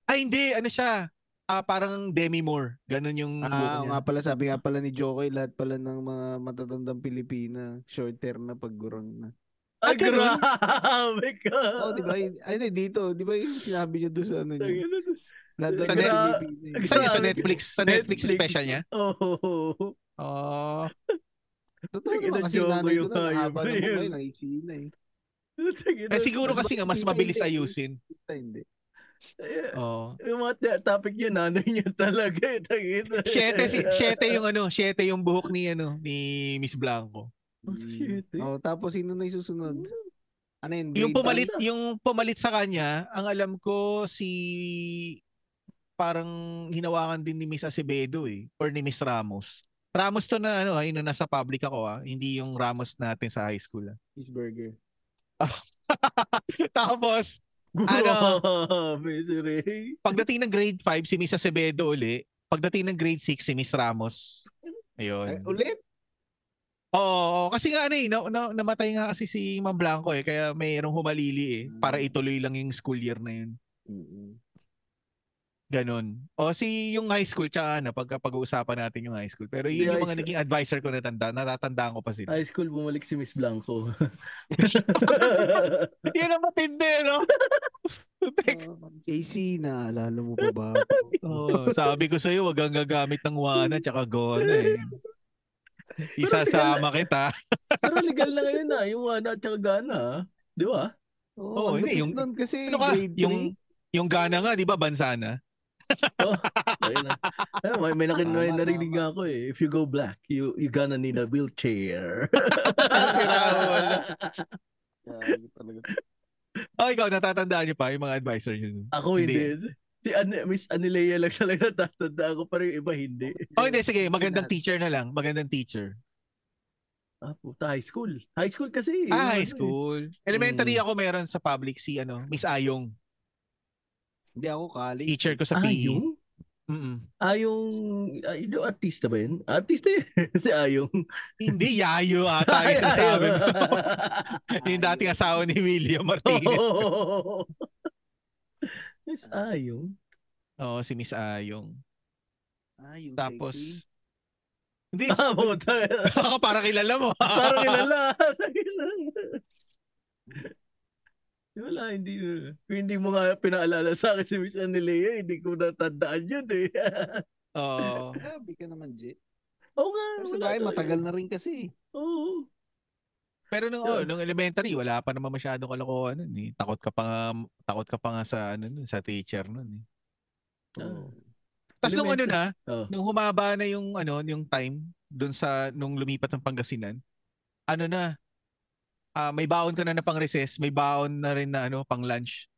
A: Ay hindi, ano siya? Ah, parang Demi Moore. Ganun yung buhok
C: Ah, oo
A: niya.
C: nga pala sabi nga pala ni Jokoy lahat pala ng mga matatandang Pilipina short hair na paggurang na.
B: Ay,
A: Ah, ganun?
B: grabe ka.
C: Oh, di ba? Yun- Ay, hindi, dito, di ba yung sinabi niya doon sa ano niya?
B: Tangin na.
C: Lahat ng
A: Sa
C: mga
B: net-
C: Pilipina.
A: Saan yun? sa
B: Grabe.
A: Netflix, sa Netflix, special niya.
B: Oo.
A: Oh,
C: Totoo
B: Tangina,
C: naman kasi
B: Jokoy
C: nanay ko
B: yung
C: na nakaba
B: hayop na
C: ng
B: yun.
C: buhay, nangisina eh.
B: Tangin na.
A: eh, siguro
C: Mas
A: kasi nga mas
C: makikita
A: mabilis
C: yun eh.
A: ayusin.
C: Puta, Hindi.
B: Eh,
A: Oh.
B: Yung mga t- topic niya, nanay niya talaga. eh, Tangin na.
A: Siyete, si, siyete yung ano, siyete yung buhok ni ano, ni Miss Blanco.
B: Oh, shit, eh.
C: Oh, tapos sino na yung susunod? Ano yun?
A: Yung
C: grade
A: pumalit,
B: Tanda.
A: yung pumalit sa kanya, ang alam ko si parang hinawakan din ni Miss Acevedo eh or ni Miss Ramos. Ramos to na ano, ayun na nasa public ako ah, hindi yung Ramos natin sa high school. ah.
C: cheeseburger.
A: Tapos
B: Grabe,
A: Ano?
B: si Ray.
A: pagdating ng grade 5 si Miss Acevedo uli, pagdating ng grade 6 si Miss Ramos.
C: Ay,
A: Ayun.
C: ulit?
A: Oo, oo, kasi nga ano eh, na, na- namatay nga kasi si Ma'am Blanco eh, kaya mayroong humalili eh, para ituloy lang yung school year na yun. Ganon. O si yung high school tsaka ano, pagka pag-uusapan natin yung high school. Pero yun
B: Hindi,
A: yung
B: high
A: mga naging advisor ko natanda, natatandaan ko pa sila.
B: High school, bumalik si Miss Blanco.
A: yun ang matindi, no?
C: Oh, JC, naalala mo pa ba?
A: Oo, sabi ko sa'yo, wag kang gagamit ng wana tsaka gona eh. Isasama kita.
B: Pero legal na ngayon na, yung Wana at saka Gana. ah. Di ba?
A: Oh,
C: Oo, oh,
A: hindi, yung-
C: Nun, kasi
A: Ano ka?
C: grade
A: Yung, yung gana nga, di ba, bansa na?
B: Ayun na. Ayun, may, may, nakin, may
C: Tama,
B: narinig
C: tama.
B: nga ako eh. If you go black, you you gonna need a wheelchair.
C: Ah,
A: si Raul.
C: talaga.
A: O ikaw, natatandaan niyo pa yung mga advisor niyo.
B: Ako
A: Hindi.
B: hindi. Si An- Miss Anilea lang siya lang natatanda ako, pero yung iba hindi.
A: O Oh, hindi, sige, magandang teacher na lang. Magandang teacher.
B: Ah, puta, high school. High school kasi. Yung
A: Ah,
B: ano
A: high
B: eh.
A: school. Elementary
B: Mm.
A: ako meron sa public si ano, Miss Ayong.
C: Hindi ako college.
A: Teacher ko sa E.
B: Ah,
A: PE.
B: yung?
A: Mm-mm.
B: Ah, yung, ah, yung artista ba yun? Artista yun. si Ayong.
A: Hindi, yayo ata yung sinasabi mo. yung dating
C: Ayun.
A: asawa ni William Martinez.
B: Oo. Miss Ayong.
A: Oo, si Miss Ayong.
C: Ah, yung
A: Tapos,
C: sexy.
A: hindi,
B: Ah, puta.
A: baka para kilala mo.
B: Parang kilala. Wala, hindi. Kung hindi mo nga pinaalala sa akin si Miss Anilea, hindi ko natandaan yun eh.
A: Oo.
C: Grabe ka naman, J.
B: Oo nga.
C: Pero sa
B: wala
C: bahay,
B: talaga.
C: matagal na rin kasi. eh.
B: Oo.
A: Pero nung, oh, nung elementary, wala pa naman masyadong kalokohan nun. Eh. Takot ka pa nga, takot ka pa nga sa, ano, nun, sa teacher nun. Eh.
B: Ah.
A: Tapos nung ano na,
B: Oh.
A: nung humaba na yung, ano, yung time, dun sa, nung lumipat ng Pangasinan, ano na, ah, may baon ka na na pang recess, may baon na rin na, ano, pang lunch.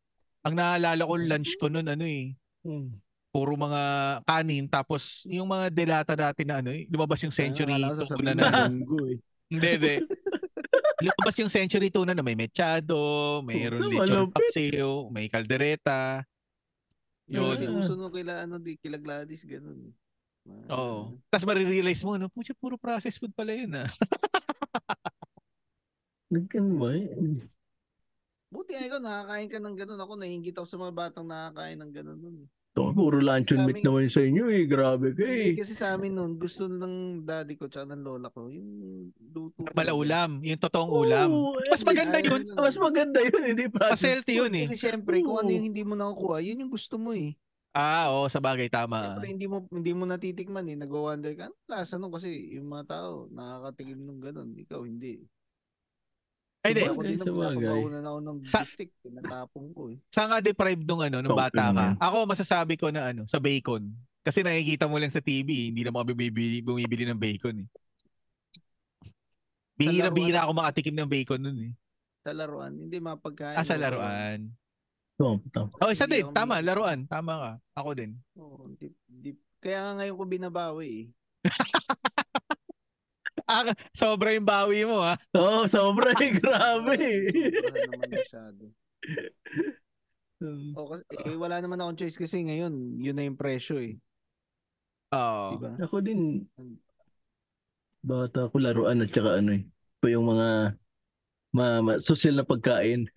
A: Ang naalala ko, lunch ko nun, ano eh,
B: Hmm.
A: puro mga kanin tapos yung mga delata dati na ano eh, lumabas yung century
C: Ah, Akala ko
A: tuna
C: sasabihin
A: na
C: mo, lunggo eh.
A: hindi hindi lumabas yung century tuna na may mechado mayroon
B: Puta,
A: lechon
B: malupit.
A: paksiw may kaldereta
C: Yun. Kasi
A: yun
B: Ah.
C: uso nung kila, ano, di, kila Gladys, ganun. Ah,
A: oo tapos marirealize mo no pucha puro processed food pala yun ah
B: Nagkan ba eh?
C: Buti ay ko, nakakain ka ng ganun. Ako, nahingit ako sa mga batang nakakain ng ganun. Nun. eh.
B: Ito, puro luncheon
C: Sa
B: meat
C: aming-
B: naman sa inyo eh. Grabe ka eh.
C: Hindi, kasi sa amin noon, gusto ng daddy ko tsaka ng lola ko, yung luto.
A: malaulam yung totoong ulam
B: Oo,
A: mas
B: eh,
A: maganda
C: Ayaw
A: yun
C: na
B: Ah, Mas
C: lang.
B: maganda yun, hindi pa.
A: mas healthy yun eh
C: Kasi syempre, kung ano
B: Oo.
C: yung hindi mo nakukuha, yun yung gusto mo eh.
A: Ah, oo, sa bagay, tama.
C: Siyempre, hindi mo hindi mo natitikman eh. Nagwa-wonder ka, ano lasa nung kasi yung mga tao nakakatikim nung ganun. Ikaw hindi.
A: Ay, di.
C: Ako din
B: Sa
C: nung
B: bagay.
C: pinapabawalan ako ng
A: Sa-
C: bistik. Pinatapong ko eh.
A: Saan ka deprived nung ano, nung
D: Totoo
A: bata ka?
D: naman.
A: Ako, masasabi ko na ano, sa bacon. Kasi nakikita mo lang sa TV, hindi na mga bumibili, bumibili ng bacon eh. Bihira-bihira ako makatikim ng bacon nun eh.
C: Sa laruan. Hindi mapagkain.
A: Ah, sa laruan.
B: Tom, Tom.
A: Oh, isa
C: Hindi
A: din.
C: ako
A: Tama,
C: may-
A: laruan. Tama ka. Ako din.
C: Oo, di, di- kaya nga ngayon ko binabawi eh.
A: Ah, sobra yung bawi mo ah. ha.
B: Oo, sobra eh. Grabe.
C: Sobrahan naman masyado.
B: Hmm.
C: O, kasi, eh, wala naman akong choice kasi ngayon, yun na yung presyo eh.
A: Oo.
C: Diba?
B: Ako din, bata ko laruan at saka ano eh. Pa yung mga ma, ma, social na pagkain.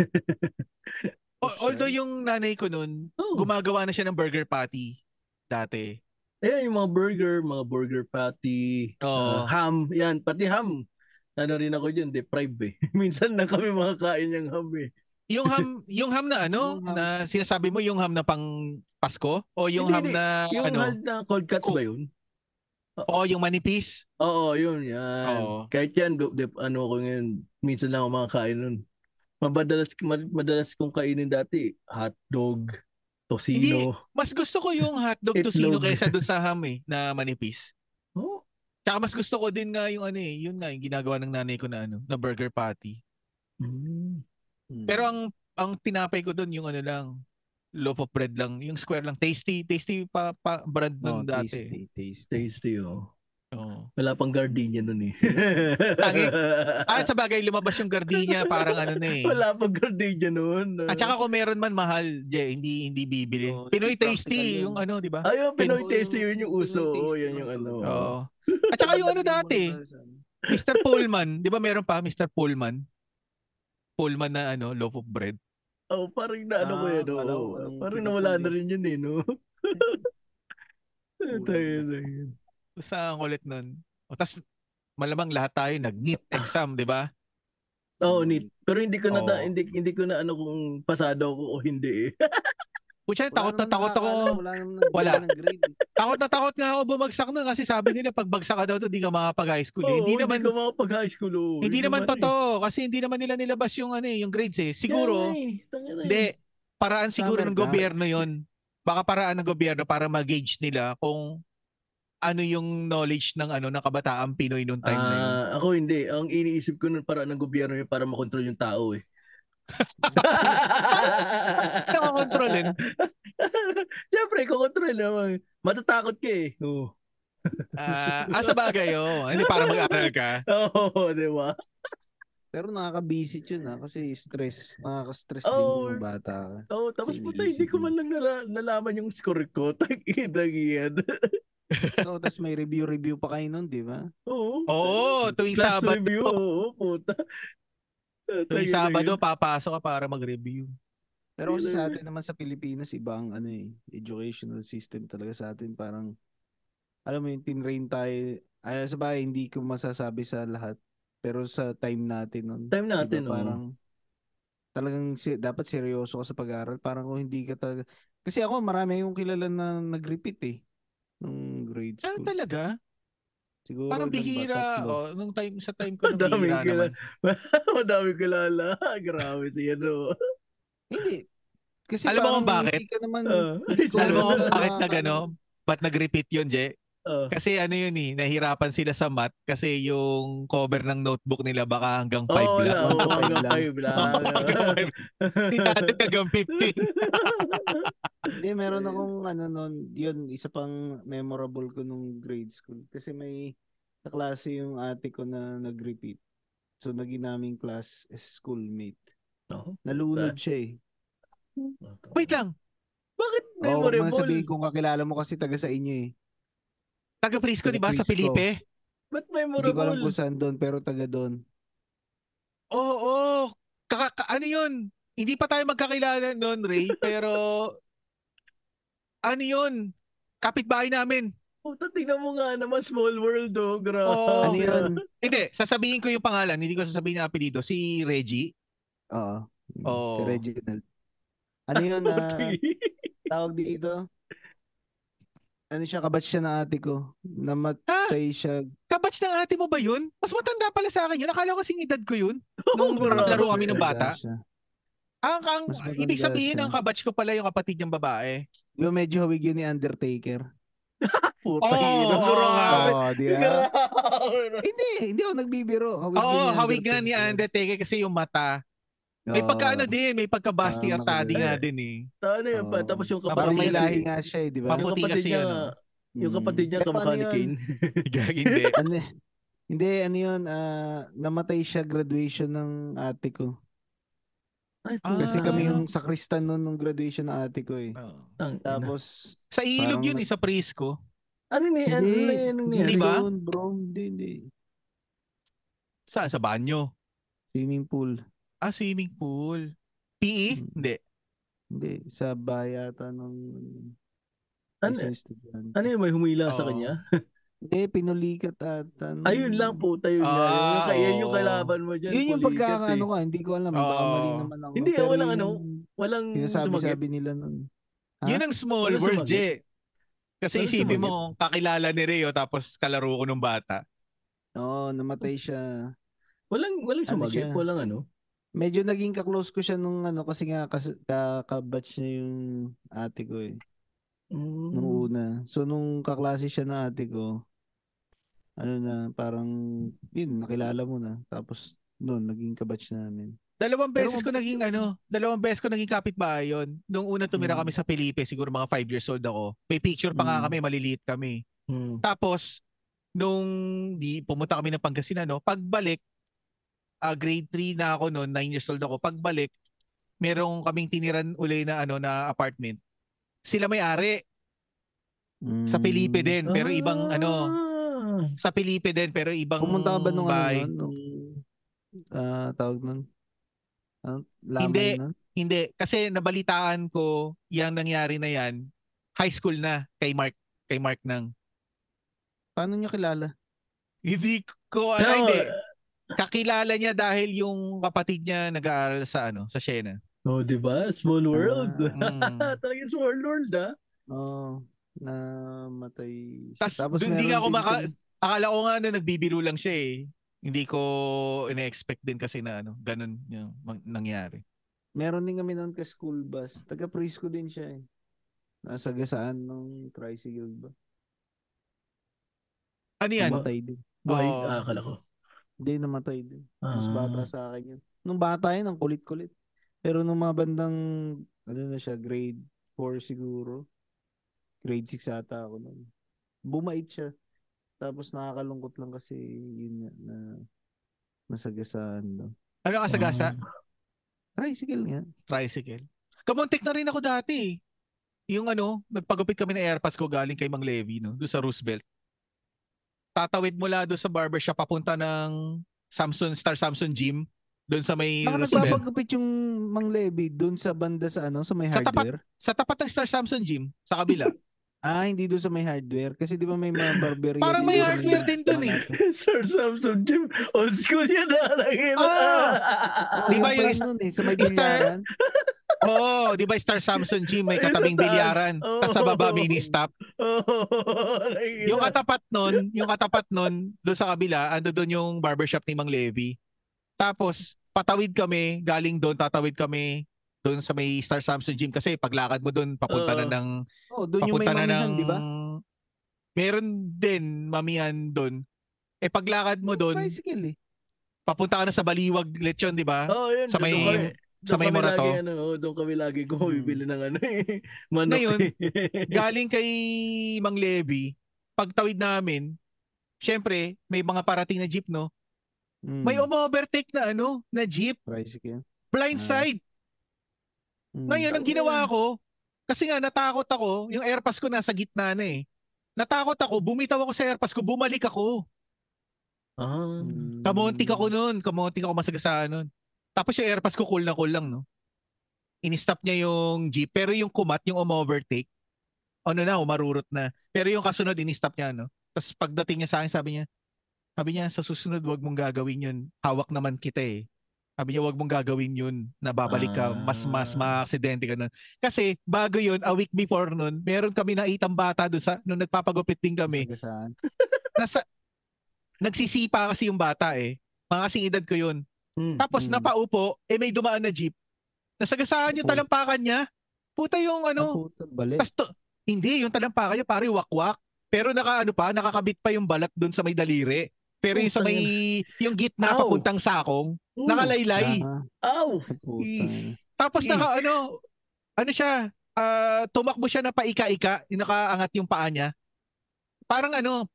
A: Al- Although yung nanay ko nun,
B: Oh,
A: gumagawa na siya ng burger patty dati.
B: ayan, yung mga burger, mga burger patty,
A: Oo.
B: ah, ham, yan, pati ham. Ano rin ako dyan, deprived eh. Minsan lang kami makakain yung ham eh.
A: Yung ham, yung ham na ano,
C: Yung ham.
A: na sinasabi mo yung ham na pang Pasko o yung
B: Hindi,
A: ham na
B: hindi. Yung
A: ano,
B: hard na cold cuts
A: Cook.
B: ba yun?
A: o yung manipis?
B: Oo, yun, yan.
A: Oo.
B: Kahit yan, do- dep- ano ako ngayon, minsan lang ako makakain nun. Madalas, madalas kong kainin dati, hot dog,
A: Hindi.
B: tocino.
A: Mas gusto ko yung hotdog tocino
B: Itlog.
A: kaysa dun sa ham eh, na manipis.
B: Oh,
A: Tsaka mas gusto ko din nga yung ano eh, yun nga yung ginagawa ng nanay ko na ano, na burger patty.
B: mm.
C: Hmm.
A: Pero ang ang tinapay ko dun yung ano lang, loaf of bread lang, yung square lang, tasty, tasty pa, pa bread nun
C: oh,
A: dati.
C: tasty, tasty.
B: tasty oh.
A: Oo.
B: Wala pang gardenia nun eh.
A: Tangi- Ah, sa bagay lumabas yung gardenia, parang ano na eh.
B: Wala pang gardenia nun.
A: At saka kung meron man mahal, Jay, hindi hindi bibili.
C: Oo,
A: Pinoy
C: hindi practical
A: tasty
C: yun.
A: yung ano, 'di ba?
B: Ayun, Pinoy
C: Pinoy-
B: tasty yun yung uso.
C: Pinoy
B: Oh,
C: tasty
B: yun
C: yun
B: yung ano.
C: talaga.
A: Oo. At saka yung ano dati, Mr. Pullman, 'di ba meron pa Mr. Pullman? Pullman na ano, loaf of bread.
B: Oh, parang na ano ko
C: Ah,
B: yan. Oo,
C: kala ko
B: oo.
C: anong
B: parang
C: pinupuli.
B: nawala na rin yun eh, no? Tayo, tayo.
A: Sa ang kulit nun. O tas malamang lahat tayo nag-NEET exam, 'di ba?
B: Oo, neat. Pero hindi ko na,
A: Oo.
B: hindi, hindi ko na ano kung pasado ako o hindi eh.
A: Kutya, takot na takot ako.
C: ano. Wala naman
A: Wala.
C: wala naman ng grade. eh.
A: Takot na takot nga ako bumagsak nun kasi sabi nila pag bagsak ka daw to, di ka makakapag high school. eh.
B: Oo,
A: hindi naman
B: ko makapag high school. oo.
A: hindi naman
B: eh.
A: totoo kasi hindi naman nila nilabas yung ano eh, yung grades eh. Siguro,
B: Kaya nga eh, tanga na eh.
A: Hindi. Paraan siguro
C: Summer
A: ng
C: gap.
A: gobyerno yon. Baka paraan ng gobyerno para ma-gauge nila kung ano yung knowledge ng ano ng kabataang Pinoy noong time na yun.
B: Ah, ako hindi. Ang iniisip ko nun para ng gobyerno yun para makontrol yung tao eh.
A: Nakakontrolin.
B: Siyempre, kukontrol naman. Matatakot ka eh. Oo,
A: Ah, ah, sa bagay oh. Hindi para mag-aral ka.
B: oh, di ba?
C: Pero nakaka-visit yun ha, kasi stress. Nakaka-stress
B: Oo.
C: din yung bata ka.
B: Oo, tapos
C: Sa
B: puta, hindi
C: iniisip
B: ko
C: mo.
B: man lang nala- nalaman yung score ko. Tag-idang yan.
C: So, tapos may review-review pa kayo nun, di ba?
B: Oo.
A: Oo, tuwing
B: Class
A: Sabado.
B: review, oo, puta.
A: Tuwing
B: Tangina
A: Sabado
B: yun. eh.
A: papasok ka para mag-review.
C: Pero kasi sa atin naman sa Pilipinas, iba ang ano eh, educational system talaga sa atin. Parang, alam mo yung tinrain tayo. Ay, sa bahay, hindi ko masasabi sa lahat. Pero sa time natin nun,
B: Time natin, oo.
C: Diba? Parang talagang si- dapat seryoso ka sa pag-aaral. Parang kung hindi ka talaga... Kasi ako, marami akong kilala na nag-repeat eh. Nung grade
A: Ah,
C: school.
A: talaga?
C: Siguro
A: Parang
C: ilan ba?
A: bihira.
C: Tatlo.
A: Oh, nung time sa time ko nung
B: Ang daming
A: bihira
B: kilala.
A: naman.
B: Madami kilala. Grabe ano. siya, no?
C: Hindi. Kasi
A: Alam mo
C: parang
A: kung bakit?
C: Hmm. Hindi ka naman...
B: Ah,
A: Alam mo kung
C: Wala.
A: bakit nag ano? Ba't nag-repeat yun, Je?
B: ah.
A: Kasi ano yun eh, nahirapan sila sa math kasi yung cover ng notebook nila baka hanggang 5
B: Oo, wala.
A: lang.
B: Oo,
C: Five
B: hanggang
C: lang.
B: five lang.
A: Oo, hanggang five. Hindi natin hanggang 15.
C: Hindi, meron akong ano nun. Yun, isa pang memorable ko nung grade school. Kasi may kaklase yung ate ko na nag-repeat. So, naging naming class is schoolmate.
B: Oo.
C: Nalunod siya eh.
A: Wait lang,
B: Bakit
C: Oo, oh,
B: memorable?
C: sabihin kung kakilala mo kasi taga sa inyo eh.
A: taga Frisco di ba sa
C: Frisco.
A: Felipe?
B: Ba't
C: Hindi ko alam
B: memorable?
C: kung saan doon, pero taga doon.
A: Oo, oo. Kaka, ka- ano yun? Hindi pa tayo magkakilala noon, Ray, pero ano yun? Kapitbahay namin.
B: Puta, tingnan mo nga naman, small world, oh. Grabe.
A: Oo.
C: Ano yun?
A: Hindi, sasabihin ko yung pangalan, hindi ko sasabihin ang apelyido. Si Reggie.
C: Oo.
A: Oo.
C: Si Reginald. Ano yun na
B: Puti.
C: tawag dito? ano siya, kabatch siya ng ate ko. Namatay siya.
A: Kabatch ng ate mo ba yun? Mas matanda pala sa akin yun. Akala ko kasing edad ko yun. Nung
B: Bro.
A: naglaro Ano kami ng bata.
C: Siya.
A: Ang, ang
C: Mas matanda
A: ibig sabihin,
C: siya.
A: ang kabatch ko pala yung kapatid niyang babae.
C: Yung medyo hawig yun ni Undertaker.
A: Oo,
B: Puta. hirap.
A: oo nga.
B: Grabe.
C: Oh, di ba?
B: Grabe.
C: Hindi, hindi ako nagbibiro. Hawig
A: Oo,
C: yun ni
A: hawig nga ni
C: Undertaker.
A: Undertaker kasi yung mata. May
C: Oo.
A: pagkaano din, may pagka-Basti
C: Ah,
A: at tadi
C: nakabili.
A: nga din eh.
B: Ano yun pa? Tapos yung
A: Parang
C: Parang
B: kapatid
C: may
A: Paputi
C: lahi
B: niya-
C: nga siya eh, di
A: Papu-
C: ba?
B: Yung
A: Paputi
B: kapatid
A: kasi
B: niya,
A: yun, ah.
B: yung
C: Mm.
B: kapatid niya
C: Pero
B: kamukha
C: ano
B: ni
C: yun?
B: Kane.
A: Gag, hindi.
C: Ano, hindi, ano yun, ah, namatay siya graduation ng ate ko.
B: Ay,
A: Ah.
C: Kasi
B: puta.
C: kami yung sakristan noon nung graduation ng ate ko eh.
A: Oo.
B: Tang-
C: Tapos,
A: Sa ilog
C: Parang-
A: yun eh, sa Prisco.
B: Ano ni ano
C: Hindi,
B: ni ano ni
A: Hindi
C: hindi
A: ba?
C: yun, bro. Hindi, hindi.
A: Saan? Sa banyo.
C: Swimming pool.
A: Ah, swimming pool. PE?
C: Hmm.
A: Hindi.
C: Hindi, sa bayata ng
B: Ano,
C: isang estudyante.
B: ano yun may humila sa
A: Oo.
B: kanya?
C: Hindi, pinulikat ata. nung-
B: Ayun lang puta yun. nga. Yun yung
A: Ah,
B: kaya yung
A: oo.
B: kalaban mo eh. diyan.
C: Yun yung ano, pagkakaano ka, hindi ko alam. eh, Baka
A: Oo.
C: mali naman ako.
B: Hindi,
C: Pero
B: walang
C: yung
B: ano, Walang sumagot.
C: Sinasabi-sabi nila nun. Ha?
A: Yun ang small
B: Wala
A: world, J.
B: sumagit.
A: Kasi
B: Wala
A: isipin
B: sumagit.
A: mo, kakilala ni Reo tapos kalaro ko nung bata.
C: Oo, namatay siya.
B: Walang walang
C: Ano
B: sumagot,
C: siya?
B: walang ano.
C: Medyo naging kaklose ko siya nung ano kasi nga kas, ka, kabatch niya yung ate ko eh.
B: Mm.
C: Nung una. So nung kaklase siya na ate ko, ano na, parang yun, nakilala mo na. Tapos noon, naging kabatch namin.
A: Dalawang
C: Pero
A: beses ko
C: kung-
A: naging ano, dalawang beses ko naging kapitbahay yun. Nung una tumira
C: Hmm.
A: kami sa Felipe, siguro mga 5 years old ako. May picture pa nga
C: Hmm.
A: kami, maliliit kami.
B: Mm.
A: Tapos, nung di, pumunta kami ng Pangasinan, no, pagbalik, ah, grade 3 na ako noon, 9 years old ako, pagbalik, merong kaming tiniran uli na, ano, na apartment. Sila may-ari sa
C: Mm.
A: Filipe din, pero ibang, ano,
B: Ah.
A: sa Filipe din, pero ibang
C: Pumunta ka ba nung ano
A: bahay.
C: nun? Nung, ah, tawag nun? Anong laman
A: Hindi.
C: nun?
A: Hindi, kasi nabalitaan ko yung nangyari na yan, high school na kay Mark, kay Mark nang.
C: Paano niya kilala?
A: Hindi ko,
B: No,
A: ano, hindi.
B: Ah.
A: Kakilala niya dahil yung kapatid niya nag-aaral sa, ano, sa Siena.
B: Oh, di ba? Small
C: Ah,
B: world.
A: Mm.
B: Talaga small world, ah.
C: Oo. namatay siya.
A: Tas dun di
C: meron
A: nga ako
C: din
A: maka-
C: siya-
A: Akala ko nga na nagbibiro lang siya eh. Hindi ko ina-expect din kasi na ano, ganun yung mang- nangyari.
C: meron din kami noon ka school bus. Taga Prisco din siya eh. Nasa gasaan ng tricycle ba?
A: Ano yan?
B: Ano ba?
C: Namatay din.
B: Boy,
A: Oo.
B: ah, akala ko.
C: Hindi, namatay din.
B: Ah.
C: Mas bata sa akin yun. Nung bata yun, ang kulit-kulit. Pero nung mga bandang, ano na siya, grade 4 siguro. Grade 6 ata ako nun. Bumait siya. Tapos nakakalungkot lang kasi yun nga na nasagasaan daw.
A: Ano ka sa gasa?
B: Mm.
C: Tricycle nga.
A: Tricycle. Kamuntik na rin ako dati eh. Yung ano, nagpagupit kami ng airpads ko galing kay Mang Levy, no? Doon sa Roosevelt. Tatawid mula doon sa barbershop papunta ng Samsung, Star Samsung Gym. Doon sa may
C: Baka
A: Roosevelt.
C: nagpapagupit yung Mang Levy doon sa banda sa ano, sa may
A: Sa tapat.
C: hardware.
A: Sa tapat ng Star Samsung Gym, sa kabila.
C: Ah, hindi doon sa may hardware. Kasi di ba may mga barberia
A: Parang
C: dito
A: may
C: sa
A: hardware din dun eh.
C: Mm.
B: Sir Samson Jim, old school yan ah. Lagi na.
A: Ah!
C: Oo,
A: Di ba
C: yung
A: yung-
C: place nun eh, sa may
A: Star-
C: bilyaran?
A: Oo, di ba Star Samsung Gym, may katabing
B: Ayun, taas.
A: bilyaran. Tapos sa baba,
B: Oo.
A: mini stop. Yung katapat nun, yung katapat nun, doon sa kabila, ando doon yung barbershop ni Mang Levy. Tapos, patawid kami, galing doon, tatawid kami doon sa may Star Samsung Gym kasi paglakad mo doon, papunta na
B: Oo.
A: ng,
C: Oo, doon Oh, yung may
A: papunta na ng,
C: mamihan, di ba?
A: meron din mamihan doon. Eh paglakad mo doon,
C: Tricycle eh.
A: papunta ka na sa Baliwag Lechon, di ba?
B: oh, yun.
A: Sa may,
B: doon kami-
A: sa
B: doon
A: may
B: kami
A: Morato. Hmm.
B: lagi, ano, oh, doon kami lagi ko bibili ng ano eh. Manok.
A: Ngayon,
B: eh.
A: galing kay Mang Levy, pagtawid namin, syempre, may mga parating na jeep, no?
C: Mm,
A: May umo-overtake na ano, na jeep.
C: tricycle.
A: Blind
C: Ah.
A: side.
C: Mm.
A: Ngayon, ang ginawa ko, kasi nga natakot ako, yung airpass ko nasa gitna na eh. Natakot ako, bumitaw ako sa airpass ko, bumalik ako.
B: ah.
C: Mm.
A: Kamontik ako noon, kamontik ako masagasaan noon. Tapos yung airpass ko, cool na cool lang, no? In-stop niya yung jeep, pero yung kumat, yung umovertake, ano na, umarurot na. Pero yung kasunod, in-stop niya, no? Tapos pagdating niya sa akin, sabi niya, sabi niya, sa susunod, wag mong gagawin yun. Hawak naman kita eh. Sabi niya, wag mong gagawin yun. Nababalik ka, mas, mas,
D: Ah.
A: maaksidente ka nun. Kasi, bago yun, a week before nun, meron kami naitang bata doon sa, nung nagpapagupit din kami.
C: Masagasaan.
A: Nasa, nagsisipa kasi yung bata eh. Mga kasing edad ko yun.
B: hmm.
A: Tapos
C: Mm.
A: napaupo, eh may dumaan na jeep. Nasagasaan yung
C: Oh.
A: talampakan niya. Puta yung ano,
C: Ako, Ah, eh. balik.
A: tas to- hindi, yung talampakan niya pare wakwak. Pero naka ano pa, nakakabit pa yung balat doon sa may daliri. Pero yung sa may yung gitna
B: Ow.
A: papuntang sakong,
B: Mm.
A: nakalaylay.
C: Ah,
B: Ow!
C: puta.
A: Tapos
B: Eh.
A: naka ano, ano siya, ah, tumakbo siya na paika-ika, yung nakaangat yung paa niya. Parang ano,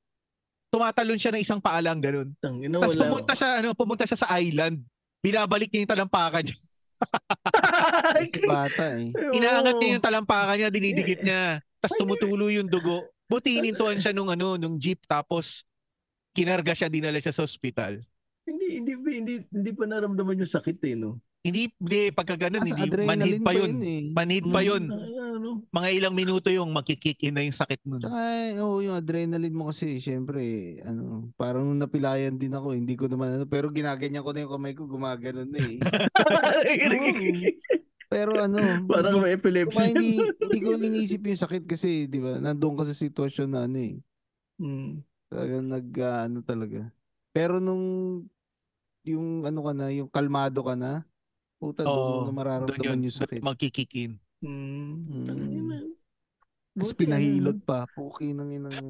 A: tumatalon siya ng isang paa lang ganun.
B: Tangina,
A: Tapos
B: wala.
A: pumunta siya, ano, pumunta siya sa island. Binabalik niya yung talampakan niya.
C: Kasi bata eh.
A: Inaangat niya yung talampakan niya, dinidikit niya. Tapos tumutulo yung dugo. Buti hinintuan siya nung ano, nung jeep tapos kinarga siya, dinala siya sa ospital.
B: Hindi, hindi, hindi, hindi pa naramdaman yung sakit eh, no?
A: Hindi, hindi, pagka ganun,
C: Nasa
A: hindi, manhid
C: Ah, adrenaline
A: pa yun.
C: eh.
A: Manhid pa yun.
B: Ah, ano?
A: Mga ilang minuto yung makikick in na yung sakit nun.
C: Tsaka, eh, oo, yung adrenaline mo kasi, syempre, ano, parang nung napilayan din ako, hindi ko naman, ano, pero ginaganyan ko na yung kamay ko, gumaganon na eh.
A: Hmm.
C: Pero ano,
B: Parang may
C: hindi, kaya
B: epilepsy.
C: hindi, hindi ko iniisip yung sakit kasi, di ba, nandun ka sa sitwasyon na ano eh.
B: Mm.
C: Talagang nag, ah, ano talaga. Pero nung, yung ano ka na, yung kalmado ka na, puta,
A: Oo,
C: doon mo na
A: Doon
C: mararamdaman
A: yun,
C: yung sakit.
A: doon magkikick in.
B: Mm.
A: Hmm.
C: Mm.
B: Tangina.
C: Tapos
B: Buti,
C: pinahilot pa, puki ng inang yan.
B: ano?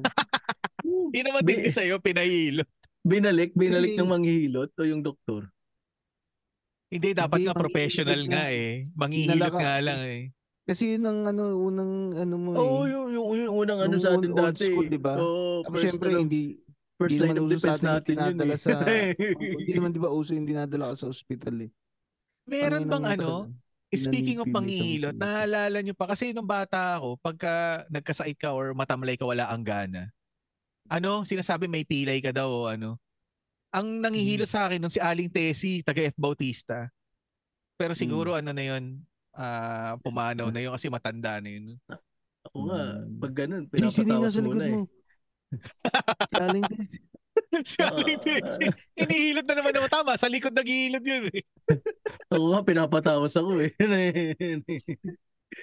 A: Hindi naman
B: Di-
A: din sa'yo, pinahilo.
B: Binalik, binalik
C: Kasi-
B: ng manghihilot o yung doktor.
A: Hindi, dapat
C: Hindi,
A: nga professional
C: manghihilot
A: nga eh. Manghihilot
C: Inalaka-
A: nga lang eh.
C: Kasi yun ang ano, unang ano mo eh.
B: Oo, oh, yung, yung, yung unang ano
C: Nung
B: sa atin
C: old- old
B: dati.
C: school, di ba?
B: Oo,
C: Tapos
B: first,
C: syempre,
B: ano,
C: hindi,
B: first
C: hindi
B: line
C: naman
B: of
C: uso sa
B: defense
C: atin yung
B: natin yun.
C: dinadala
B: eh.
C: sa- hindi naman di ba uso yung dinadala ka sa ospital eh.
A: Meron
C: Tangin
A: bang
C: ng-
A: ano, Speaking of pangihilot, naalala nyo pa kasi nung bata ako, pagka nagkasait ka or matamlay ka, wala ang gana. Ano, sinasabi may pilay ka daw o ano. Ang nangihilot sa akin nun si Aling Tessie, taga F. Bautista. Pero siguro ano na yun, ah, pumanaw na yun kasi matanda na yun.
B: Ako nga,
C: Mm.
B: pag ganun,
C: Please, hindi na
B: pinapatawas
C: sa likod
B: muna eh.
C: mo. Galing din.
A: si Aling Tessie, inihilot na naman ako. Tama, sa likod naghihilot yun. eh.
B: Ako nga, pinapatawas ako eh. Ah,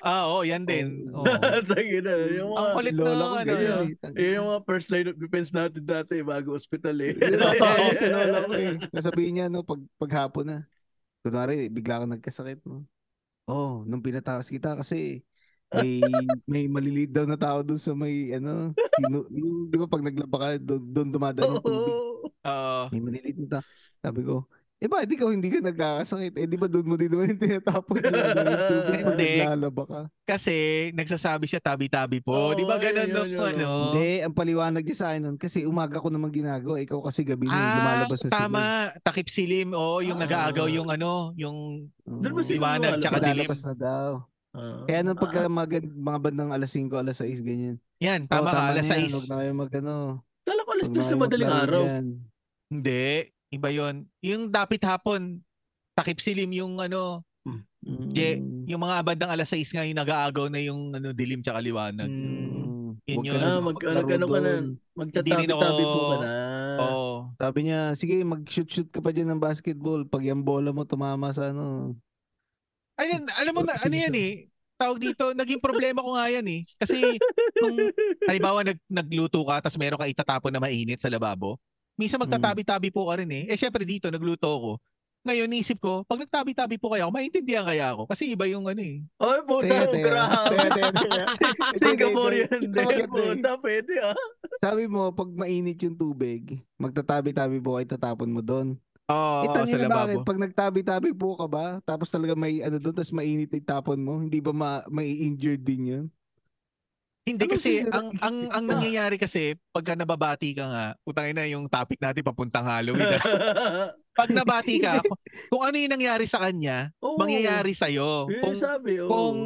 A: Ah, oo, yan din.
C: Oo.
A: Oo.
B: Tangina, yung mga...
A: Ang kulit na,
C: Lola ko
A: ano,
C: ganyan
B: yun.
C: eh. Tangin.
B: Eh, yung mga first line of defense natin dati, bago hospital eh.
C: Natatawa ko si lola ko eh. Nasabihin niya, no, pag, paghapon na. Kunwari, bigla kang nagkasakit, no? Oh, nung pinatakas kita kasi may may maliliit daw na tao doon sa may ano, sino, yung, di ba pag naglaba ka, doon, doon dumadaan yung tubig.
B: Oo.
A: Oo.
C: May maliliit na tao. Sabi ko, eh ba, di ka hindi ka nagkakasakit? Eh di ba doon mo din naman yung tinatapon yung ano, yung tubig pag
A: Hindi.
C: naglalaba ka?
A: Kasi nagsasabi siya tabi-tabi po.
B: Oo,
A: Di ba
B: ayun,
A: ganun
B: yun,
A: nung
B: yun.
A: ano?
C: Hindi, ang paliwanag niya sa akin nun, kasi umaga ko naman ginagawa, ikaw kasi gabi na yung lumalabas na
A: Ah, tama. Takip silim. Oo, yung
B: Ah.
A: nag-aagaw yung ano, yung
C: sila.
B: Doon ba sila
A: liwanag
B: lumalabas?
A: tsaka dilim.
C: Lalabas na daw.
B: Ah.
C: Kaya nung pagka mag- mga bandang alas 5, alas 6, ganyan.
A: Yan,
C: Oo,
A: tama ka.
C: na
A: Alas
C: yan,
A: 6.
C: Huwag na kayo mag ano.
B: Kala Ah, ko alas
C: huwag na
B: 3 sa
C: kayo
B: madaling
C: maglaro
B: araw.
C: dyan.
A: Hindi. Iba yon Yung dapit hapon, takip silim yung ano,
C: Mm.
A: Je, yung mga bandang alas 6 nga yung nag-aagaw na yung ano, dilim tsaka liwanag.
B: Mm.
C: Mm.
A: Yun
C: Huwag ka
A: yun.
C: na
B: Ah, mag, ano,
C: maglaro
B: ano ka na,
C: doon.
B: magtatabi-tabi
A: ako-
B: po ka na.
C: Mm.
A: Oo.
C: Sabi niya, sige, mag-shoot-shoot ka pa dyan ng basketball. Pag yung bola mo tumama sa ano.
A: Ayun, alam mo na,
C: Sige,
A: ano yan
C: sige.
A: eh. Tawag dito, naging problema ko nga yan eh. Kasi kung halimbawa nag, nagluto ka tapos meron ka itatapon na mainit sa lababo, minsan magtatabi-tabi po ka rin eh. Eh syempre dito, nagluto ako. Ngayon, naisip ko, pag nagtabi-tabi po kaya ako, maintindihan kaya ako. Kasi iba yung ano eh.
B: Ay, puta,
C: Teka, teka.
B: grabe.
C: Teka, teka, teka.
B: Singaporean
C: Ito
B: din,
C: maganda eh.
B: puta, pwede ah.
C: Sabi mo, pag mainit yung tubig, magtatabi-tabi po kayo, tatapon mo doon.
A: Oo,
C: Itang
A: sa
C: ina bakit?
A: lababo.
C: Pag nagtabi-tabi po ka ba, tapos talaga may ano doon, tapos mainit na tapon mo, hindi ba ma- may injured din yun?
A: Hindi
C: Anong
A: kasi,
C: season
A: ang,
C: ng-
A: ang, ang nangyayari kasi, pagka nababati ka nga, utangin na yung topic natin papuntang Halloween. ah. pag nabati ka, kung- kung ano yung nangyari sa kanya,
B: Oo.
A: mangyayari sa'yo.
B: Yun yung
C: Eh,
A: Kung
B: sabi, oo.
A: kung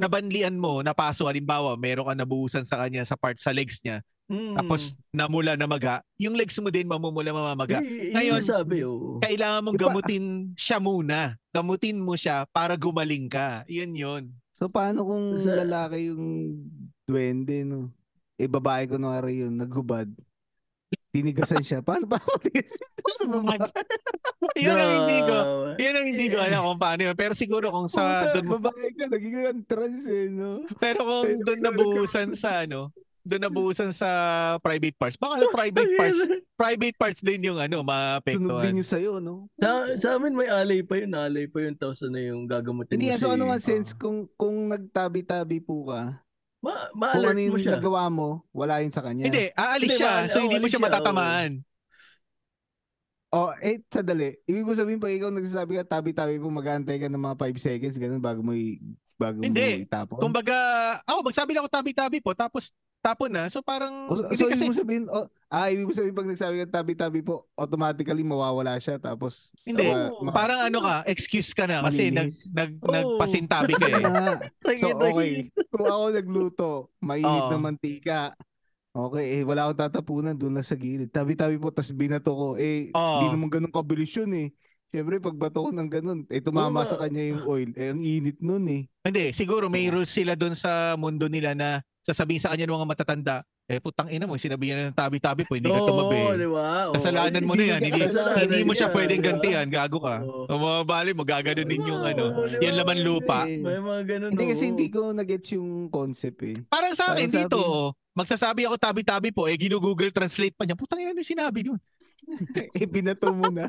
A: nabanlian mo, napaso, halimbawa, meron ka nabuhusan sa kanya sa part sa legs niya,
B: Mm.
A: tapos namula namamaga, yung legs mo din mamumula mamamaga.
B: Y- yun
A: Ngayon,
B: yung sabi, oo.
A: Kailangan mong
C: Ipa-
A: gamutin siya muna. Gamutin mo siya para gumaling ka. Yun yun.
C: So paano kung
B: Sa-
C: lalaki yung duwende, no? Eh, babae ko yun, naghubad. Tinigasan siya. Paano ba ako tinigasan? Sa baba.
A: Yun ang hindi ko.
B: No.
A: Yun ang hindi ko alam kung paano yun. Pero siguro kung sa
C: Puta,
A: doon
C: babae ka, naging kang trans eh, no?
A: Pero kung doon nabuhusan sa ano, doon nabuhusan sa private parts. Baka sa private parts, private parts din yung ano,
C: Sunog din
A: maapektuhan.
C: yung sa'yo, no?
B: Sa, sa amin may alay pa yun, alay pa yun, tapos ano yung gagamutin
C: Hindi,
B: mo
C: so
B: si-
C: ano nga sense,
A: ah.
C: kung kung nagtabi-tabi po ka,
B: Oh. Ma-
C: kung
B: ma-alert
C: ano
B: mo
C: yung
B: siya.
C: nagawa mo, wala yun sa kanya.
A: Hindi, aalis
B: Hindi,
A: siya.
B: maal-
A: so
B: oo,
A: hindi mo
B: aalis
A: siya
B: siya, oo.
A: matatamaan.
C: O, eh, sadali. Ibig mo sabihin, pag ikaw nagsasabi ka, tabi-tabi po, mag-aantay ka ng mga 5 seconds, ganun, bago mo, i- bago
A: Hindi.
C: mo itapon.
A: Kumbaga, ako magsabi lang ako tabi-tabi po tapos tapon na. So parang
C: O, so,
A: hindi
C: so
A: kasi
C: ibig mo sabihin, o, ah, ibig mo sabihin, pag nagsabi ka, tabi-tabi po, automatically mawawala siya, tapos,
A: hindi
C: ma- ma-
A: parang ano ka, excuse ka na kasi nag
C: Malinis.
A: nag
B: Oo.
A: nagpasintabi ka eh.
C: Yun na nga.
B: Tangin
C: So,
B: na
C: okay.
B: yun.
C: Kung ako nagluto, mainit
A: Oo.
C: na mantika. Okay, eh, wala akong tatapunan doon lang sa gilid. Tabi-tabi po, tas binato ko. Eh,
A: Oo.
C: hindi naman ganun kabilis yun eh. Siyempre, pagbato ko ng ganun, eh, tumama
B: Oo.
C: sa kanya yung oil. Eh, ang init nun eh.
A: Hindi, siguro may rules sila doon sa mundo nila na sasabihin sa kanya ng mga matatanda, eh putang ina mo, sinabihan na ng tabi-tabi po, hindi ka
B: Oo,
A: tumabi.
B: di ba? Oo.
A: Kasalanan mo na yan. Hindi,
B: Kasalanan
A: hindi mo siya
B: yan,
A: pwedeng
B: di ba?
A: gantihan. Gago ka.
B: Oo.
A: O mababali mo, gagano din yung
B: Oo,
A: ano.
B: di ba?
A: Yan laman lupa.
C: Eh,
B: May mga ganun.
C: hindi kasi
B: oo.
C: hindi ko na-gets yung concept eh.
A: Parang sa akin
C: Parang sabi-
A: dito, oh, magsasabi ako tabi-tabi po, eh ginugoogle translate pa niya. Putang ina ano yung sinabi nun.
C: eh, binato mo na.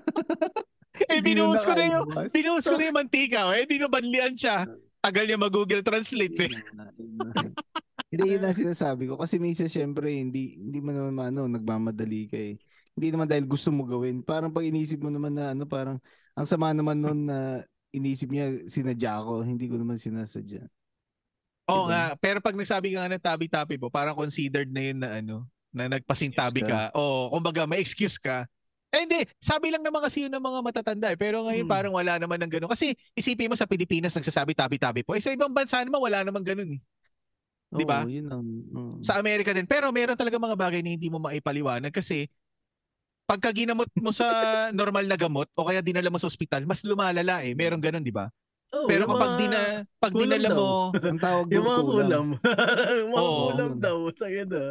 A: Eh
C: Hindi
A: binuhos ko na yung,
C: nakaibas.
A: binuhos ko na yung mantika. oh. Eh di nabanlian siya. Tagal niya mag-google translate eh.
C: Yun na, yun na. Hindi, yun ang sinasabi ko. Kasi minsan, syempre, hindi, hindi mo naman ano, nagmamadali ka eh. Hindi naman dahil gusto mo gawin. Parang pag inisip mo naman na ano, parang ang sama naman nun na inisip niya, sinadya ko. Hindi ko naman sinasadya.
A: Oo
C: Diba?
A: nga, pero pag nagsabi ka nga ng tabi-tabi po, parang considered na yun na ano, na nagpasintabi
C: Excuse
A: ka. Oo, kumbaga may excuse ka. Eh hindi, sabi lang naman kasi yun ng mga matatanda eh. Pero ngayon
C: Mm-hmm.
B: Hmm.
A: parang wala naman ng gano'n. Kasi isipin mo sa Pilipinas nagsasabi tabi-tabi po. Eh sa ibang bansa naman wala naman gano'n eh. Di ba?
C: Oo, yun ang... oo.
A: Sa Amerika din. Pero meron talaga mga bagay na hindi mo maipaliwanag kasi pagka ginamot mo sa normal na gamot o kaya dinala mo sa ospital, mas lumalala eh. Meron gano'n, di ba?
B: Oo,
A: Pero
B: yung
A: kapag
B: mga-
A: dina, pag
B: kulang
A: dinala
B: daw.
A: mo,
C: Ang tawag
B: Yung
C: doon,
B: mga kulam. yung mga
A: Oo.
B: kulam daw. Tangin na.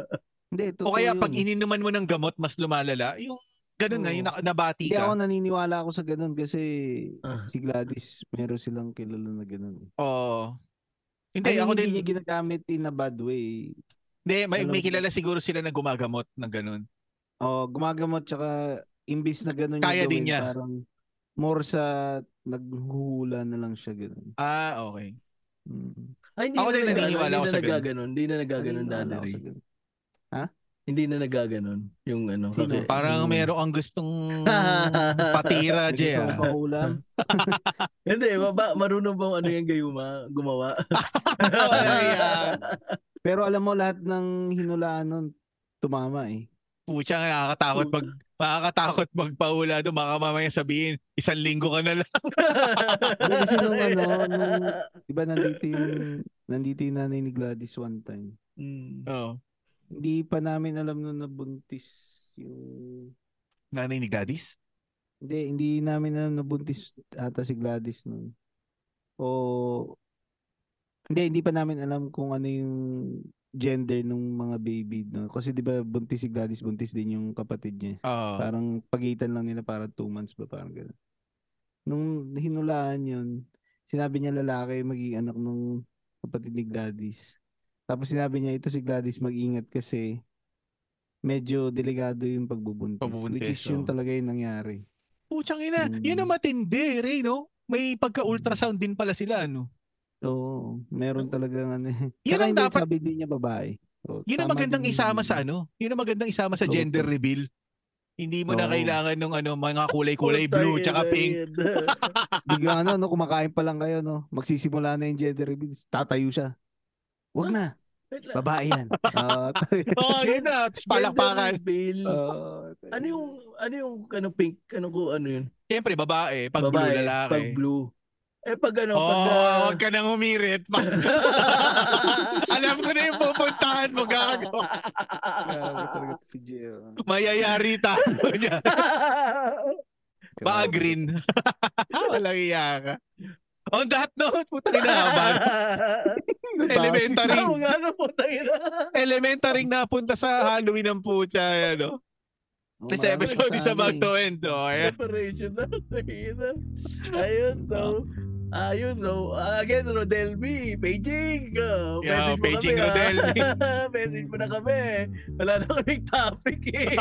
C: Hindi,
A: O
C: totoo
A: kaya pag
C: yun.
A: ininuman mo ng gamot, mas lumalala. Yung ganun nga,
C: Oo.
A: yung na- nabati
C: Hindi ako
A: ka.
C: naniniwala ako sa ganun kasi
B: Ah.
C: si Gladys, meron silang kilala na ganun. eh.
A: Oo. Hindi,
C: Ay,
A: ako din.
C: hindi niya ginagamit in a bad way.
A: Hindi, may, may
C: Alam-
A: kilala siguro sila na gumagamot ng ganun.
C: Oh, gumagamot tsaka imbis na ganun
A: Kaya
C: yung
A: din
C: gawin,
A: niya.
C: parang more sa naghuhula na lang siya ganun.
A: Ah, okay.
C: Mm.
B: Ay, hindi
A: Ako
B: na
A: din
B: nag-
A: naniniwala
B: ano,
A: ako sa
B: hindi na
A: ganun.
B: nagaganon. Hindi na nagaganon
C: Naniniwala
B: dati.
C: ako
B: Ray.
C: sa ganun.
B: Hindi na nagaganon. Yung ano.
C: Sino?
B: kaki-
A: Parang
C: Hmm.
A: meron ang gustong patira,
C: May
A: Jay.
C: gusto
A: ah.
C: ko paulam.
B: Hindi, baba, marunong bang ano yung gayuma gumawa?
A: Wala yan.
C: Pero alam mo lahat ng hinulaan nun tumama eh.
A: Pucha, nga, nakakatakot pag nakakatakot magpaula doon. Baka mamaya sabihin, isang linggo ka na lang.
C: Hindi, kasi nung ano, nung- Diba nandito yung nandito yung nanay ni Gladys one time.
B: Mm.
A: Oo.
C: Hindi pa namin alam nun na buntis yung
A: Nanay ni Gladys?
C: Hindi, hindi namin alam na buntis ata si Gladys nun. O, hindi, hindi pa namin alam kung ano yung gender nung mga baby. No? Kasi di ba buntis si Gladys, buntis din yung kapatid niya.
A: Oo.
C: Parang pagitan lang nila para two months ba, parang gano'n. Nung hinulaan yun, sinabi niya lalaki magiging anak nung kapatid ni Gladys. Tapos sinabi niya ito si Gladys mag-ingat kasi medyo delikado yung pagbubuntis. which
A: Pagbubuntis,
C: is yun
A: oo.
C: talaga yung nangyari.
A: Puchang ina,
C: Hmm.
A: yun ang matindi, Ray, no? May pagka-ultrasound din pala sila, ano?
C: Oo, meron talagang ano. eh.
A: Yun
C: Tsaka
A: ang
C: hindi,
A: dapat-
C: sabi din niya babae. Oo,
A: Yun ang
C: tama
A: magandang
C: din yun.
A: isama sa ano? Yun ang magandang isama sa
C: Oo,
A: gender
C: tama.
A: reveal. Hindi mo na
C: Oo.
A: kailangan ng ano mga kulay-kulay
B: Putang
A: blue tsaka
B: ina
A: pink.
B: yan.
C: Biglang ano, no, kumakain pa lang kayo, no? Magsisimula na yung gender reveal. Tatayo siya. Wag na,
B: Wait lang.
C: babae yan. Oo, tayo-
A: Oh, yun na, tapos palakpakan.
B: Gender reveal.
C: Oo, tayo.
B: Ano yung ano yung ano pink ano ko ano yun?
A: Siyempre babae, pag blue lalaki.
B: Pag blue. Eh pag ano
A: Oh,
B: pag
A: wag ka nang humirit. Alam ko na yung pupuntahan mo gago.
C: Grabe talaga to si Gio.
A: Mayayari tayo niya. Baka green. Ah, Walang iya ka. On that note, putang ina haba. Elementary.
B: Ano nga ano po tayo na.
A: Elementaring napunta sa Halloween ng putya. Ano? This episode is about to end. Oh, ayan.
B: Separation na. Ayun, ayun so.
A: Ah.
B: Ayun, so. Again, Rodelmi, Beijing. Uh,
A: Yeah,
B: message mo
A: Beijing,
B: kami, ah.
A: Rodelmi.
B: message mo na kami. Wala na kaming topic eh.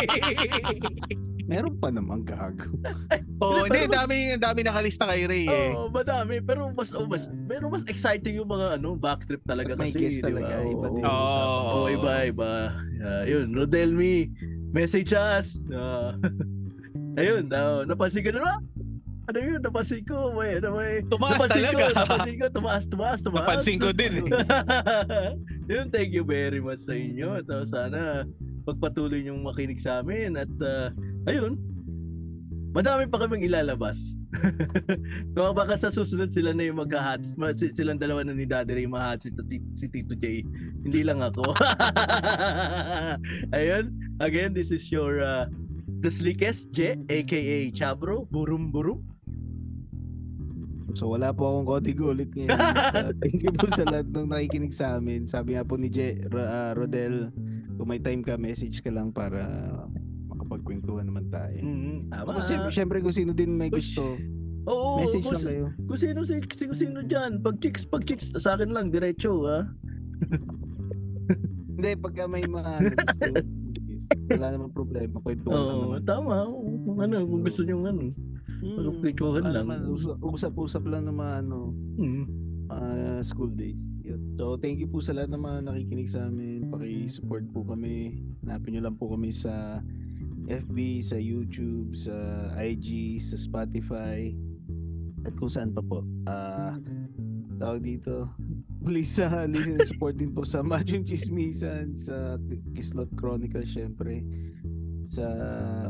C: Meron pa namang gago.
A: Oh, hindi, dami, dami nakalista kay Ray eh.
B: Oo, Oh, madami. Pero mas, oh, mas, pero mas exciting yung mga ano, backtrip talaga
C: At may
B: kasi.
C: guest
B: di ba?
C: talaga, iba
B: Oo.
C: din.
A: Oo.
B: Oh, iba, iba. Yeah, yun, Rodelmi, message us. Ah, ayun, na, napansin ko na ba? Ano yun, napansin ko. May, na, may,
A: Tumaas
B: napansin
A: talaga.
B: Ko, napansin ko, tumaas, tumaas, tumaas.
A: Napansin ko din eh.
B: yun, thank you very much sa inyo. So, sana pagpatuloy niyong makinig sa amin. At ah, ayun, madami pa kaming ilalabas. Kung baka sa susunod sila na yung magka-hats, ma- si- silang dalawa na ni Daddy Ray mahatsit at ti- si Tito J. Hindi lang ako. Ayun, again, this is your uh, The Slickest J, aka Chabro, Burum Burum.
C: So wala po akong konting ulit ngayon. Uh, thank you po sa lahat ng nakikinig sa amin. Sabi nga po ni Je, Ro- ah, Rodel, kung may time ka, message ka lang para makapagkwentuhan naman tayo.
B: Mm, tama.
C: Tapos syempre, syempre kung sino din may gusto,
B: Oo,
C: message
B: kung
C: lang
B: si-
C: kayo.
B: Kung sino, si, kung sino dyan, pag chicks, pag chicks, sa akin lang, diretso, ha?
C: Hindi, pagka may mga ano, gusto, wala namang problema. Kwentuhan lang
B: Oo,
C: naman.
B: tama. oo, kung Ano, kung gusto nyo, ano,
A: Hmm,
C: Mm,
B: pagkwentuhan
C: wala
B: lang.
C: naman, usa- Usap-usap lang ng mga ano,
B: Mm.
C: mga school days. Yun. So, thank you po sa lahat ng mga nakikinig sa amin. Paki-support po kami. Hanapin nyo lang po kami sa FB, sa YouTube, sa IG, sa Spotify, at kung saan pa po. Ah, tawag dito. Please, sa listen and support din po sa Majong Chismisan, sa Kislot Chronicles, syempre, sa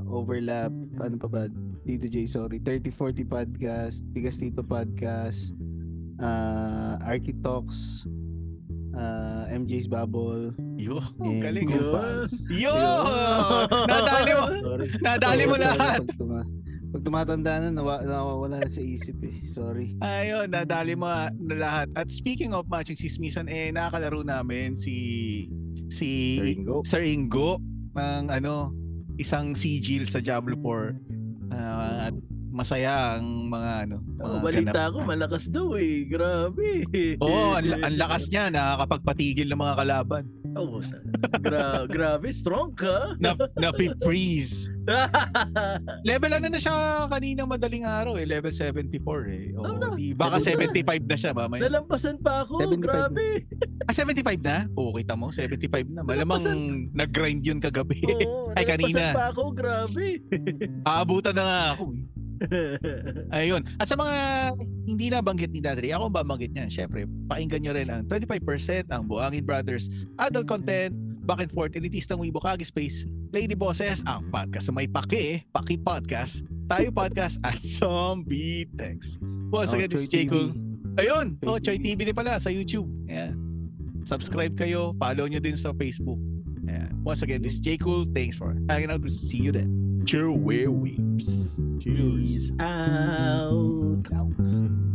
C: Overlap, ano pa ba, Dito J, sorry, 3040 Podcast, Tigas Tito Podcast, uh, Architalks, uh, MJ's Bubble,
A: Yo, Oh,
C: and
A: galing.
B: Yun.
C: Compulse.
A: Yo!
B: Yun.
A: Nadali mo.
C: Sorry.
A: Nadali mo
C: Sorry talaga
A: lahat.
C: Pag, tuma- pag tumatanda na, nawa- nawawala na sa isip eh. Sorry.
A: Ayun, nadali mo na lahat. At speaking of matching sismisan, eh, nakakalaro namin si si
C: Ringo.
A: Sir Ingo ng ano, isang sigil sa Diablo 4. Ah, at masaya ang mga ano, mga
B: Oh,
A: ganap.
B: balita ko, malakas daw eh. Grabe.
A: Oo, ang, la- ang lakas niya nakakapagpatigil ng mga kalaban.
B: Oh, gra- grabe, strong ka.
A: Na, na freeze. Level ano na siya kanina madaling araw eh, level 74 eh. Oo,
B: Tama.
A: di- baka
B: Level
A: 75 na siya ba? May,
B: Nalampasan pa ako,
C: 75 na.
B: grabe.
A: ah, 75 na? Oo, kita mo, 75 na. Malamang nag-grind yun kagabi.
B: Oo,
A: Ay, kanina.
B: nalampasan pa ako, grabe. Oh.
A: Aabutan na nga ako eh. Ayun. At sa mga hindi na banggit ni Dadri, ako ba banggit niya? Siyempre, pakinggan nyo rin ang 25% ang Buangin Brothers Adult Content, Back and Forth, Elitistang Weibo Kagi Space, Lady Bosses, ang podcast sa may paki, paki podcast, tayo podcast, at Zombie Text.
C: Oh,
A: Once again, this is J. Cool. Ayun!
C: Choy
A: Oh, Choy
C: TV.
A: TV din pala sa YouTube. Yeah. Subscribe kayo, follow nyo din sa Facebook. Yeah. Once again, this is J. Cool. Thanks for hanging out. We'll see you then. Cheer, weeps.
B: Peace out.
C: Out.